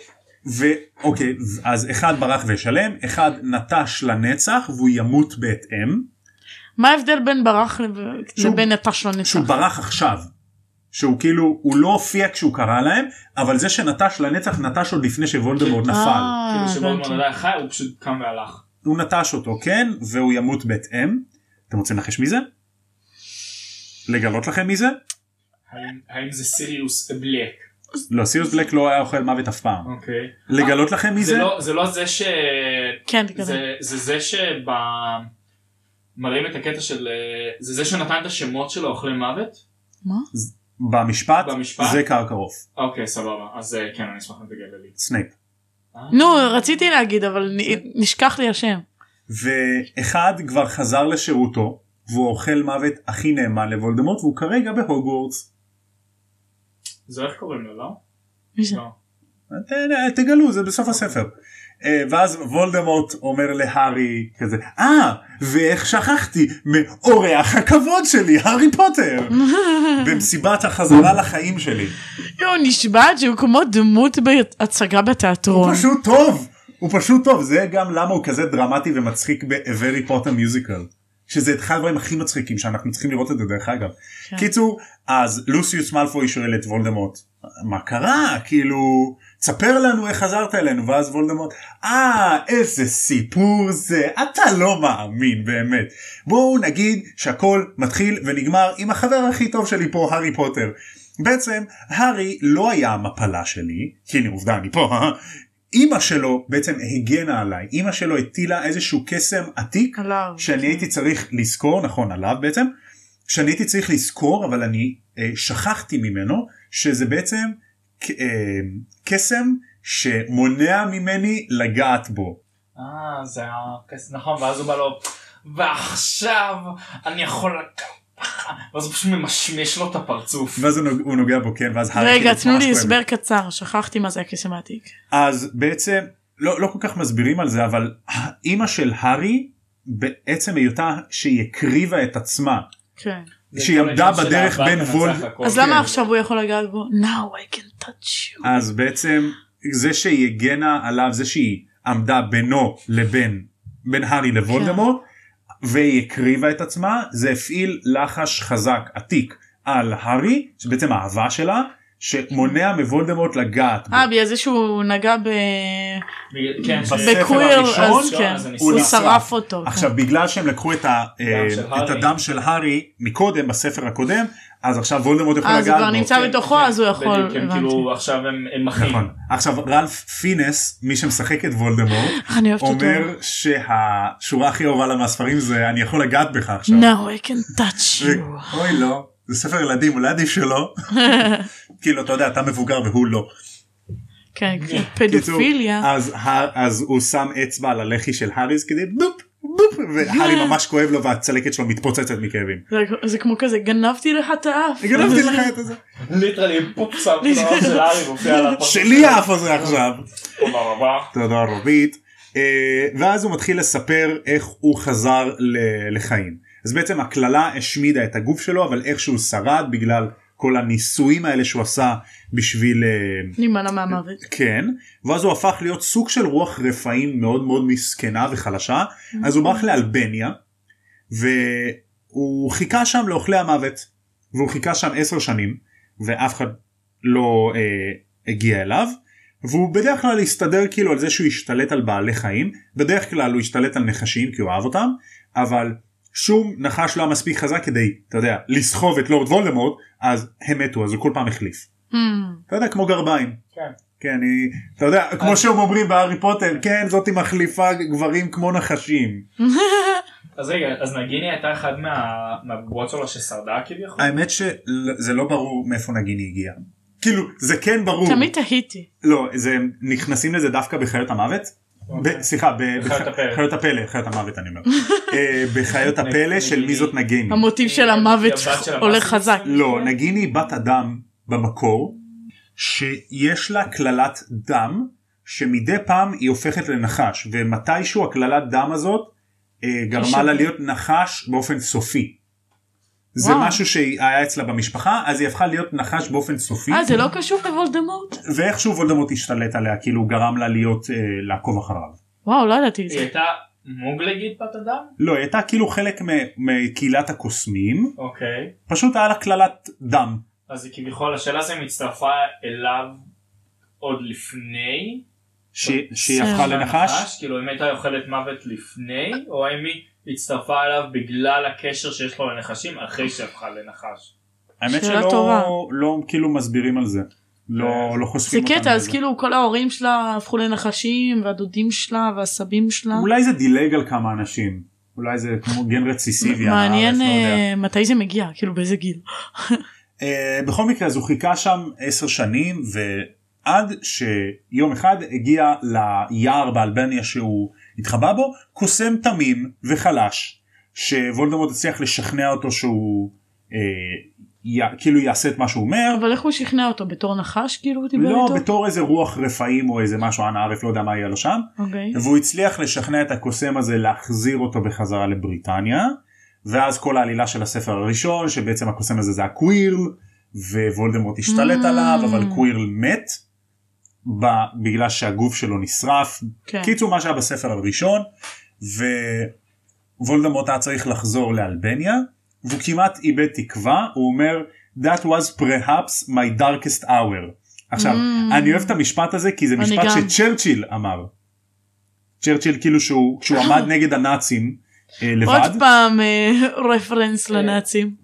Speaker 1: ואוקיי, אז אחד ברח ושלם, אחד נטש לנצח והוא ימות בהתאם,
Speaker 2: מה ההבדל בין ברח לב-
Speaker 1: שהוא-
Speaker 2: לבין נטש לנצח?
Speaker 1: שהוא ברח עכשיו. שהוא כאילו, הוא לא הופיע כשהוא קרא להם, אבל זה שנטש לנצח נטש עוד לפני שוולדמורט נפל.
Speaker 2: אה,
Speaker 3: כאילו שבולמן
Speaker 2: הבנתי.
Speaker 3: עדיין חי הוא פשוט קם והלך.
Speaker 1: הוא נטש אותו, כן, והוא ימות בהתאם. אתם רוצים לנחש מי זה? לגלות לכם מי זה?
Speaker 3: האם- האם זה סיריוס בלק?
Speaker 1: לא, סיוס בלק לא היה אוכל מוות אף פעם.
Speaker 3: אוקיי.
Speaker 1: לגלות לכם מי
Speaker 3: זה
Speaker 1: זה?
Speaker 3: לא- זה לא זה ש...
Speaker 2: כן, תקדם.
Speaker 3: זה זה זה שב... מראים את הקטע של... אה, זה זה שנתן את השמות של האוכלי מוות?
Speaker 2: מה?
Speaker 1: במשפט,
Speaker 3: במשפט?
Speaker 1: זה קרקרוף,
Speaker 3: אוקיי סבבה אז אה, כן אני אשמח אם תגלה לי.
Speaker 1: סנייפ.
Speaker 3: אה?
Speaker 2: נו, רציתי להגיד, אבל נ- נשכח לי השם.
Speaker 1: ואחד כבר חזר לשירותו, והוא האוכל מוות הכי נאמן לוולדמורט, והוא כרגע בהוגוורטס.
Speaker 3: זה איך קוראים לו לא?
Speaker 2: מי זה?
Speaker 3: לא.
Speaker 1: ת- ת- אה, תגלו, זה בסוף הספר. אה, ואז וולדמורט אומר להארי כזה, אה, ואיך שכחתי, מאורח הכבוד שלי, הארי פוטר, במסיבת החזרה לחיים שלי.
Speaker 2: יואו, נשבעת שהוא כמו דמות בהצגה בתיאטרון.
Speaker 1: הוא פשוט טוב הוא פשוט טוב זה גם למה הוא כזה דרמטי ומצחיק ב-Very Potter Musical שזה אחד הדברים הכי מצחיקים שאנחנו צריכים לראות את זה דרך אגב.
Speaker 2: כן.
Speaker 1: קיצור אז לוסיוס מאלפוי שואל את וולדמורט מה קרה כאילו תספר לנו איך חזרת אלינו ואז וולדמורט אה איזה סיפור זה אתה לא מאמין באמת בואו נגיד שהכל מתחיל ונגמר עם החבר הכי טוב שלי פה הארי פוטר. בעצם הארי לא היה המפלה שלי, כי הנה עובדה אני פה, אימא שלו בעצם הגנה עליי, אימא שלו הטילה איזשהו קסם עתיק
Speaker 3: לא,
Speaker 2: עליו.
Speaker 1: שאני הייתי צריך לזכור, נכון עליו בעצם, שאני הייתי צריך לזכור אבל אני אה, שכחתי ממנו שזה בעצם ק- אה, קסם שמונע ממני לגעת בו.
Speaker 3: אה זה הכסף נכון ואז הוא בא לו ועכשיו אני יכול לקחת ואז הוא פשוט ממשמש לו את הפרצוף.
Speaker 1: ואז הוא נוג- הוא נוגע בו כן ואז הארי
Speaker 2: רגע,
Speaker 1: כאילו
Speaker 2: תנו
Speaker 1: ממש
Speaker 2: לי
Speaker 1: כואב לו.
Speaker 2: הסבר קצר, שכחתי מה זה הקסם העתיק.
Speaker 1: אז בעצם לא, לא כל כך מסבירים על זה אבל אימא של הארי בעצם היותה שהיא הקריבה את עצמה
Speaker 2: כן.
Speaker 3: זה
Speaker 1: שהיא
Speaker 3: כל
Speaker 1: עמדה
Speaker 3: העניין של
Speaker 1: בדרך
Speaker 3: האהבה
Speaker 1: בין
Speaker 3: תנצח
Speaker 1: וולד-
Speaker 3: הכל.
Speaker 2: אז
Speaker 1: כן.
Speaker 2: למה עכשיו הוא יכול לגעת בו? Now I can touch you.
Speaker 1: אז בעצם זה שהיא הגנה עליו זה שהיא עמדה בינו לבין בין הארי לוולדמורט
Speaker 2: כן.
Speaker 1: והיא הקריבה את עצמה זה הפעיל לחש חזק עתיק על הארי שבעצם האהבה שלה שמונע מוולדמורט לגעת בו.
Speaker 2: אה, בגלל זה שהוא נגע ב...
Speaker 3: בגלל- כן, ש-
Speaker 1: בספר
Speaker 2: בקוויר,
Speaker 1: הראשון,
Speaker 2: אז כן,
Speaker 3: לא, אז אני
Speaker 2: הוא
Speaker 1: נשרף.
Speaker 2: שרף אותו. כן.
Speaker 1: עכשיו בגלל שהם לקחו את, ה, אה,
Speaker 3: של
Speaker 1: את
Speaker 3: הארי.
Speaker 1: הדם של הארי מקודם בספר הקודם אז עכשיו וולדמורט יכול
Speaker 2: אה, זה
Speaker 1: לגעת
Speaker 2: כבר
Speaker 1: בו.
Speaker 2: נמצא
Speaker 3: כן,
Speaker 2: בתוכו,
Speaker 3: כן.
Speaker 2: אז הוא יכול,
Speaker 3: בדיוק, הם
Speaker 2: הבנתי.
Speaker 3: כאילו עכשיו הם הם אחים.
Speaker 1: נכון. עכשיו רלף פינס מי שמשחק את וולדמורט
Speaker 2: אני אוהבת אותו.
Speaker 1: אומר שהשורה הכי אהובה לה מהספרים זה אני יכול לגעת בך עכשיו.
Speaker 2: Now I can touch you.
Speaker 1: אוי לא זה ספר ילדים אולי עדיף שלא כאילו אתה יודע אתה מבוגר והוא לא.
Speaker 2: כן, כן,
Speaker 1: קיצור,
Speaker 2: פדופיליה.
Speaker 1: אז, ה- אז הוא שם אצבע על הלחי של האריס כדי בופ בופ והארי ממש כואב לו והצלקת שלו מתפוצצת מכאבים.
Speaker 2: זה- זה כמו כזה, גנבתי לך את האף.
Speaker 1: גנבתי לך את זה.
Speaker 3: ליטרלי פופ שם את האור של הארי מופיע על הפרצוף.
Speaker 1: שלי האף הזה עכשיו.
Speaker 3: תודה רבה.
Speaker 1: תודה רבית. אה, ואז הוא מתחיל לספר איך הוא חזר ל- לחיים. אז בעצם הקללה השמידה את הגוף שלו אבל איכשהו שרד בגלל כל הניסויים האלה שהוא עשה בשביל אה,
Speaker 2: נימנע מהמוות.
Speaker 1: כן ואז הוא הפך להיות סוג של רוח רפאים מאוד מאוד מסכנה וחלשה אז הוא ברח לאלבניה והוא חיכה שם לאוכלי המוות והוא חיכה שם עשר שנים ואף אחד לא אה, הגיע אליו והוא בדרך כלל הסתדר כאילו על זה שהוא השתלט על בעלי חיים בדרך כלל הוא השתלט על נחשים כי הוא אהב אותם אבל שום נחש לא היה מספיק חזק כדי אתה יודע לסחוב את לורד וולדמורט אז הם מתו אז הוא כל פעם החליף
Speaker 2: Hmm.
Speaker 1: אתה יודע כמו גרביים.
Speaker 3: כן.
Speaker 1: כן, היא, אתה יודע, כמו שהם אומרים בהארי פוטר, כן, זאתי מחליפה גברים כמו נחשים.
Speaker 3: אז רגע, אז נגיני הייתה אחד מה- מהבובות שלו ששרדה כביכול?
Speaker 1: האמת שזה לא ברור מאיפה נגיני הגיע. כאילו, זה כן ברור.
Speaker 2: תמיד תהיתי.
Speaker 1: לא, זה, נכנסים לזה דווקא בחיות המוות, ב- סליחה, ב-
Speaker 3: בחיות
Speaker 1: בח-
Speaker 3: הפלא.
Speaker 1: בחיות הפלא, חיות המוות אני אומר. אה, בחיות הפלא של מי זאת נגיני.
Speaker 2: המוטיב
Speaker 1: אה,
Speaker 2: של המוות
Speaker 3: היא הבת של
Speaker 2: הולך
Speaker 3: המאסטר.
Speaker 2: חזק.
Speaker 1: לא, נגיני היא בת אדם במקור, שיש לה קללת דם, שמדי פעם היא הופכת לנחש, ומתישהו הקללת דם הזאת אה, גרמה לה להיות נחש באופן סופי. זה
Speaker 2: וואו.
Speaker 1: משהו שהיה אצלה במשפחה, אז היא הפכה להיות נחש באופן סופי,
Speaker 2: אה, זה לא קשור לוולדמורט?
Speaker 1: ואיכשהו וולדמורט השתלט עליה, כאילו הוא גרם לה להיות, אה, לעקוב אחריו.
Speaker 2: וואו, לא ידעתי את
Speaker 3: היא
Speaker 1: אה,
Speaker 2: זה.
Speaker 3: הייתה מוגלגית בת אדם?
Speaker 1: לא, היא הייתה כאילו חלק מ- מקהילת הקוסמים,
Speaker 3: אוקיי.
Speaker 1: פשוט היה לה קללת דם.
Speaker 3: אז היא כביכול השאלה הזו אם הצטרפה אליו עוד לפני.
Speaker 1: ש- שהיא הפכה לנחש,
Speaker 3: כאילו אם הייתה אוכלת מוות לפני, או האם היא הצטרפה אליו בגלל הקשר שיש לו לנחשים אחרי שהפכה לנחש.
Speaker 1: האמת
Speaker 2: שאלה
Speaker 1: שלא
Speaker 2: טובה.
Speaker 1: לא כאילו מסבירים על זה. לא, לא
Speaker 2: זה
Speaker 1: חושפים אותנו.
Speaker 2: קטע, אז
Speaker 1: לזה.
Speaker 2: כאילו כל ההורים שלה הפכו לנחשים, והדודים שלה, והסבים שלה.
Speaker 1: אולי זה דילג על כמה אנשים. אולי זה כמו גן רציסיבי.
Speaker 2: מעניין
Speaker 1: על הארץ, לא יודע.
Speaker 2: אה, מתי זה מגיע, כאילו באיזה גיל.
Speaker 1: אה, בכל מקרה אז הוא חיכה שם עשר שנים ועד שיום אחד הגיע ליער באלבניה שהוא התחבא בו קוסם תמים וחלש שוולדמורט הצליח לשכנע אותו שהוא אה, י- כאילו יעשה את מה שהוא אומר.
Speaker 2: אבל איך הוא שכנע אותו? בתור נחש כאילו הוא דיבר
Speaker 1: לא
Speaker 2: איתו?
Speaker 1: בתור איזה רוח רפאים או איזה משהו אנא ערף לא יודע מה היה לו שם
Speaker 2: אוקיי.
Speaker 1: והוא הצליח לשכנע את הקוסם הזה להחזיר אותו בחזרה לבריטניה ואז כל העלילה של הספר הראשון שבעצם הקוסם הזה זה הקווירל ווולדמורט השתלט
Speaker 2: Mm.
Speaker 1: עליו אבל קווירל מת ב- בגלל שהגוף שלו נשרף
Speaker 2: כן.
Speaker 1: קיצור מה שהיה בספר הראשון ווולדמורט היה צריך לחזור לאלבניה והוא כמעט איבד תקווה הוא אומר that was perhaps my darkest hour. עכשיו
Speaker 2: Mm.
Speaker 1: אני אוהב את המשפט הזה כי זה
Speaker 2: אני
Speaker 1: משפט
Speaker 2: גם.
Speaker 1: שצ'רצ'יל אמר. צ'רצ'יל כאילו שהוא כשהוא עמד נגד הנאצים אה, לבד אה,
Speaker 2: עוד פעם אה, רפרנס לנאצים.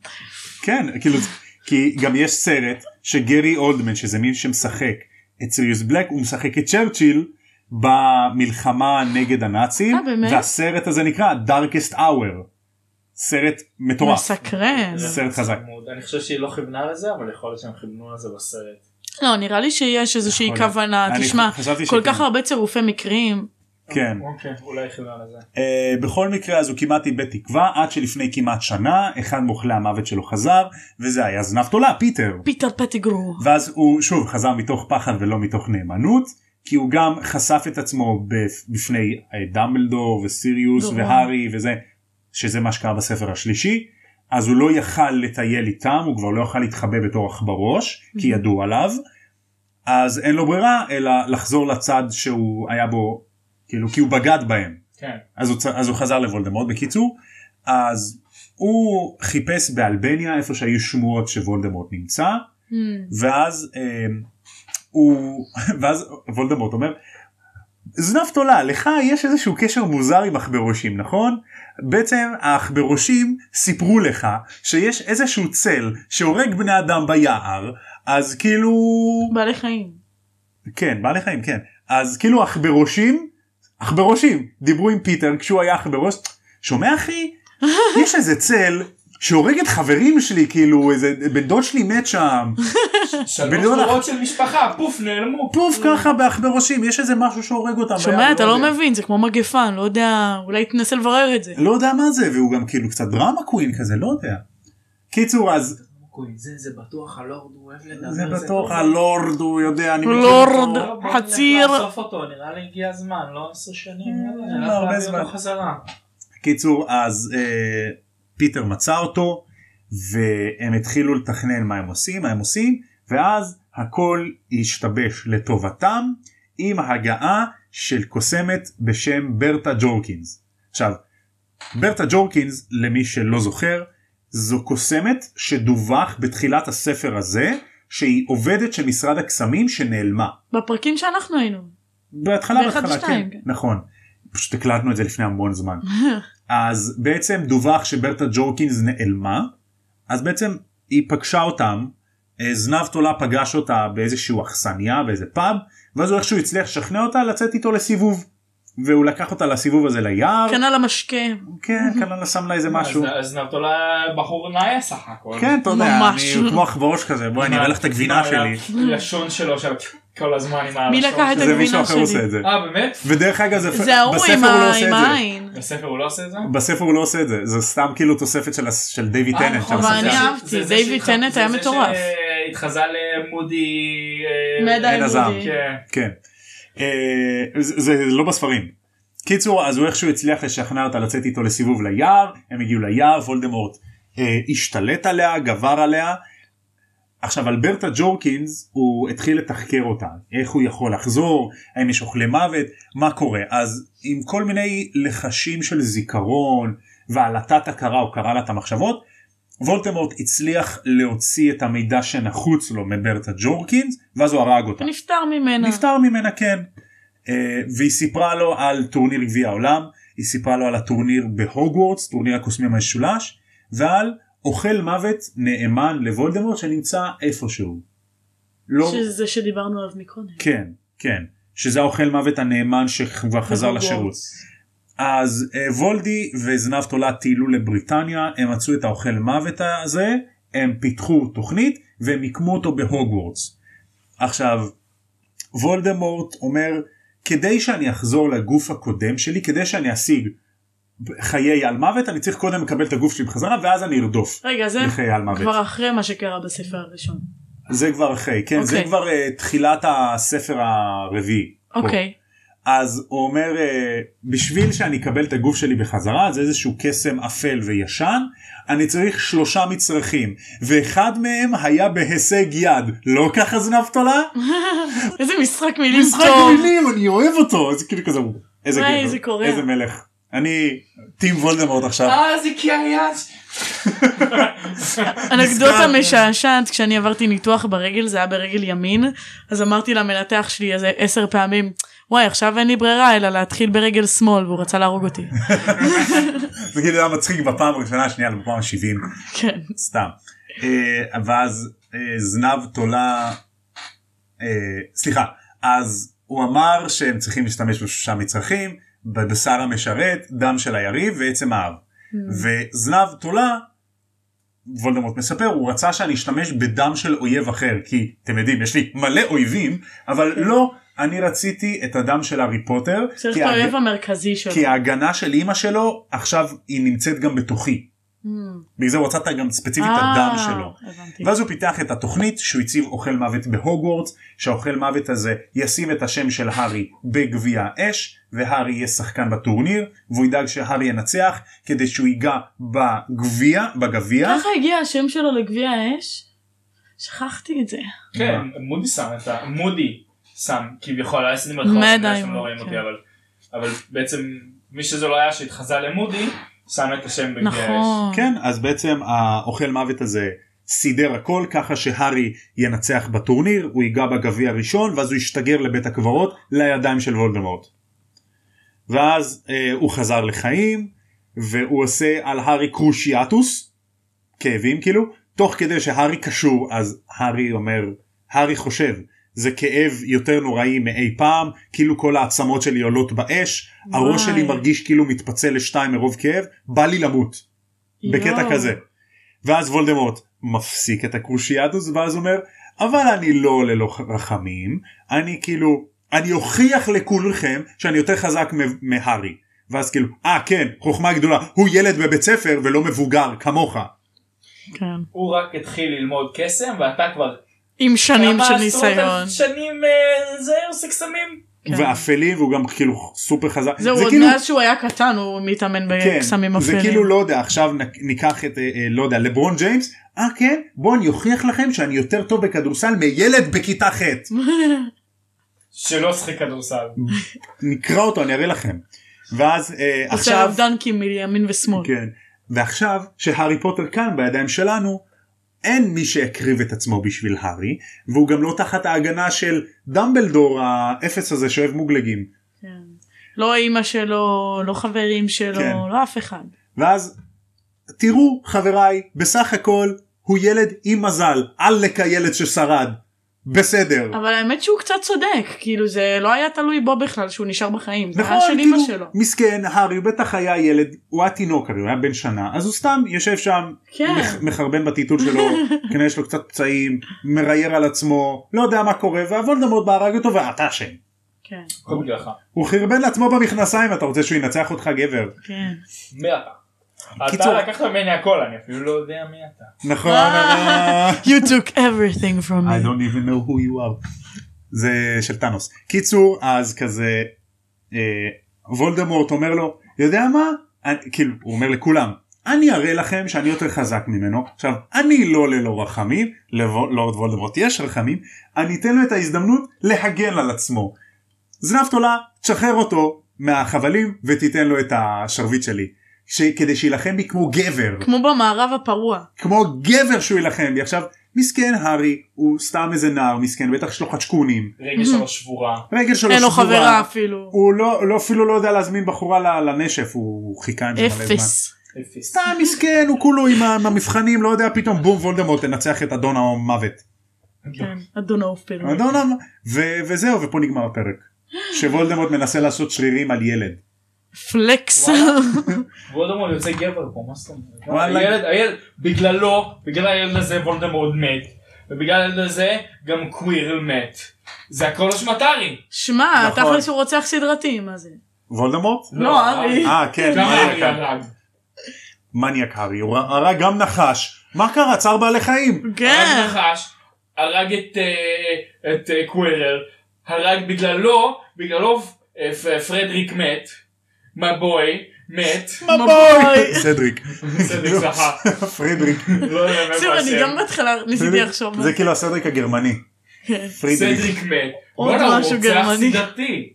Speaker 1: כן כאילו זה- כי גם יש סרט שגרי אולדמן שזה מי שמשחק את סיריוס בלק הוא משחק את צ'רצ'יל במלחמה נגד הנאצים
Speaker 2: אה, באמת?
Speaker 1: והסרט הזה נקרא darkest hour. סרט מטורף.
Speaker 2: מסקרן.
Speaker 1: זה סרט חזק.
Speaker 3: חמוד. אני חושב שהיא לא כיוונה לזה, אבל יכול להיות שהם כיוונו לזה בסרט.
Speaker 2: לא, נראה לי שיש איזושהי
Speaker 1: יכול להיות.
Speaker 2: כוונה.
Speaker 1: אני
Speaker 2: תשמע,
Speaker 1: חשבתי
Speaker 2: כל
Speaker 1: שכן.
Speaker 2: כך הרבה צירופי מקרים.
Speaker 1: כן.
Speaker 3: אוקיי, אולי היא כיוונה לזה.
Speaker 1: אה, בכל מקרה אז הוא כמעט איבד תקווה עד שלפני כמעט שנה אחד מאוכלי המוות שלו חזר וזה היה זנב תולה פיטר
Speaker 2: פיטר פטיגרו.
Speaker 1: ואז הוא שוב חזר מתוך פחד ולא מתוך נאמנות כי הוא גם חשף את עצמו בפ- בפני אה, דמבלדור וסיריוס
Speaker 2: דורון.
Speaker 1: והארי וזה שזה מה שקרה בספר השלישי אז הוא לא יכל לטייל איתם הוא כבר לא יכל להתחבא בתור עכברוש כי ידעו עליו אז אין לו ברירה אלא לחזור לצד שהוא היה בו כאילו כי הוא בגד בהם.
Speaker 3: כן.
Speaker 1: אז הוא, צ- אז הוא חזר לוולדמורט בקיצור אז הוא חיפש באלבניה איפה שהיו שמועות שוולדמורט נמצא
Speaker 2: Hmm.
Speaker 1: ואז אה, הוא ואז וולדמורט אומר זנב תולה לך יש איזשהו קשר מוזר עם עכברושים נכון בעצם העכברושים סיפרו לך שיש איזשהו צל שהורג בני אדם ביער אז כאילו
Speaker 2: בעלי חיים.
Speaker 1: כן בעלי חיים כן אז כאילו עכברושים עכברושים דיברו עם פיטר כשהוא היה עכברוש שומע אחי יש איזה צל שהורג את חברים שלי כאילו איזה בן דוד שלי מת שם
Speaker 3: שלוש
Speaker 1: בדיוק.
Speaker 3: דורות של משפחה, פוף, נעלמו.
Speaker 1: פוף ככה בעכברושים יש איזה משהו שהורג אותם.
Speaker 2: אה, שומע,
Speaker 1: ביד,
Speaker 2: אתה לא
Speaker 1: יודע.
Speaker 2: מבין, זה כמו מגפה, אני לא יודע, אולי תנסה לברר את זה.
Speaker 1: לא יודע מה זה והוא גם כאילו קצת דרמה קווין כזה לא יודע. קיצור אז
Speaker 3: זה, זה בטוח הלורד, הוא אוהב לדבר.
Speaker 1: זה בטוח הלורד הוא יודע אני מכיר
Speaker 2: לורד.
Speaker 1: אותו.
Speaker 3: בוא נלך
Speaker 2: חציר.
Speaker 3: לאסוף אותו, נראה לי הגיע הזמן, לא עשר שנים, יאללה,
Speaker 1: לא,
Speaker 3: נלך
Speaker 1: הרבה
Speaker 3: להביא אותו
Speaker 1: זמן.
Speaker 3: חזרה.
Speaker 1: קיצור אז אה, פיטר מצא אותו והם התחילו לתכנן מה הם עושים מה הם עושים ואז הכל השתבש לטובתם עם הגעה של קוסמת בשם ברטה ג'ורקינס. עכשיו ברטה ג'ורקינס למי שלא זוכר זו קוסמת שדווח בתחילת הספר הזה שהיא עובדת של משרד הקסמים שנעלמה.
Speaker 2: בפרקים שאנחנו היינו.
Speaker 1: בהתחלה
Speaker 2: באחד
Speaker 1: בהתחלה כן,
Speaker 2: ושתיים, כן.
Speaker 1: נכון פשוט הקלטנו את זה לפני המון זמן. אז בעצם דווח שברטה ג'ורקינס נעלמה אז בעצם היא פגשה אותם אה, זנב תולה פגש אותה באיזשהו אכסניה באיזה פאב ואז הוא איכשהו הצליח לשכנע אותה לצאת איתו לסיבוב. והוא לקח אותה לסיבוב הזה ליער
Speaker 2: כנ"ל המשקה.
Speaker 1: כן כנראה שם לה איזה משהו
Speaker 3: אז- אז נבטולה בחור נאה סך הכל.
Speaker 1: כן אתה יודע
Speaker 2: ממש.
Speaker 1: אני כמו עכברוש כזה בואי אני אראה לך את הגבינה
Speaker 3: עם ה-
Speaker 1: שלי
Speaker 3: לשון שלו שם. כל הזמן עם הלשון
Speaker 2: מי לקח את
Speaker 3: שלו.
Speaker 1: זה מישהו
Speaker 2: הגבינה
Speaker 1: אחר עושה
Speaker 2: שלי.
Speaker 1: את זה.
Speaker 3: אה באמת?
Speaker 1: ודרך אגב זה
Speaker 2: זה ההוא
Speaker 1: בספר
Speaker 2: עם
Speaker 1: הוא לא
Speaker 2: ה-
Speaker 1: עושה
Speaker 2: עם
Speaker 1: את זה.
Speaker 2: העין.
Speaker 3: בספר הוא לא עושה את זה?
Speaker 1: בספר הוא לא עושה את זה זה סתם כאילו תוספת של הס- של דיוויד
Speaker 3: אה,
Speaker 1: טננט.
Speaker 3: נכון,
Speaker 1: שם
Speaker 2: אבל
Speaker 1: עשה את
Speaker 2: אני
Speaker 1: זה.
Speaker 2: אהבתי.
Speaker 3: זה- זה
Speaker 2: דיוויד
Speaker 3: שהתחז-
Speaker 2: טנט
Speaker 3: זה
Speaker 2: היה
Speaker 3: זה
Speaker 2: מטורף.
Speaker 3: שהתחזה למודי... אה,
Speaker 2: מידע
Speaker 1: עין הזעם.
Speaker 2: לימודי.
Speaker 3: כן.
Speaker 1: כן. אה, זה- זה לא בספרים. קיצור אז הוא איכשהו הצליח לשכנע אותה לצאת איתו לסיבוב ליער הם הגיעו ליער וולדמורט אה, השתלט עליה גבר עליה. עכשיו אלברטה ג'ורקינס הוא התחיל לתחקר אותה איך הוא יכול לחזור האם יש אוכלי מוות מה קורה אז עם כל מיני לחשים של זיכרון ועלטת הכרה הוא קרא לה את המחשבות וולטמורט הצליח להוציא את המידע שנחוץ לו מברטה ג'ורקינס ואז הוא הרג אותה.
Speaker 2: נפטר ממנה.
Speaker 1: נפטר ממנה כן. אה, והיא סיפרה לו על טורניר גביע העולם, היא סיפרה לו על הטורניר בהוגוורטס, טורניר הקוסמים המשולש, ועל אוכל מוות נאמן לוולדמורט שנמצא איפשהו. לא,
Speaker 2: שזה שדיברנו עליו מקודם.
Speaker 1: כן, כן, שזה האוכל מוות הנאמן שכבר חזר
Speaker 2: בהוגוורטס.
Speaker 1: לשירות. אז אה, וולדי וזנב תולעת טיילו לבריטניה, הם מצאו את האוכל מוות הזה, הם פיתחו תוכנית והם מיקמו אותו בהוגוורטס. עכשיו, וולדמורט אומר, כדי שאני אחזור לגוף הקודם שלי, כדי שאני אשיג חיי על מוות, אני צריך קודם לקבל את הגוף שלי בחזרה ואז אני ארדוף.
Speaker 2: רגע, זה
Speaker 1: לחיי על מוות.
Speaker 2: כבר אחרי מה שקרה בספר הראשון.
Speaker 1: זה כבר אחרי, כן, זה
Speaker 2: אוקיי.
Speaker 1: כבר אה, תחילת הספר הרביעי.
Speaker 2: אוקיי.
Speaker 1: אז הוא אומר אה, בשביל שאני אקבל את הגוף שלי בחזרה זה איזשהו קסם אפל וישן אני צריך שלושה מצרכים ואחד מהם היה בהישג יד לא ככה זנב תולה?
Speaker 2: איזה משחק מילים
Speaker 1: משחק
Speaker 2: טוב.
Speaker 1: מילים אני אוהב אותו זה כאילו כזה איזה
Speaker 2: וואי,
Speaker 1: גבר
Speaker 2: זה קורע.
Speaker 1: איזה מלך אני טים וולדמורט עכשיו
Speaker 3: אה זה כי היה...
Speaker 2: אנקדוטה משעשעת כשאני עברתי ניתוח ברגל זה היה ברגל ימין אז אמרתי למנתח שלי איזה עשר פעמים וואי עכשיו אין לי ברירה אלא להתחיל ברגל שמאל והוא רצה להרוג אותי.
Speaker 1: זה כאילו היה מצחיק בפעם הראשונה השנייה בפעם ה-70
Speaker 2: כן.
Speaker 1: סתם. אה, ואז אה, זנב תולה, אה, סליחה, אז הוא אמר שהם צריכים להשתמש בשלושה מצרכים, בבשר המשרת, דם של היריב ועצם האב. וזנב תולה, וולדמורט מספר, הוא רצה שאני אשתמש בדם של אויב אחר, כי אתם יודעים, יש לי מלא אויבים, אבל לא, אני רציתי את הדם של הארי פוטר,
Speaker 2: צריך
Speaker 1: כי
Speaker 2: את
Speaker 1: ההג-
Speaker 2: האויב המרכזי שלו.
Speaker 1: כי ההגנה של אימא שלו עכשיו היא נמצאת גם בתוכי.
Speaker 2: אמ.
Speaker 1: בגלל זה הוא רצה את ה- גם ספציפית את
Speaker 2: אה,
Speaker 1: הדם שלו.
Speaker 2: הבנתי.
Speaker 1: ואז הוא פיתח את התוכנית שהוא הציב אוכל מוות בהוגוורטס, שהאוכל מוות הזה ישים את השם של הארי בגביע האש, והארי יהיה שחקן בטורניר, והוא ידאג שהארי ינצח כדי שהוא ייגע בגביע, בגביע,
Speaker 2: ככה הגיע השם שלו לגביע האש? שכחתי את זה.
Speaker 3: כן מודי שם את ה... מודי שם כביכול היה עשיתי מרכאות.
Speaker 2: מדי
Speaker 3: אני יודע שאתם
Speaker 2: מאוד,
Speaker 3: לא רואים אותי
Speaker 2: כן.
Speaker 3: אבל. אבל בעצם מי שזה לא היה שהתחזה למודי שם את השם בגלל.
Speaker 2: נכון.
Speaker 1: כן, אז בעצם האוכל מוות הזה סידר הכל ככה שהארי ינצח בטורניר, הוא ייגע בגביע הראשון, ואז הוא ישתגר לבית הקברות לידיים של וולדמורט. ואז אה, הוא חזר לחיים, והוא עושה על הארי קרושיאטוס, כאבים כאילו, תוך כדי שהארי קשור, אז הארי אומר, הארי חושב. זה כאב יותר נוראי מאי פעם, כאילו כל העצמות שלי עולות באש, הראש
Speaker 2: וואי.
Speaker 1: שלי מרגיש כאילו מתפצל לשתיים מרוב כאב, בא לי למות. בקטע
Speaker 2: יואו.
Speaker 1: כזה. ואז וולדמורט מפסיק את הקרושיאדוס ואז אומר אבל אני לא ללא רחמים אני כאילו אני אוכיח לכולכם שאני יותר חזק מ- מהארי ואז כאילו אה כן חוכמה גדולה הוא ילד בבית ספר ולא מבוגר כמוך
Speaker 2: כן.
Speaker 3: הוא רק התחיל ללמוד קסם ואתה כבר
Speaker 2: עם שנים
Speaker 3: כמה
Speaker 2: של
Speaker 3: עשרות
Speaker 2: ניסיון.
Speaker 3: אלף שנים אה, זה עושה קסמים.
Speaker 2: כן.
Speaker 1: ואפלים והוא גם כאילו סופר חזק
Speaker 2: זהו, עוד
Speaker 1: כאילו כן,
Speaker 2: מאז שהוא היה קטן הוא מתאמן בקסמים
Speaker 1: זה
Speaker 2: אפלים.
Speaker 1: כאילו לא יודע עכשיו נ- ניקח את אה, אה, לא יודע לברון ג'יימס אה כן בוא אני אוכיח לכם שאני יותר טוב בכדורסל מילד בכיתה ח' לא-
Speaker 3: שלא שחק כדורסל.
Speaker 1: נקרא אותו אני אראה לכם. ואז אה,
Speaker 2: עושה
Speaker 1: עכשיו
Speaker 2: עליו דנקים מימין ושמאל.
Speaker 1: כן. ועכשיו שהארי פוטר כאן בידיים שלנו אין מי שיקריב את עצמו בשביל הארי והוא גם לא תחת ההגנה של דמבלדור האפס הזה שאוהב מוגלגים
Speaker 2: כן. לא אימא שלו, לא חברים
Speaker 1: כן.
Speaker 2: שלו, לא אף אחד.
Speaker 1: ואז תראו חבריי בסך הכל הוא ילד עם מזל עלק הילד ששרד בסדר.
Speaker 2: אבל האמת שהוא קצת צודק כאילו זה לא היה תלוי בו בכלל שהוא נשאר בחיים זה היה של אמא
Speaker 1: כאילו,
Speaker 2: שלו.
Speaker 1: מסכן, הארי הוא בטח היה ילד, הוא היה תינוק, הרי הוא היה בן שנה, אז הוא סתם יושב שם,
Speaker 2: כן.
Speaker 1: מח- מחרבן בטיטול שלו, כנראה יש לו קצת פצעים, מרייר על עצמו, לא יודע מה קורה, והוולדמורט בא הרג אותו ואתה אשם.
Speaker 2: כן
Speaker 3: הכל בגללך.
Speaker 1: הוא חרבן לעצמו במכנסיים, אתה רוצה שהוא ינצח אותך גבר.
Speaker 2: כן.
Speaker 3: מי אתה?
Speaker 1: קיצור.
Speaker 3: אתה לקחת ממני הכל אני אפילו לא יודע מי אתה.
Speaker 1: נכון.
Speaker 2: You took everything from
Speaker 1: I
Speaker 2: me.
Speaker 1: don't even know who you are. זה של טאנוס. קיצור אז כזה אה, וולדמורט אומר לו יודע מה אני, כאילו הוא אומר לכולם אני אראה לכם שאני יותר חזק ממנו עכשיו אני לא ללא רחמים ללורד וולדמורט יש רחמים אני אתן לו את ההזדמנות להגן על עצמו. זנב תולה תשחרר אותו מהחבלים ותיתן לו את השרביט שלי ש- כדי שיילחם בי כמו גבר.
Speaker 2: כמו במערב הפרוע.
Speaker 1: כמו גבר שהוא יילחם בי עכשיו מסכן הארי הוא סתם איזה נער מסכן בטח יש לו חדשקונים
Speaker 3: רגל שלו שבורה.
Speaker 1: רגל שלו
Speaker 2: אין לו
Speaker 1: שבורה.
Speaker 2: חברה אפילו.
Speaker 1: לא, הוא לא, לא אפילו לא יודע להזמין בחורה ל- לנשף הוא חיכה עם זה מלא זמן.
Speaker 2: אפס.
Speaker 3: אפס.
Speaker 1: סתם מסכן הוא כולו עם ה- עם המבחנים לא יודע פתאום בום וולדמורט תנצח את אדון המוות.
Speaker 2: כן. אדון האופר.
Speaker 1: אדון המ... ו- וזהו ופה נגמר הפרק. שוולדמורט מנסה לעשות שרירים על ילד.
Speaker 2: פלקס.
Speaker 3: וולדמורט יוצא גבר פה מה זאת אומרת?
Speaker 1: וואלה.
Speaker 3: הילד הילד בגללו בגלל הילד הזה וולדמורט מת ובגלל הילד הזה גם קווירל מת. זה הכל אשמתרי.
Speaker 2: שמע
Speaker 1: נכון.
Speaker 2: תכלס הוא רוצח סדרתי מה זה.
Speaker 1: וולדמורט?
Speaker 2: לא ארי.
Speaker 1: אה כן
Speaker 3: גם הארי
Speaker 1: מניאק-
Speaker 3: לא הרג.
Speaker 1: מניאק הארי הוא הרג גם נחש. מה קרה צער בעלי חיים.
Speaker 2: כן.
Speaker 3: הרג
Speaker 1: אה,
Speaker 3: נחש, הרג את, אה, את אה, קווירל, הרג בגללו, בגללו אה, פ- פרדריק מת, מבוי מת,
Speaker 2: מבוי.
Speaker 1: סדריק.
Speaker 3: סדריק, סליחה.
Speaker 1: פרידריק.
Speaker 3: לא יודע
Speaker 1: אה,
Speaker 3: מה
Speaker 2: בסדר, אני
Speaker 3: השם.
Speaker 2: גם בהתחלה ניסיתי לחשוב.
Speaker 1: זה כאילו הסדריק הגרמני.
Speaker 2: כן.
Speaker 1: פרידריק.
Speaker 3: סדריק מת,
Speaker 2: עוד
Speaker 3: בואנה הוא
Speaker 2: משהו
Speaker 3: רוצח
Speaker 2: גרמני.
Speaker 3: סדרתי,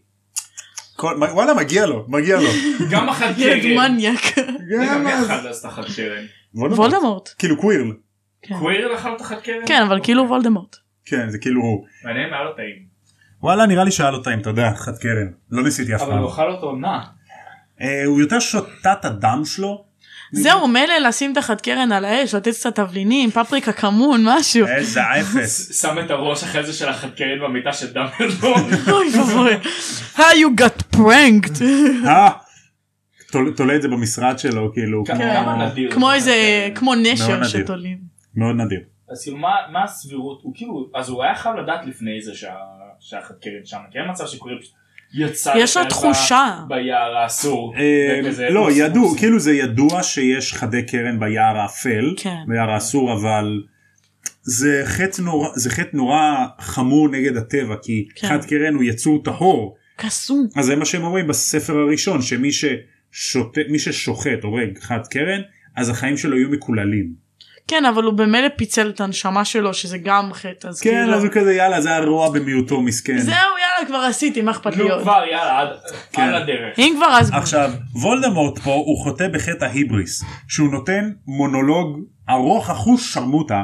Speaker 1: כל- מה- וואלה מגיע לו מגיע לו.
Speaker 3: גם אחת
Speaker 1: כאילו-
Speaker 2: ילד
Speaker 3: קרן,
Speaker 2: מניאק.
Speaker 1: גם
Speaker 3: וגם
Speaker 1: אז-
Speaker 3: יחד אז תחת קרן,
Speaker 1: וולדמורט.
Speaker 2: וולדמורט.
Speaker 1: כאילו קווירל.
Speaker 2: כן.
Speaker 3: קווירל אכל תחת קרן,
Speaker 2: כן אבל כאילו וולדמורט.
Speaker 1: כן זה כאילו הוא.
Speaker 3: מעניין מה היה לו טעים,
Speaker 1: וואלה נראה לי שאל אותה אם אתה יודע חד קרן. לא ניסיתי אף
Speaker 3: אבל הוא
Speaker 1: פעם.
Speaker 3: אכל אותו נע,
Speaker 1: אה, הוא יותר שותה את הדם שלו.
Speaker 2: זהו מילא לשים תחת קרן על האש לתת קצת תבלינים פפריקה כמון
Speaker 3: אה.
Speaker 2: משהו.
Speaker 1: איזה
Speaker 3: כן.
Speaker 1: אפס.
Speaker 3: שם את הראש אחרי זה של החד קרן במיטה של דמבלדור,
Speaker 2: אוי ואבוי. How you got pranked.
Speaker 1: אה, תול- תולה את זה במשרד שלו כאילו.
Speaker 3: כמה-
Speaker 1: כמו-
Speaker 3: כמה נדיר,
Speaker 2: כן.
Speaker 3: אה,
Speaker 2: כמו איזה
Speaker 3: החד קרן.
Speaker 2: כמו
Speaker 1: מאוד
Speaker 2: נשר
Speaker 1: נדיר.
Speaker 2: שתולים.
Speaker 1: מאוד נדיר.
Speaker 3: אז כאילו מה, מה הסבירות, הוא כאילו, אז הוא היה חייב לדעת לפני זה שה- שהחד קרן שם, כי אין מצב שקוראים פשוט יצא,
Speaker 2: יש לו
Speaker 3: לטייל ב- אה,
Speaker 2: תחושה.
Speaker 3: ביער האסור,
Speaker 1: אה,
Speaker 3: וכזה,
Speaker 1: לא
Speaker 3: אופס,
Speaker 1: ידעו
Speaker 3: אופס.
Speaker 1: כאילו זה ידוע שיש חדי קרן ביער האפל
Speaker 2: כן.
Speaker 1: ביער האסור אבל זה חטא נורא זה חטא נורא חמור נגד הטבע כי
Speaker 2: כן.
Speaker 1: חד קרן הוא יצור טהור
Speaker 3: אה.
Speaker 2: קסום.
Speaker 1: אז זה מה שהם אומרים בספר הראשון שמי ששוט... מי ששוחט הורג חד קרן אז החיים שלו יהיו מקוללים.
Speaker 2: כן אבל הוא במילא פיצל את הנשמה שלו שזה גם חטא אז
Speaker 1: כן
Speaker 2: כאילו.
Speaker 1: אז הוא כזה יאללה זה הרוע במיעוטו מסכן.
Speaker 2: זהו יאללה כבר עשיתי מה אכפת לי
Speaker 3: נו
Speaker 2: עוד.
Speaker 3: כאילו, כבר יאללה, עד-
Speaker 1: כן.
Speaker 3: על הדרך,
Speaker 2: אם כבר אז. כבר.
Speaker 1: עכשיו וולדמורט פה הוא חוטא בחטא ההיבריס שהוא נותן מונולוג ארוך אחוש שרמוטה.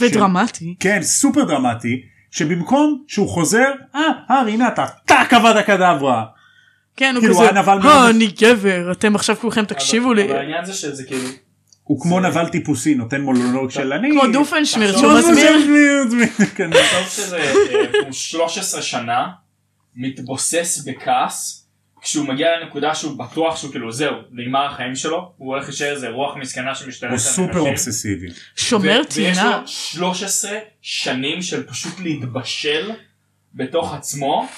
Speaker 2: ודרמטי.
Speaker 1: כן, סופר דרמטי, שבמקום שהוא חוזר, אה, הר, הנה אתה, טאק עבד הקדברה.
Speaker 2: כן הוא
Speaker 1: כאילו,
Speaker 2: כזה.
Speaker 1: הוא היה נבל
Speaker 2: אה
Speaker 1: מאוד.
Speaker 2: אני גבר אתם עכשיו כולכם תקשיבו
Speaker 3: אבל-
Speaker 2: לי.
Speaker 3: אבל העניין זה שזה כאילו,
Speaker 1: הוא כמו נבל טיפוסי, נותן מונולוג של אני. לא,
Speaker 2: כמו דופנשמירט
Speaker 3: תחשוב
Speaker 2: שהוא
Speaker 1: כמו
Speaker 2: מסביר.
Speaker 1: דופנשמירט, כן.
Speaker 3: טוב שזה, אה, הוא 13 שנה, מתבוסס בכעס, כשהוא מגיע לנקודה שהוא בטוח שהוא כאילו זהו, נגמר החיים שלו, הוא הולך להישאר איזה רוח מסכנה שמשתלטת
Speaker 1: הוא
Speaker 3: על
Speaker 1: סופר
Speaker 3: אנשים.
Speaker 1: אובססיבי.
Speaker 2: שומר
Speaker 3: ו- ויש לו
Speaker 2: טינה.
Speaker 3: 13 שנים של פשוט להתבשל בתוך עצמו,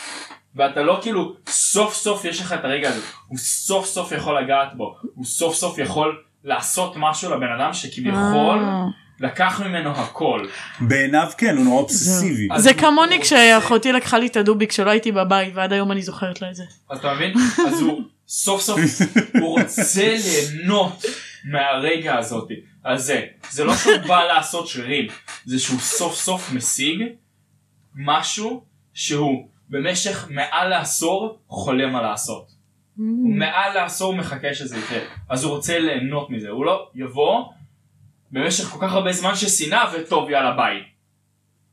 Speaker 3: ואתה לא כאילו, סוף סוף יש לך את הרגע הזה, הוא סוף סוף יכול לגעת בו, הוא סוף סוף יכול לעשות משהו לבן אדם שכביכול
Speaker 2: אה.
Speaker 3: לקח ממנו הכל.
Speaker 1: בעיניו כן, הוא נורא אובססיבי.
Speaker 3: זהו.
Speaker 2: זה
Speaker 3: אז
Speaker 2: כמוני
Speaker 3: הוא-
Speaker 2: כשאחותי לקחה לי את הדובי כשלא הייתי בבית ועד היום אני זוכרת לה את זה.
Speaker 3: אז אתה מבין? אז הוא סוף סוף, הוא רוצה ליהנות מהרגע הזאת. אז זה, זה לא שהוא בא לעשות שרירים, זה שהוא סוף סוף משיג משהו שהוא במשך מעל לעשור חולם על לעשות. הוא מעל לעשור מחכה שזה יקרה. אז הוא רוצה ליהנות מזה, הוא לא יבוא במשך כל כך הרבה זמן ששנא וטוב יאללה ביי.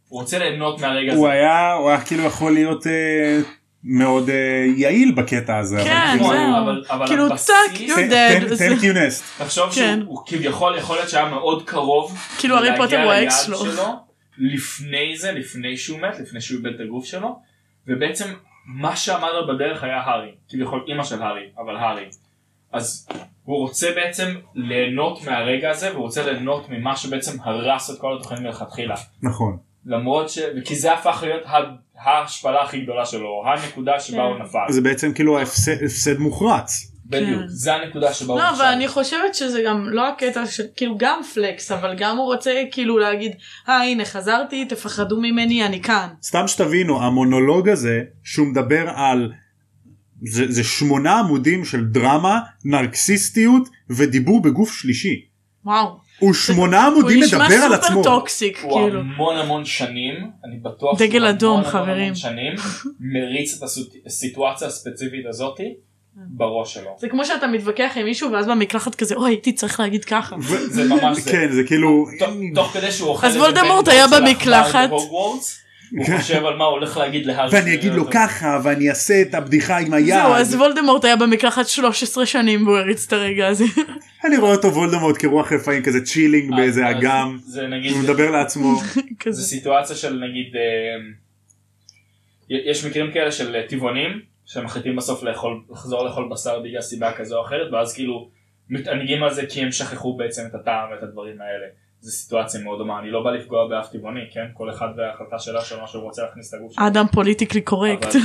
Speaker 3: הוא רוצה ליהנות מהרגע הזה.
Speaker 1: הוא היה, הוא היה כאילו יכול להיות אה, מאוד אה, יעיל בקטע הזה. אבל
Speaker 2: כן,
Speaker 1: כאילו-
Speaker 3: נכון,
Speaker 2: זהו.
Speaker 3: אבל- אבל
Speaker 2: כאילו,
Speaker 3: הבסיס-
Speaker 2: טאק, you
Speaker 1: תן-
Speaker 2: dead,
Speaker 1: תן-
Speaker 2: זה-
Speaker 1: תן קיונסט.
Speaker 3: תחשוב
Speaker 2: כן.
Speaker 3: שהוא הוא כביכול יכול להיות שהיה מאוד קרוב
Speaker 2: כאילו, הארי
Speaker 3: להגיע
Speaker 2: פוטר הוא האקס
Speaker 3: ליעד
Speaker 2: שלו.
Speaker 3: לפני זה, לפני שהוא מת, לפני שהוא איבד את הגוף שלו, ובעצם מה שעמד לו בדרך היה הארי, כביכול אימא של הארי, אבל הארי. אז הוא רוצה בעצם ליהנות מהרגע הזה, והוא רוצה ליהנות ממה שבעצם הרס את כל התוכנית מלכתחילה.
Speaker 1: נכון.
Speaker 3: למרות ש... כי זה הפך להיות ה- ההשפלה הכי גדולה שלו, הנקודה
Speaker 2: כן.
Speaker 3: שבה הוא נפל.
Speaker 1: זה בעצם כאילו ההפסד הפסד מוחרץ.
Speaker 3: בדיוק,
Speaker 2: כן.
Speaker 3: זה הנקודה שבה הוא
Speaker 2: לא, אבל
Speaker 3: נכשל.
Speaker 2: אני חושבת שזה גם לא הקטע של, כאילו גם פלקס, אבל גם הוא רוצה כאילו להגיד, אה הנה חזרתי, תפחדו ממני, אני כאן.
Speaker 1: סתם שתבינו המונולוג הזה שהוא מדבר על זה, זה שמונה עמודים של דרמה נרקסיסטיות ודיבור בגוף שלישי.
Speaker 2: וואו.
Speaker 1: הוא שמונה עמודים מדבר על
Speaker 2: הוא נשמע סופר
Speaker 1: עצמו.
Speaker 2: טוקסיק,
Speaker 3: הוא
Speaker 2: כאילו.
Speaker 3: המון המון שנים, אני בטוח,
Speaker 2: דגל
Speaker 3: שהוא המון
Speaker 2: אדום,
Speaker 3: המון המון
Speaker 2: חברים.
Speaker 3: שנים, מריץ את הסוט- הסיטואציה הספציפית
Speaker 2: אה.
Speaker 3: הזאתי בראש שלו.
Speaker 2: זה כמו שאתה מתווכח עם מישהו ואז במקלחת כזה, אוי, הייתי צריך להגיד ככה.
Speaker 1: ו-
Speaker 3: זה ממש זה.
Speaker 1: כן זה כאילו
Speaker 3: תוך- תוך כדי שהוא אוכל...
Speaker 2: אז
Speaker 3: איזה
Speaker 2: וולדמורט
Speaker 3: בן
Speaker 2: היה
Speaker 3: של עכבר
Speaker 2: במקלחת.
Speaker 3: בהוגוורטס, הוא חושב על מה הוא הולך להגיד להארי.
Speaker 1: ואני אגיד לו ככה ואני אעשה את הבדיחה עם היד.
Speaker 2: זהו, אז וולדמורט היה במקלחת 13 שנים והוא הריץ את הרגע הזה.
Speaker 1: אני רואה אותו וולדמורט כרוח רפאים כזה צ'ילינג
Speaker 3: אז-
Speaker 1: באיזה
Speaker 3: אז
Speaker 1: אגם.
Speaker 3: זה נגיד...
Speaker 1: הוא מדבר לעצמו.
Speaker 2: כזה.
Speaker 3: זה סיטואציה של נגיד... אה, יש מקרים כאלה של אה, טבעונים, שמחליטים בסוף לאכול, לחזור לאכול בשר בגלל סיבה כזו או אחרת, ואז כאילו מתענגים על זה כי הם שכחו בעצם את הטעם ואת הדברים האלה. זו סיטואציה מאוד דומה, אני לא בא לפגוע באף טבעוני, כן? כל אחד וההחלטה שלה של מה שהוא רוצה להכניס לגוף שלו.
Speaker 2: אדם פוליטיקלי קורקט.
Speaker 3: אבל-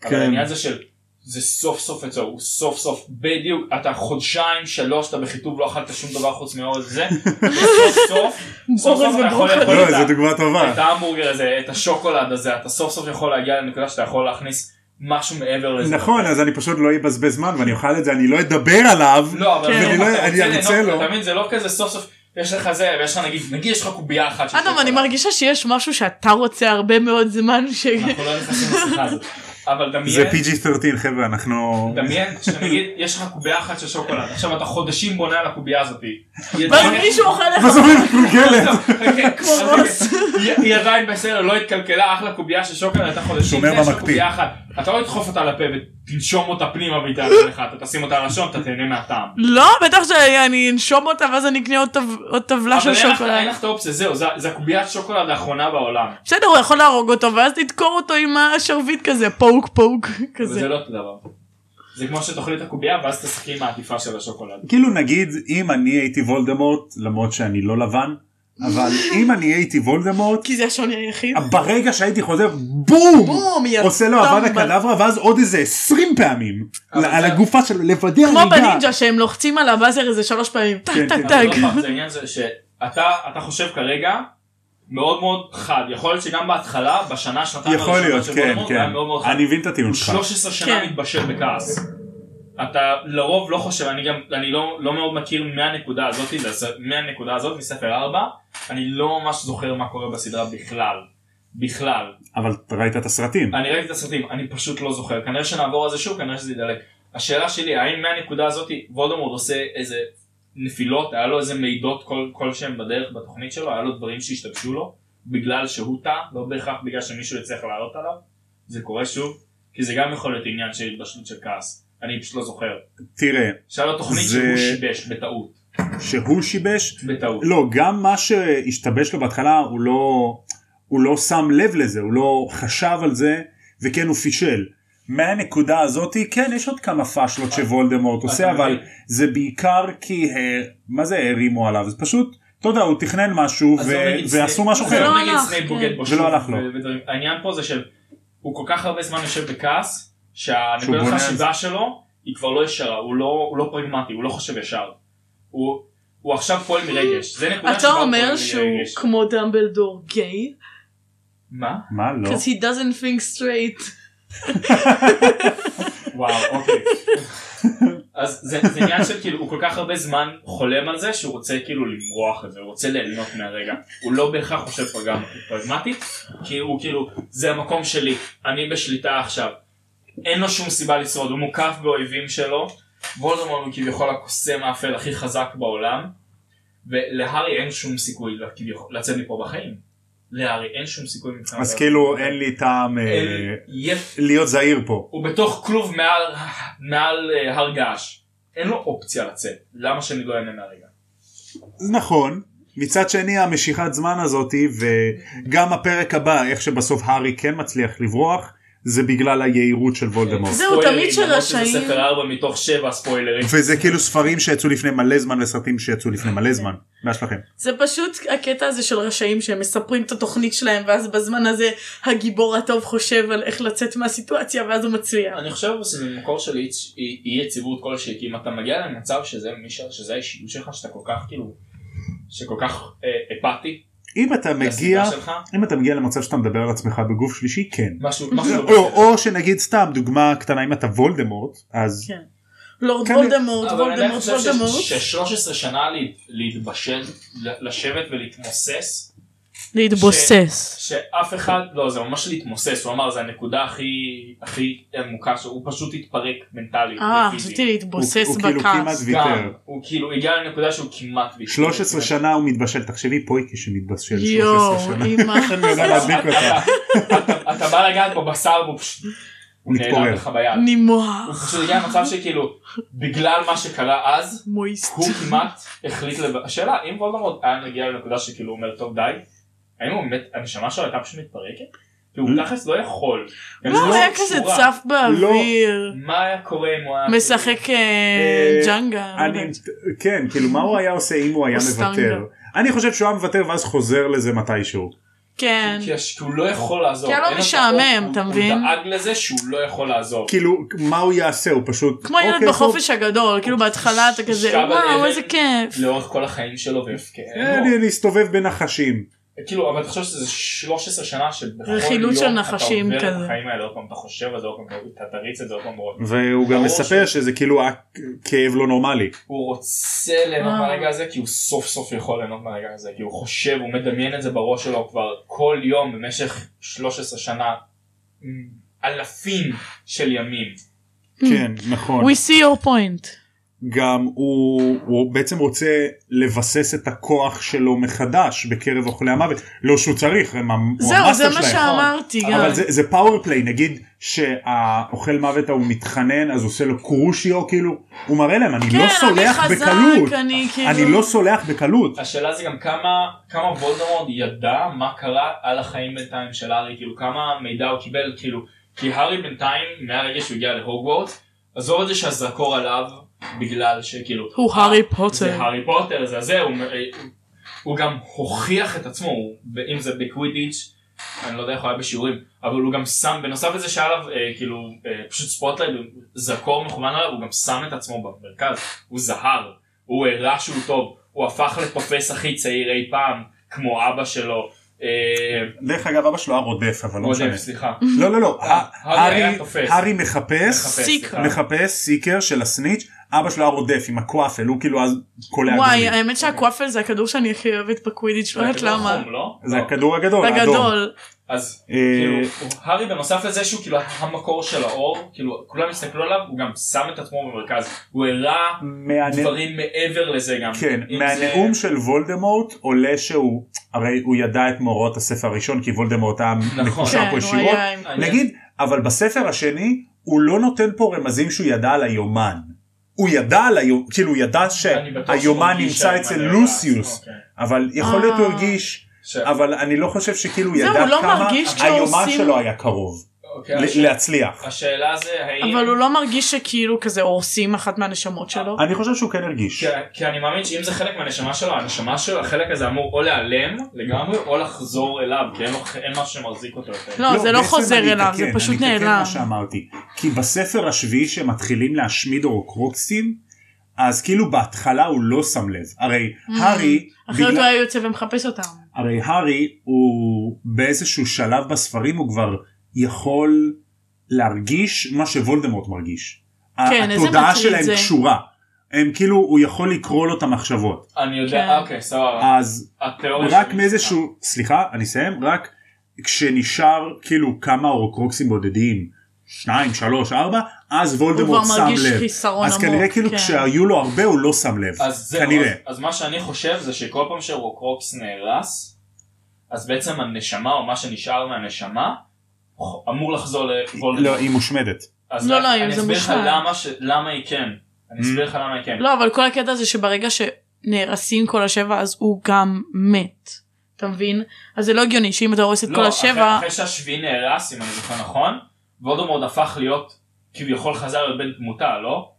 Speaker 1: כן.
Speaker 3: אבל העניין זה של זה סוף סוף אצלו, הוא סוף סוף בדיוק, אתה חודשיים שלוש אתה בחיטוב לא אכלת שום דבר חוץ מאור זה, וסוף סוף, סוף
Speaker 2: בורז
Speaker 3: סוף אתה יכול
Speaker 2: וברוכלי.
Speaker 3: לאכול
Speaker 1: לא
Speaker 3: את
Speaker 1: זו
Speaker 3: ה-
Speaker 1: דוגמה טובה.
Speaker 3: את ההמבורגר הזה, את השוקולד הזה, אתה סוף סוף יכול להגיע לנקודה שאתה יכול להכניס משהו מעבר לזה.
Speaker 1: נכון אז אני פשוט לא אבזבז זמן ואני אוכל את זה אני לא אדבר עליו.
Speaker 3: לא, אבל
Speaker 2: כן.
Speaker 3: אתה
Speaker 1: ואני לא-
Speaker 3: רוצה
Speaker 1: אני- אני
Speaker 3: ליהנות,
Speaker 1: אצא לו.
Speaker 3: אתה מבין, זה לא כזה סוף סוף, יש לך זה, ויש לך נגיד, נגיד יש לך קובייה אחת. של
Speaker 2: אדם, אני
Speaker 3: שוקולד.
Speaker 2: מרגישה שיש משהו שאתה רוצה הרבה מאוד זמן ש...
Speaker 3: אנחנו לא נכנסים לשיחה הזאת. אבל
Speaker 1: זה
Speaker 3: דמיין,
Speaker 1: PG-13 חבר'ה אנחנו.
Speaker 3: דמיין, שנגיד, יש לך קובייה אחת של שוקולד, עכשיו אתה חודשים בונה על הקובייה הזאת. היא
Speaker 2: ואז
Speaker 3: עדיין-
Speaker 2: מישהו אוכל לך.
Speaker 1: בסוף היא מגולגלת.
Speaker 3: כמו
Speaker 2: רוס.
Speaker 3: לא, אוקיי. היא עדיין בסדר, לא התקלקלה, אחלה קובייה של שוקולד, הייתה חודשים.
Speaker 1: שומר
Speaker 3: זה, יש לך
Speaker 1: במקפיא.
Speaker 3: קובייה אחת, אתה לא תדחוף אותה לפה ותנשום אותה פנימה והיא תעלה לך, אתה תשים אותה על השון, אתה תהנה מהטעם.
Speaker 2: לא, בטח שאני אנשום אותה ואז אני אקנה עוד טב- עוד טבלה
Speaker 3: אבל
Speaker 2: של
Speaker 3: אין לך- אין
Speaker 2: שוקולד.
Speaker 3: לך את האופציה, זהו, זה- זה הקוביית שוקולד האחרונה בעולם.
Speaker 2: בסדר, הוא יכול להרוג אותו ואז תדקור אותו עם השרביט כזה, פוק פוק כזה.
Speaker 3: וזה לא אותו דבר. זה כמו שתאכלי את הקובייה ואז תשחקי עם העטיפה של השוקולד.
Speaker 1: כאילו נגיד אם אני הייתי וולדמורט למרות שאני לא לבן אבל אם אני הייתי וולדמורט
Speaker 2: כי זה השוני היחיד.
Speaker 1: ברגע שהייתי חוזר בום
Speaker 2: בום, יא
Speaker 1: עושה לו
Speaker 2: טמבל.
Speaker 1: אבנה קדברה ואז עוד איזה 20 פעמים
Speaker 3: אבל
Speaker 1: על
Speaker 3: זה-
Speaker 1: הגופה שלו לוודא
Speaker 2: כמו
Speaker 1: הריגה.
Speaker 2: בנינג'ה שהם לוחצים על הבאזר איזה שלוש פעמים. טק
Speaker 1: כן,
Speaker 2: טק
Speaker 1: כן.
Speaker 3: אבל
Speaker 2: טק.
Speaker 3: עוד פעם, זה העניין זה שאתה אתה חושב כרגע מאוד מאוד חד, יכול להיות שגם בהתחלה, בשנה, שנתיים
Speaker 1: יכול להיות
Speaker 3: של
Speaker 1: כן
Speaker 3: וולדמורט, זה
Speaker 1: כן
Speaker 3: היה מאוד מאוד חד.
Speaker 1: אני מבין את הטיעון
Speaker 3: הוא
Speaker 1: שלך
Speaker 3: 13 כאילו שנה
Speaker 2: כן.
Speaker 3: מתבשל בכעס. אתה לרוב לא חושב, אני גם, אני לא, לא מאוד מכיר מהנקודה הזאת, לס- מהנקודה הזאת מספר 4, אני לא ממש זוכר מה קורה בסדרה בכלל. בכלל.
Speaker 1: אבל ראית את הסרטים
Speaker 3: אני ראיתי את הסרטים, אני פשוט לא זוכר. כנראה שנעבור על זה שוב, כנראה שזה ידלק. השאלה שלי, האם מהנקודה הזאת וולדמורד עושה איזה נפילות, היה לו איזה מידות כל, כלשהם בדרך בתוכנית שלו, היה לו דברים שהשתבשו לו, בגלל שהוא טעה, לא בהכרח בגלל שמישהו יצליח לעלות עליו. זה קורה שוב, כי זה גם יכול להיות עניין של התבשלות של כעס. אני פשוט לא זוכר.
Speaker 1: תראה
Speaker 3: שהיה לו תוכנית
Speaker 1: זה-
Speaker 3: שהוא שיבש, בטעות.
Speaker 1: שהוא שיבש
Speaker 3: בטעות.
Speaker 1: לא, גם מה שהשתבש לו בהתחלה הוא לא, הוא לא שם לב לזה, הוא לא חשב על זה, וכן הוא פישל. מהנקודה הזאתי, כן, יש עוד כמה פאשלות שוולדמורט עושה,
Speaker 3: אתה
Speaker 1: אבל
Speaker 3: מבין?
Speaker 1: זה בעיקר כי, אה, מה זה הרימו עליו? זה פשוט, אתה יודע, הוא תכנן משהו
Speaker 3: אז
Speaker 1: ו-
Speaker 3: לא נגיד
Speaker 1: ועשו
Speaker 3: סנייפ.
Speaker 1: משהו
Speaker 3: זה
Speaker 1: אחר.
Speaker 3: לא
Speaker 2: לא
Speaker 3: נגיד
Speaker 2: הלך,
Speaker 3: סנייפ
Speaker 2: כן.
Speaker 3: בוגד בו
Speaker 1: ולא
Speaker 3: שוב
Speaker 1: הלך לו.
Speaker 3: ו- ודברים. העניין פה זה של הוא כל כך הרבה זמן יושב בכעס
Speaker 1: שהוא
Speaker 3: שהנקודת
Speaker 1: בונה על
Speaker 3: החשיבה שלו היא כבר לא ישרה הוא לא הוא לא פרגמטי הוא לא חושב ישר. הוא הוא עכשיו פועל מרגש זה נקודה
Speaker 2: אתה
Speaker 3: שבה הוא פועל
Speaker 2: אומר שהוא
Speaker 3: מרגש.
Speaker 2: כמו דמבלדור גיי?
Speaker 3: מה?
Speaker 1: מה לא?
Speaker 2: Because he doesn't think straight.
Speaker 3: וואו אוקיי. אז זה זה עניין של כאילו הוא כל כך הרבה זמן חולם על זה שהוא רוצה כאילו למרוח את זה הוא רוצה ליהנות מהרגע הוא לא בהכרח חושב פרגמ- פרגמטית כי הוא כאילו זה המקום שלי אני בשליטה עכשיו אין לו שום סיבה לשרוד הוא מוקף באויבים שלו וולדמורט הוא כביכול הקוסם האפל הכי חזק בעולם ולהארי אין שום סיכוי ל- כביכול- לצאת מפה בחיים להארי אין שום סיכוי מבחינת
Speaker 1: אז כאילו אין לי טעם אה,
Speaker 3: אין- יש-
Speaker 1: להיות זהיר פה.
Speaker 3: הוא בתוך כלוב מעל, מעל אה, הר געש. אין לו אופציה לצאת. למה שאני לא אענה מהרגע?
Speaker 1: נכון, מצד שני המשיכת זמן הזאתי וגם הפרק הבא איך שבסוף הארי כן מצליח לברוח זה בגלל היהירות של
Speaker 3: לא.
Speaker 1: וולדמורט.
Speaker 2: זהו, תמיד
Speaker 3: ספוילרים, למרות שזה
Speaker 2: שרשעים-
Speaker 3: ספר 4 מתוך 7 ספוילרים.
Speaker 1: וזה כאילו ספרים שיצאו לפני מלא זמן וסרטים שיצאו לפני מלא זמן. מה שלכם?
Speaker 2: זה פשוט הקטע הזה של רשעים שהם מספרים את התוכנית שלהם ואז בזמן הזה הגיבור הטוב חושב על איך לצאת מהסיטואציה ואז הוא מצליח.
Speaker 3: אני חושב אבל שזה מקור של אי- אי אי יציבות כלשהי, כי אם אתה מגיע למצב שזה מי ש- שזה האישיות שלך, שאתה כל כך כאילו, שכל כך אה, אפאתי,
Speaker 1: אם אתה מגיע
Speaker 3: לסביבה שלך,
Speaker 1: אם אתה מגיע למצב שאתה מדבר על עצמך בגוף שלישי כן.
Speaker 3: משהו,
Speaker 2: אוקיי,
Speaker 3: משהו, לא
Speaker 1: או,
Speaker 3: בסדר.
Speaker 1: או שנגיד סתם דוגמה קטנה אם אתה וולדמורט אז
Speaker 2: כן. לורד
Speaker 1: כן,
Speaker 2: וולדמורט,
Speaker 3: אבל אני
Speaker 2: וולדמורט,
Speaker 3: חושב
Speaker 2: וולדמורט.
Speaker 3: ש-13 שנה לה- להתבשל, ל- לשבת ולהתמוסס,
Speaker 2: להתבוסס.
Speaker 3: שאף אחד, לא זה ממש להתמוסס, הוא אמר זה הנקודה הכי, הכי עמוקה, שהוא פשוט התפרק מנטלית,
Speaker 2: אה,
Speaker 3: ופיזית.
Speaker 2: חשבתי להתבוסס
Speaker 1: הוא- הוא כאילו כמעט
Speaker 2: בכעס.
Speaker 1: ויתר.
Speaker 3: גם, הוא כאילו הגיע לנקודה שהוא כמעט ויתר.
Speaker 1: 13 שנה הוא מתבשל תחשבי פויקי שמתבשל 13
Speaker 2: יואו,
Speaker 1: שנה.
Speaker 2: אימא.
Speaker 1: אני יודע להדליק אותה.
Speaker 3: אתה- אתה בא לגעת בו בשר והוא פשוט הוא
Speaker 1: מתפורר.
Speaker 3: נעלם לך ביד. הוא
Speaker 2: נימוח.
Speaker 3: פשוט הגיע למצב שכאילו בגלל מה שקרה אז
Speaker 2: מויסט.
Speaker 3: הוא כמעט החליט לב... השאלה אם וולדמורט היה מגיע לנקודה שכאילו הוא אומר טוב די האם הוא באמת הנשמה שלו הייתה פשוט מתפרקת? כי הוא תכלס לא יכול. גם
Speaker 2: לא,
Speaker 3: לא
Speaker 2: הוא היה כזה
Speaker 3: קשורה.
Speaker 2: צף
Speaker 1: לא.
Speaker 2: באוויר.
Speaker 3: מה היה קורה אם הוא היה...
Speaker 2: משחק אה,
Speaker 1: אה,
Speaker 2: ג'נגה. לא
Speaker 1: אני,
Speaker 2: יודעת.
Speaker 1: כן כאילו מה הוא היה עושה אם הוא היה
Speaker 2: או סטנגה.
Speaker 1: מוותר. אני חושב שהוא היה מוותר ואז חוזר לזה מתישהו.
Speaker 2: כן.
Speaker 3: כי הש- כי הוא לא יכול לעזוב.
Speaker 2: כי היה לו
Speaker 3: אין לו-
Speaker 2: משעמם,
Speaker 3: הוא-
Speaker 2: אתה מבין?
Speaker 3: הוא דאג לזה שהוא לא יכול לעזוב.
Speaker 1: כאילו מה הוא יעשה הוא פשוט.
Speaker 2: כמו ילד
Speaker 1: אוקיי, טוב.
Speaker 2: בחופש הגדול, כאילו בהתחלה אתה כזה,
Speaker 3: שכב על
Speaker 2: וואו
Speaker 3: אבן.
Speaker 2: איזה כיף.
Speaker 3: לאורך כל החיים שלו והפקר.
Speaker 2: כן,
Speaker 1: אה, אני- אני אסתובב בין נחשים.
Speaker 3: כאילו אבל תחשוב שזה 13 שנה שבכל
Speaker 2: רכילות
Speaker 3: יום
Speaker 2: של נחשים
Speaker 3: אתה עובר
Speaker 2: כזה.
Speaker 3: את החיים האלה עוד פעם אתה חושב על זה עוד פעם אתה תריץ את זה עוד פעם עוד פעם.
Speaker 1: והוא גם
Speaker 3: ברור
Speaker 1: מספר
Speaker 3: ש-
Speaker 1: שזה כאילו היה כאב לא נורמלי.
Speaker 3: הוא רוצה ליהנות
Speaker 2: וואו.
Speaker 3: מהרגע הזה כי הוא סוף סוף יכול ליהנות מהרגע הזה כי הוא חושב הוא מדמיין את זה בראש שלו כבר כל יום במשך 13 שנה מ, אלפים של ימים.
Speaker 1: כן נכון.
Speaker 2: Hmm. We see your point.
Speaker 1: גם הוא, הוא בעצם רוצה לבסס את הכוח שלו מחדש בקרב אוכלי המוות לא שהוא צריך הם המ- הוא
Speaker 2: זהו, זה
Speaker 1: המאסטר
Speaker 2: מה
Speaker 1: שלהם נכון.
Speaker 2: שאמרתי גם.
Speaker 1: אבל זה, זה פאוור פליי נגיד שהאוכל מוות ההוא מתחנן אז עושה לו קרושיו כאילו הוא מראה להם אני
Speaker 2: כן,
Speaker 1: לא
Speaker 2: אני
Speaker 1: סולח
Speaker 2: חזק,
Speaker 1: בקלות
Speaker 2: אני כאילו-
Speaker 1: אני לא סולח בקלות
Speaker 3: השאלה זה גם כמה כמה וולדמורד ידע מה קרה על החיים בינתיים של הארי כאילו כמה מידע הוא קיבל כאילו כי הארי בינתיים מהרגע שהוא הגיע להוגוורטס עזוב את זה שהזרקור עליו בגלל שכאילו
Speaker 2: הוא הארי
Speaker 3: זה
Speaker 2: פוטר.
Speaker 3: הארי פוטר זה זה הוא, הוא גם הוכיח את עצמו הוא, אם זה בקווידיץ' אני לא יודע איך הוא היה בשיעורים אבל הוא גם שם בנוסף לזה שהיה עליו אה, כאילו אה, פשוט ספוטלייט זרקור מכוון עליו הוא גם שם את עצמו במרכז הוא זהר הוא הראה שהוא טוב הוא הפך לתופס הכי צעיר אי פעם כמו אבא שלו אה,
Speaker 1: דרך אגב אבא שלו היה רודף אבל לא משנה
Speaker 3: רודף סליחה
Speaker 1: לא לא לא
Speaker 3: אה, הארי היה
Speaker 1: הארי-
Speaker 3: תופס.
Speaker 1: הארי מחפש
Speaker 3: מחפש,
Speaker 2: סיקר.
Speaker 3: סליחה.
Speaker 1: מחפש סיקר של הסניץ' אבא שלו היה רודף עם הכואפל הוא כאילו אז קולע
Speaker 2: וואי,
Speaker 1: גדולים.
Speaker 2: האמת שהקוואפל זה הכדור שאני הכי אוהבת בקווידיץ', לא יודעת
Speaker 3: זה הכדור
Speaker 2: למה.
Speaker 3: החום, לא?
Speaker 1: זה
Speaker 3: לא.
Speaker 1: הכדור הגדול האדום.
Speaker 2: הגדול.
Speaker 3: אז
Speaker 1: אה,
Speaker 3: כאילו, הוא- הארי בנוסף לזה שהוא כאילו המקור של האור, כאילו כולם הסתכלו עליו, הוא גם שם את עצמו במרכז, הוא הראה
Speaker 1: מהנה-
Speaker 3: דברים מעבר לזה גם.
Speaker 1: כן,
Speaker 3: אם
Speaker 1: מהנאום
Speaker 3: זה...
Speaker 1: של וולדמורט עולה שהוא, הרי הוא ידע את מאורעות הספר הראשון כי וולדמורט היה
Speaker 3: נכון.
Speaker 1: מקושר
Speaker 2: כן,
Speaker 1: פה
Speaker 2: הוא
Speaker 1: ישירות,
Speaker 2: היה עם-
Speaker 3: מעניין.
Speaker 1: נגיד, אבל בספר השני הוא לא נותן פה רמזים שהוא ידע על היומן. הוא ידע על היומן, כאילו הוא ידע
Speaker 3: אני בטוח שהוא
Speaker 1: שהיומן
Speaker 3: הרגיש
Speaker 1: נמצא
Speaker 3: שהיומן
Speaker 1: אצל
Speaker 3: היה-
Speaker 1: לוסיוס,
Speaker 3: אוקיי.
Speaker 1: אבל יכול להיות הוא
Speaker 2: אה.
Speaker 1: הרגיש,
Speaker 3: ש-
Speaker 1: אבל אני לא חושב שכאילו הוא
Speaker 2: זהו,
Speaker 1: ידע
Speaker 2: הוא לא
Speaker 1: כמה
Speaker 2: מרגיש
Speaker 1: היומן
Speaker 2: כשעושים-
Speaker 1: שלו היה קרוב
Speaker 3: אוקיי, הש-
Speaker 1: ל- להצליח.
Speaker 3: השאלה זה האם...
Speaker 2: אבל הוא לא מרגיש שכאילו כזה הורסים אחת מהנשמות שלו.
Speaker 1: אני חושב שהוא כן הרגיש.
Speaker 3: כי, כי אני מאמין שאם זה חלק מהנשמה שלו, הנשמה שלו, החלק הזה אמור או להיעלם לגמרי, או לחזור אליו, כי אין, לו- אין משהו שמחזיק אותו יותר.
Speaker 2: לא, זה לא
Speaker 1: בעצם
Speaker 2: חוזר
Speaker 1: אני
Speaker 2: אליו,
Speaker 1: אתקן,
Speaker 2: זה פשוט
Speaker 1: אני אתקן
Speaker 2: נעלם.
Speaker 1: מה שאמרתי. כי בספר השביעי שמתחילים להשמיד אורוקרוקסים, אז כאילו בהתחלה הוא לא שם לב. הרי הארי,
Speaker 2: Mm-hmm. אחרת הוא
Speaker 1: בגלל-
Speaker 2: היה יוצא ומחפש אותם.
Speaker 1: הרי הארי הוא באיזשהו שלב בספרים הוא כבר יכול להרגיש מה שוולדמורט מרגיש.
Speaker 2: כן, איזה
Speaker 1: התודעה
Speaker 2: מטריד
Speaker 1: שלהם
Speaker 2: זה.
Speaker 1: קשורה. הם כאילו, הוא יכול לקרוא לו את המחשבות.
Speaker 3: אני יודע,
Speaker 2: כן.
Speaker 3: אה, אוקיי, סבבה.
Speaker 1: אז
Speaker 3: התיאוריה
Speaker 1: רק
Speaker 3: שלי-
Speaker 1: מאיזשהו סליחה אני אסיים רק כשנשאר כאילו כמה אורקרוקסים בודדים שניים שלוש ארבע אז וולדמורט
Speaker 2: כבר
Speaker 1: שם
Speaker 2: מרגיש
Speaker 1: לב
Speaker 2: חיסרון
Speaker 1: אז
Speaker 2: עמוק,
Speaker 1: כנראה כאילו
Speaker 2: כן.
Speaker 1: כשהיו לו הרבה הוא לא שם לב
Speaker 3: אז זהו,
Speaker 1: כנראה
Speaker 3: אז, אז מה שאני חושב זה שכל פעם שרוקרוקס נהרס, אז בעצם הנשמה או מה שנשאר מהנשמה אמור לחזור
Speaker 1: לא
Speaker 3: לוולדמורט.
Speaker 1: היא מושמדת
Speaker 3: אז
Speaker 2: לא,
Speaker 3: רק-
Speaker 2: לא,
Speaker 3: אני
Speaker 2: זה
Speaker 3: אסביר לך
Speaker 2: מושלם.
Speaker 3: למה, ש... למה היא כן. אני אסביר לך למה היא כן.
Speaker 2: לא, אבל כל הקטע זה שברגע ש... נהרסים כל השבע אז הוא גם מת. אתה מבין? אז זה לא הגיוני שאם אתה הורס את כל
Speaker 3: לא,
Speaker 2: השבע...
Speaker 3: אחרי, אחרי שהשביעי נהרס אם אני זוכר נכון, וולדמורט הפך להיות כביכול חזר לבן תמותה לא?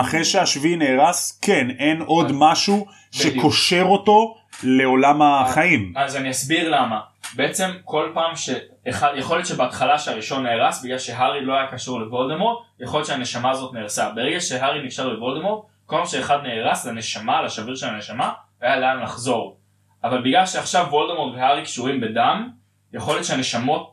Speaker 1: אחרי שהשביעי נהרס, כן, אין עוד משהו
Speaker 3: אה, בדיוק. אה,
Speaker 1: שקושר אותו לעולם החיים.
Speaker 3: אז אני אסביר למה. בעצם כל פעם ש... אחד- יכול להיות שבהתחלה שהראשון נהרס בגלל שהארי לא היה קשור לוולדמורט, יכול להיות שהנשמה הזאת נהרסה. ברגע שהארי נקשר לוולדמורט, כל פעם שאחד נהרס לנשמה, לשביר של הנשמה, היה לאן לחזור. אבל בגלל שעכשיו וולדמורט והארי קשורים בדם, יכול להיות שהנשמות,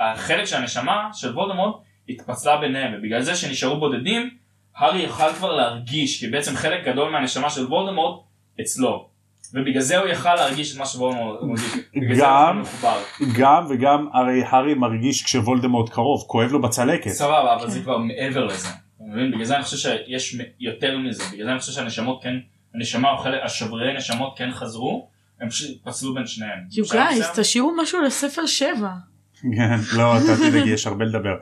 Speaker 3: החלק של הנשמה של וולדמורט התפצלה ביניהם, ובגלל זה שנשארו בודדים, הארי יוכל כבר להרגיש, כי בעצם חלק גדול מהנשמה של וולדמורט אצלו. ובגלל זה הוא יכל להרגיש את מה שוולדמורט מרגיש. בגלל זה הוא
Speaker 1: גם-
Speaker 3: מחובר.
Speaker 1: גם וגם הרי הארי מרגיש כשוולדמורט קרוב, כואב לו בצלקת.
Speaker 3: סבבה, אבל זה כבר מעבר לזה. אתה מבין? בגלל זה אני חושב שיש מ- יותר מזה. בגלל זה אני חושב שהנשמות כן, הנשמה או חלק, השברירי נשמות כן חזרו, הם פשוט פסלו בין שניהם.
Speaker 2: You
Speaker 3: אפשר
Speaker 2: guys,
Speaker 3: לסיים?
Speaker 2: תשאירו משהו לספר שבע.
Speaker 1: כן, לא, אתה תדאגי, יש הרבה לדבר.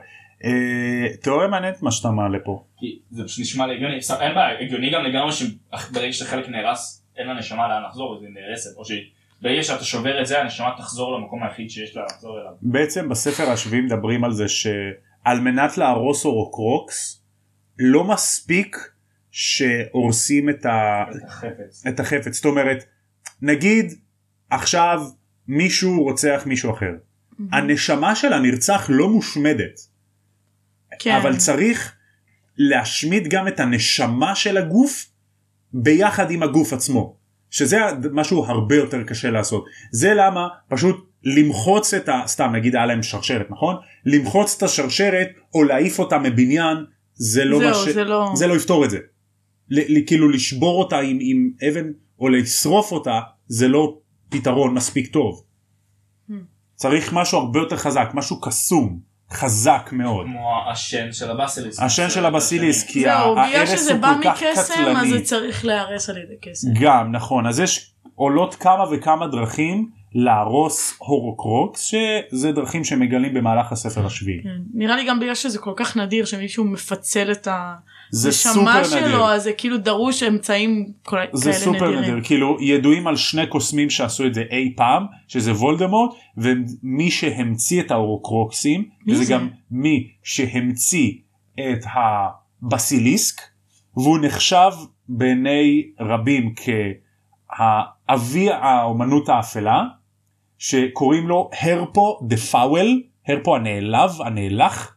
Speaker 1: אה, תיאוריה מעניינת מה שאתה מעלה פה.
Speaker 3: כי זה פשוט נשמע לי הגיוני. סתם, אין בעיה, הגיוני גם לגמרי שברגע שחלק נהרס, אין לנשמה לאן לחזור, אז היא נהרסת. או שברגע שאתה שובר את זה, הנשמה תחזור למקום היחיד שיש לה לחזור אליו.
Speaker 1: בעצם בספר השביעי מדברים על זה שעל מנת להרוס אורוקרוקס, לא מספיק שהורסים את ה...
Speaker 3: את החפץ.
Speaker 1: את החפץ. זאת אומרת, נגיד עכשיו מישהו רוצח מישהו אחר. הנשמה של הנרצח לא מושמדת,
Speaker 2: כן.
Speaker 1: אבל צריך להשמיד גם את הנשמה של הגוף ביחד עם הגוף עצמו. שזה משהו הרבה יותר קשה לעשות. זה למה פשוט למחוץ את ה... סתם נגיד היה להם שרשרת, נכון? למחוץ את השרשרת או להעיף אותה מבניין זה לא מה
Speaker 2: זהו,
Speaker 1: ש...
Speaker 2: זה לא...
Speaker 1: זה לא יפתור את זה. ל- ל- כאילו לשבור אותה עם, עם אבן או לשרוף אותה זה לא פתרון מספיק טוב.
Speaker 2: Hmm.
Speaker 1: צריך משהו הרבה יותר חזק, משהו קסום, חזק מאוד.
Speaker 3: כמו השן של כן. הבסיליסק.
Speaker 1: השן של הבסיליסק כי
Speaker 2: זהו, בגלל
Speaker 1: ההרס
Speaker 2: שזה
Speaker 1: הוא
Speaker 2: בא
Speaker 1: כל כך
Speaker 2: מקסם, אז זה
Speaker 1: קטלני.
Speaker 2: צריך להיהרס על ידי קסם.
Speaker 1: גם נכון אז יש עולות כמה וכמה דרכים להרוס הורוקרוקס שזה דרכים שמגלים במהלך הספר השביעי.
Speaker 2: כן. נראה לי גם בגלל שזה כל כך נדיר שמישהו מפצל את
Speaker 1: זה סופר
Speaker 2: הנשמה
Speaker 1: נדיר.
Speaker 2: שלו, אז זה כאילו דרוש אמצעים כל- כאלה
Speaker 1: זה
Speaker 2: נדירים.
Speaker 1: סופר נדיר כאילו ידועים על שני קוסמים שעשו את זה אי פעם שזה וולדמורט ומי שהמציא את האורוקרוקסים
Speaker 2: מי
Speaker 1: וזה
Speaker 2: זה?
Speaker 1: גם מי שהמציא את הבסיליסק והוא נחשב בעיני רבים כאבי האומנות האפלה שקוראים לו הרפו דה פאוול הרפו הנעלב הנאלח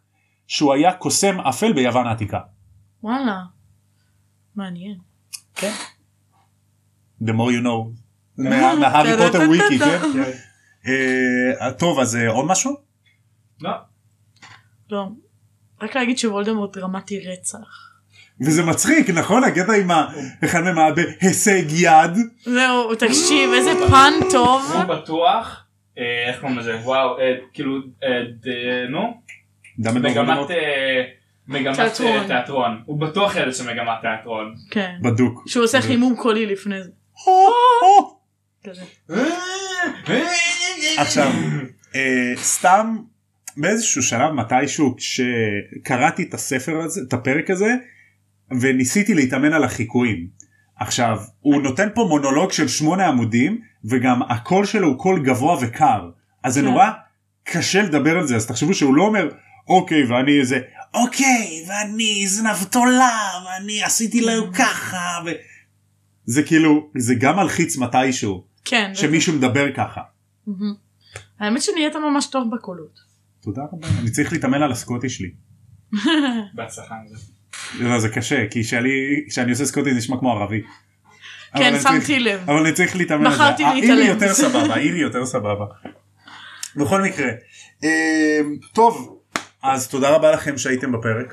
Speaker 1: שהוא היה קוסם אפל ביוון העתיקה.
Speaker 2: וואלה. מעניין.
Speaker 1: The more you know.
Speaker 2: אה,
Speaker 1: מה- מההארי פוטר וויקי כן? אה, טוב אז אה, עוד משהו?
Speaker 3: לא,
Speaker 2: לא. רק להגיד שוולדמורט דרמטי רצח.
Speaker 1: וזה מצחיק נכון הקטע עם ה- אחד מהם היה בהישג יד
Speaker 2: זהו, תקשיב, איזה פן טוב.
Speaker 3: הוא בטוח, אה, איך קוראים לזה, וואו, אה, כאילו, אה, ד- נו,
Speaker 1: דמבלדור
Speaker 3: מגמת
Speaker 1: וולדמורט,
Speaker 3: אה, מגמת
Speaker 2: תיאטרון.
Speaker 3: אה, תיאטרון, הוא בטוח ילד של מגמת תיאטרון.
Speaker 2: כן.
Speaker 1: בדוק.
Speaker 2: שהוא עושה חימום קולי לפני זה.
Speaker 1: או, או.
Speaker 2: כזה.
Speaker 1: עכשיו אה, סתם באיזשהו שלב מתישהו כשקראתי את הספר הזה את הפרק הזה וניסיתי להתאמן על החיקויים. עכשיו הוא נותן פה מונולוג של שמונה עמודים וגם הקול שלו הוא קול גבוה וקר אז זה
Speaker 2: כן.
Speaker 1: נורא קשה לדבר על זה אז תחשבו שהוא לא אומר אוקיי ואני איזה אוקיי ואני זנב תולה ואני עשיתי להם ככה ו... זה כאילו זה גם מלחיץ מתישהו
Speaker 2: כן.
Speaker 1: שמישהו מדבר ככה.
Speaker 2: מהמם. האמת שנהיית ממש טוב בקולות.
Speaker 1: תודה רבה אני צריך להתאמן על הסקוטי שלי.
Speaker 3: בהצלחה עם זה.
Speaker 1: לא, זה קשה כי שאני- כשאני עושה סקוטי זה נשמע כמו ערבי. אבל
Speaker 2: כן,
Speaker 1: אני צריך-
Speaker 2: שמתי לב.
Speaker 1: אבל אני צריך להתאמן על זה.
Speaker 2: בחרתי
Speaker 1: אה, היא לי
Speaker 2: להתעלם.
Speaker 1: יותר סבבה, היא לי יותר סבבה. בכל מקרה, אמ, טוב, אז תודה רבה לכם שהייתם בפרק.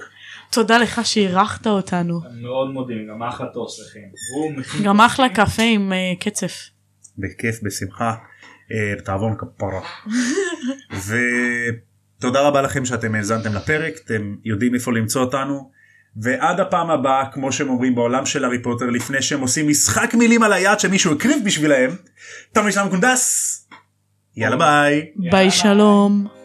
Speaker 2: תודה לך שאירחת אותנו.
Speaker 3: הם מאוד מודים, גם אחלה טוס לכם. הוא מכין
Speaker 2: גם אחלה קפה עם אה, קצף.
Speaker 1: בכיף, בשמחה, אה, תעוון כפרה. ותודה רבה לכם שאתם האזנתם לפרק, אתם יודעים איפה למצוא אותנו. ועד הפעם הבאה, כמו שהם אומרים בעולם של הארי פוטר, לפני שהם עושים משחק מילים על היד שמישהו הקריב בשבילהם, תמי שלנו קונדס, יאללה ביי.
Speaker 3: יאללה,
Speaker 2: ביי
Speaker 3: ביי.
Speaker 2: שלום.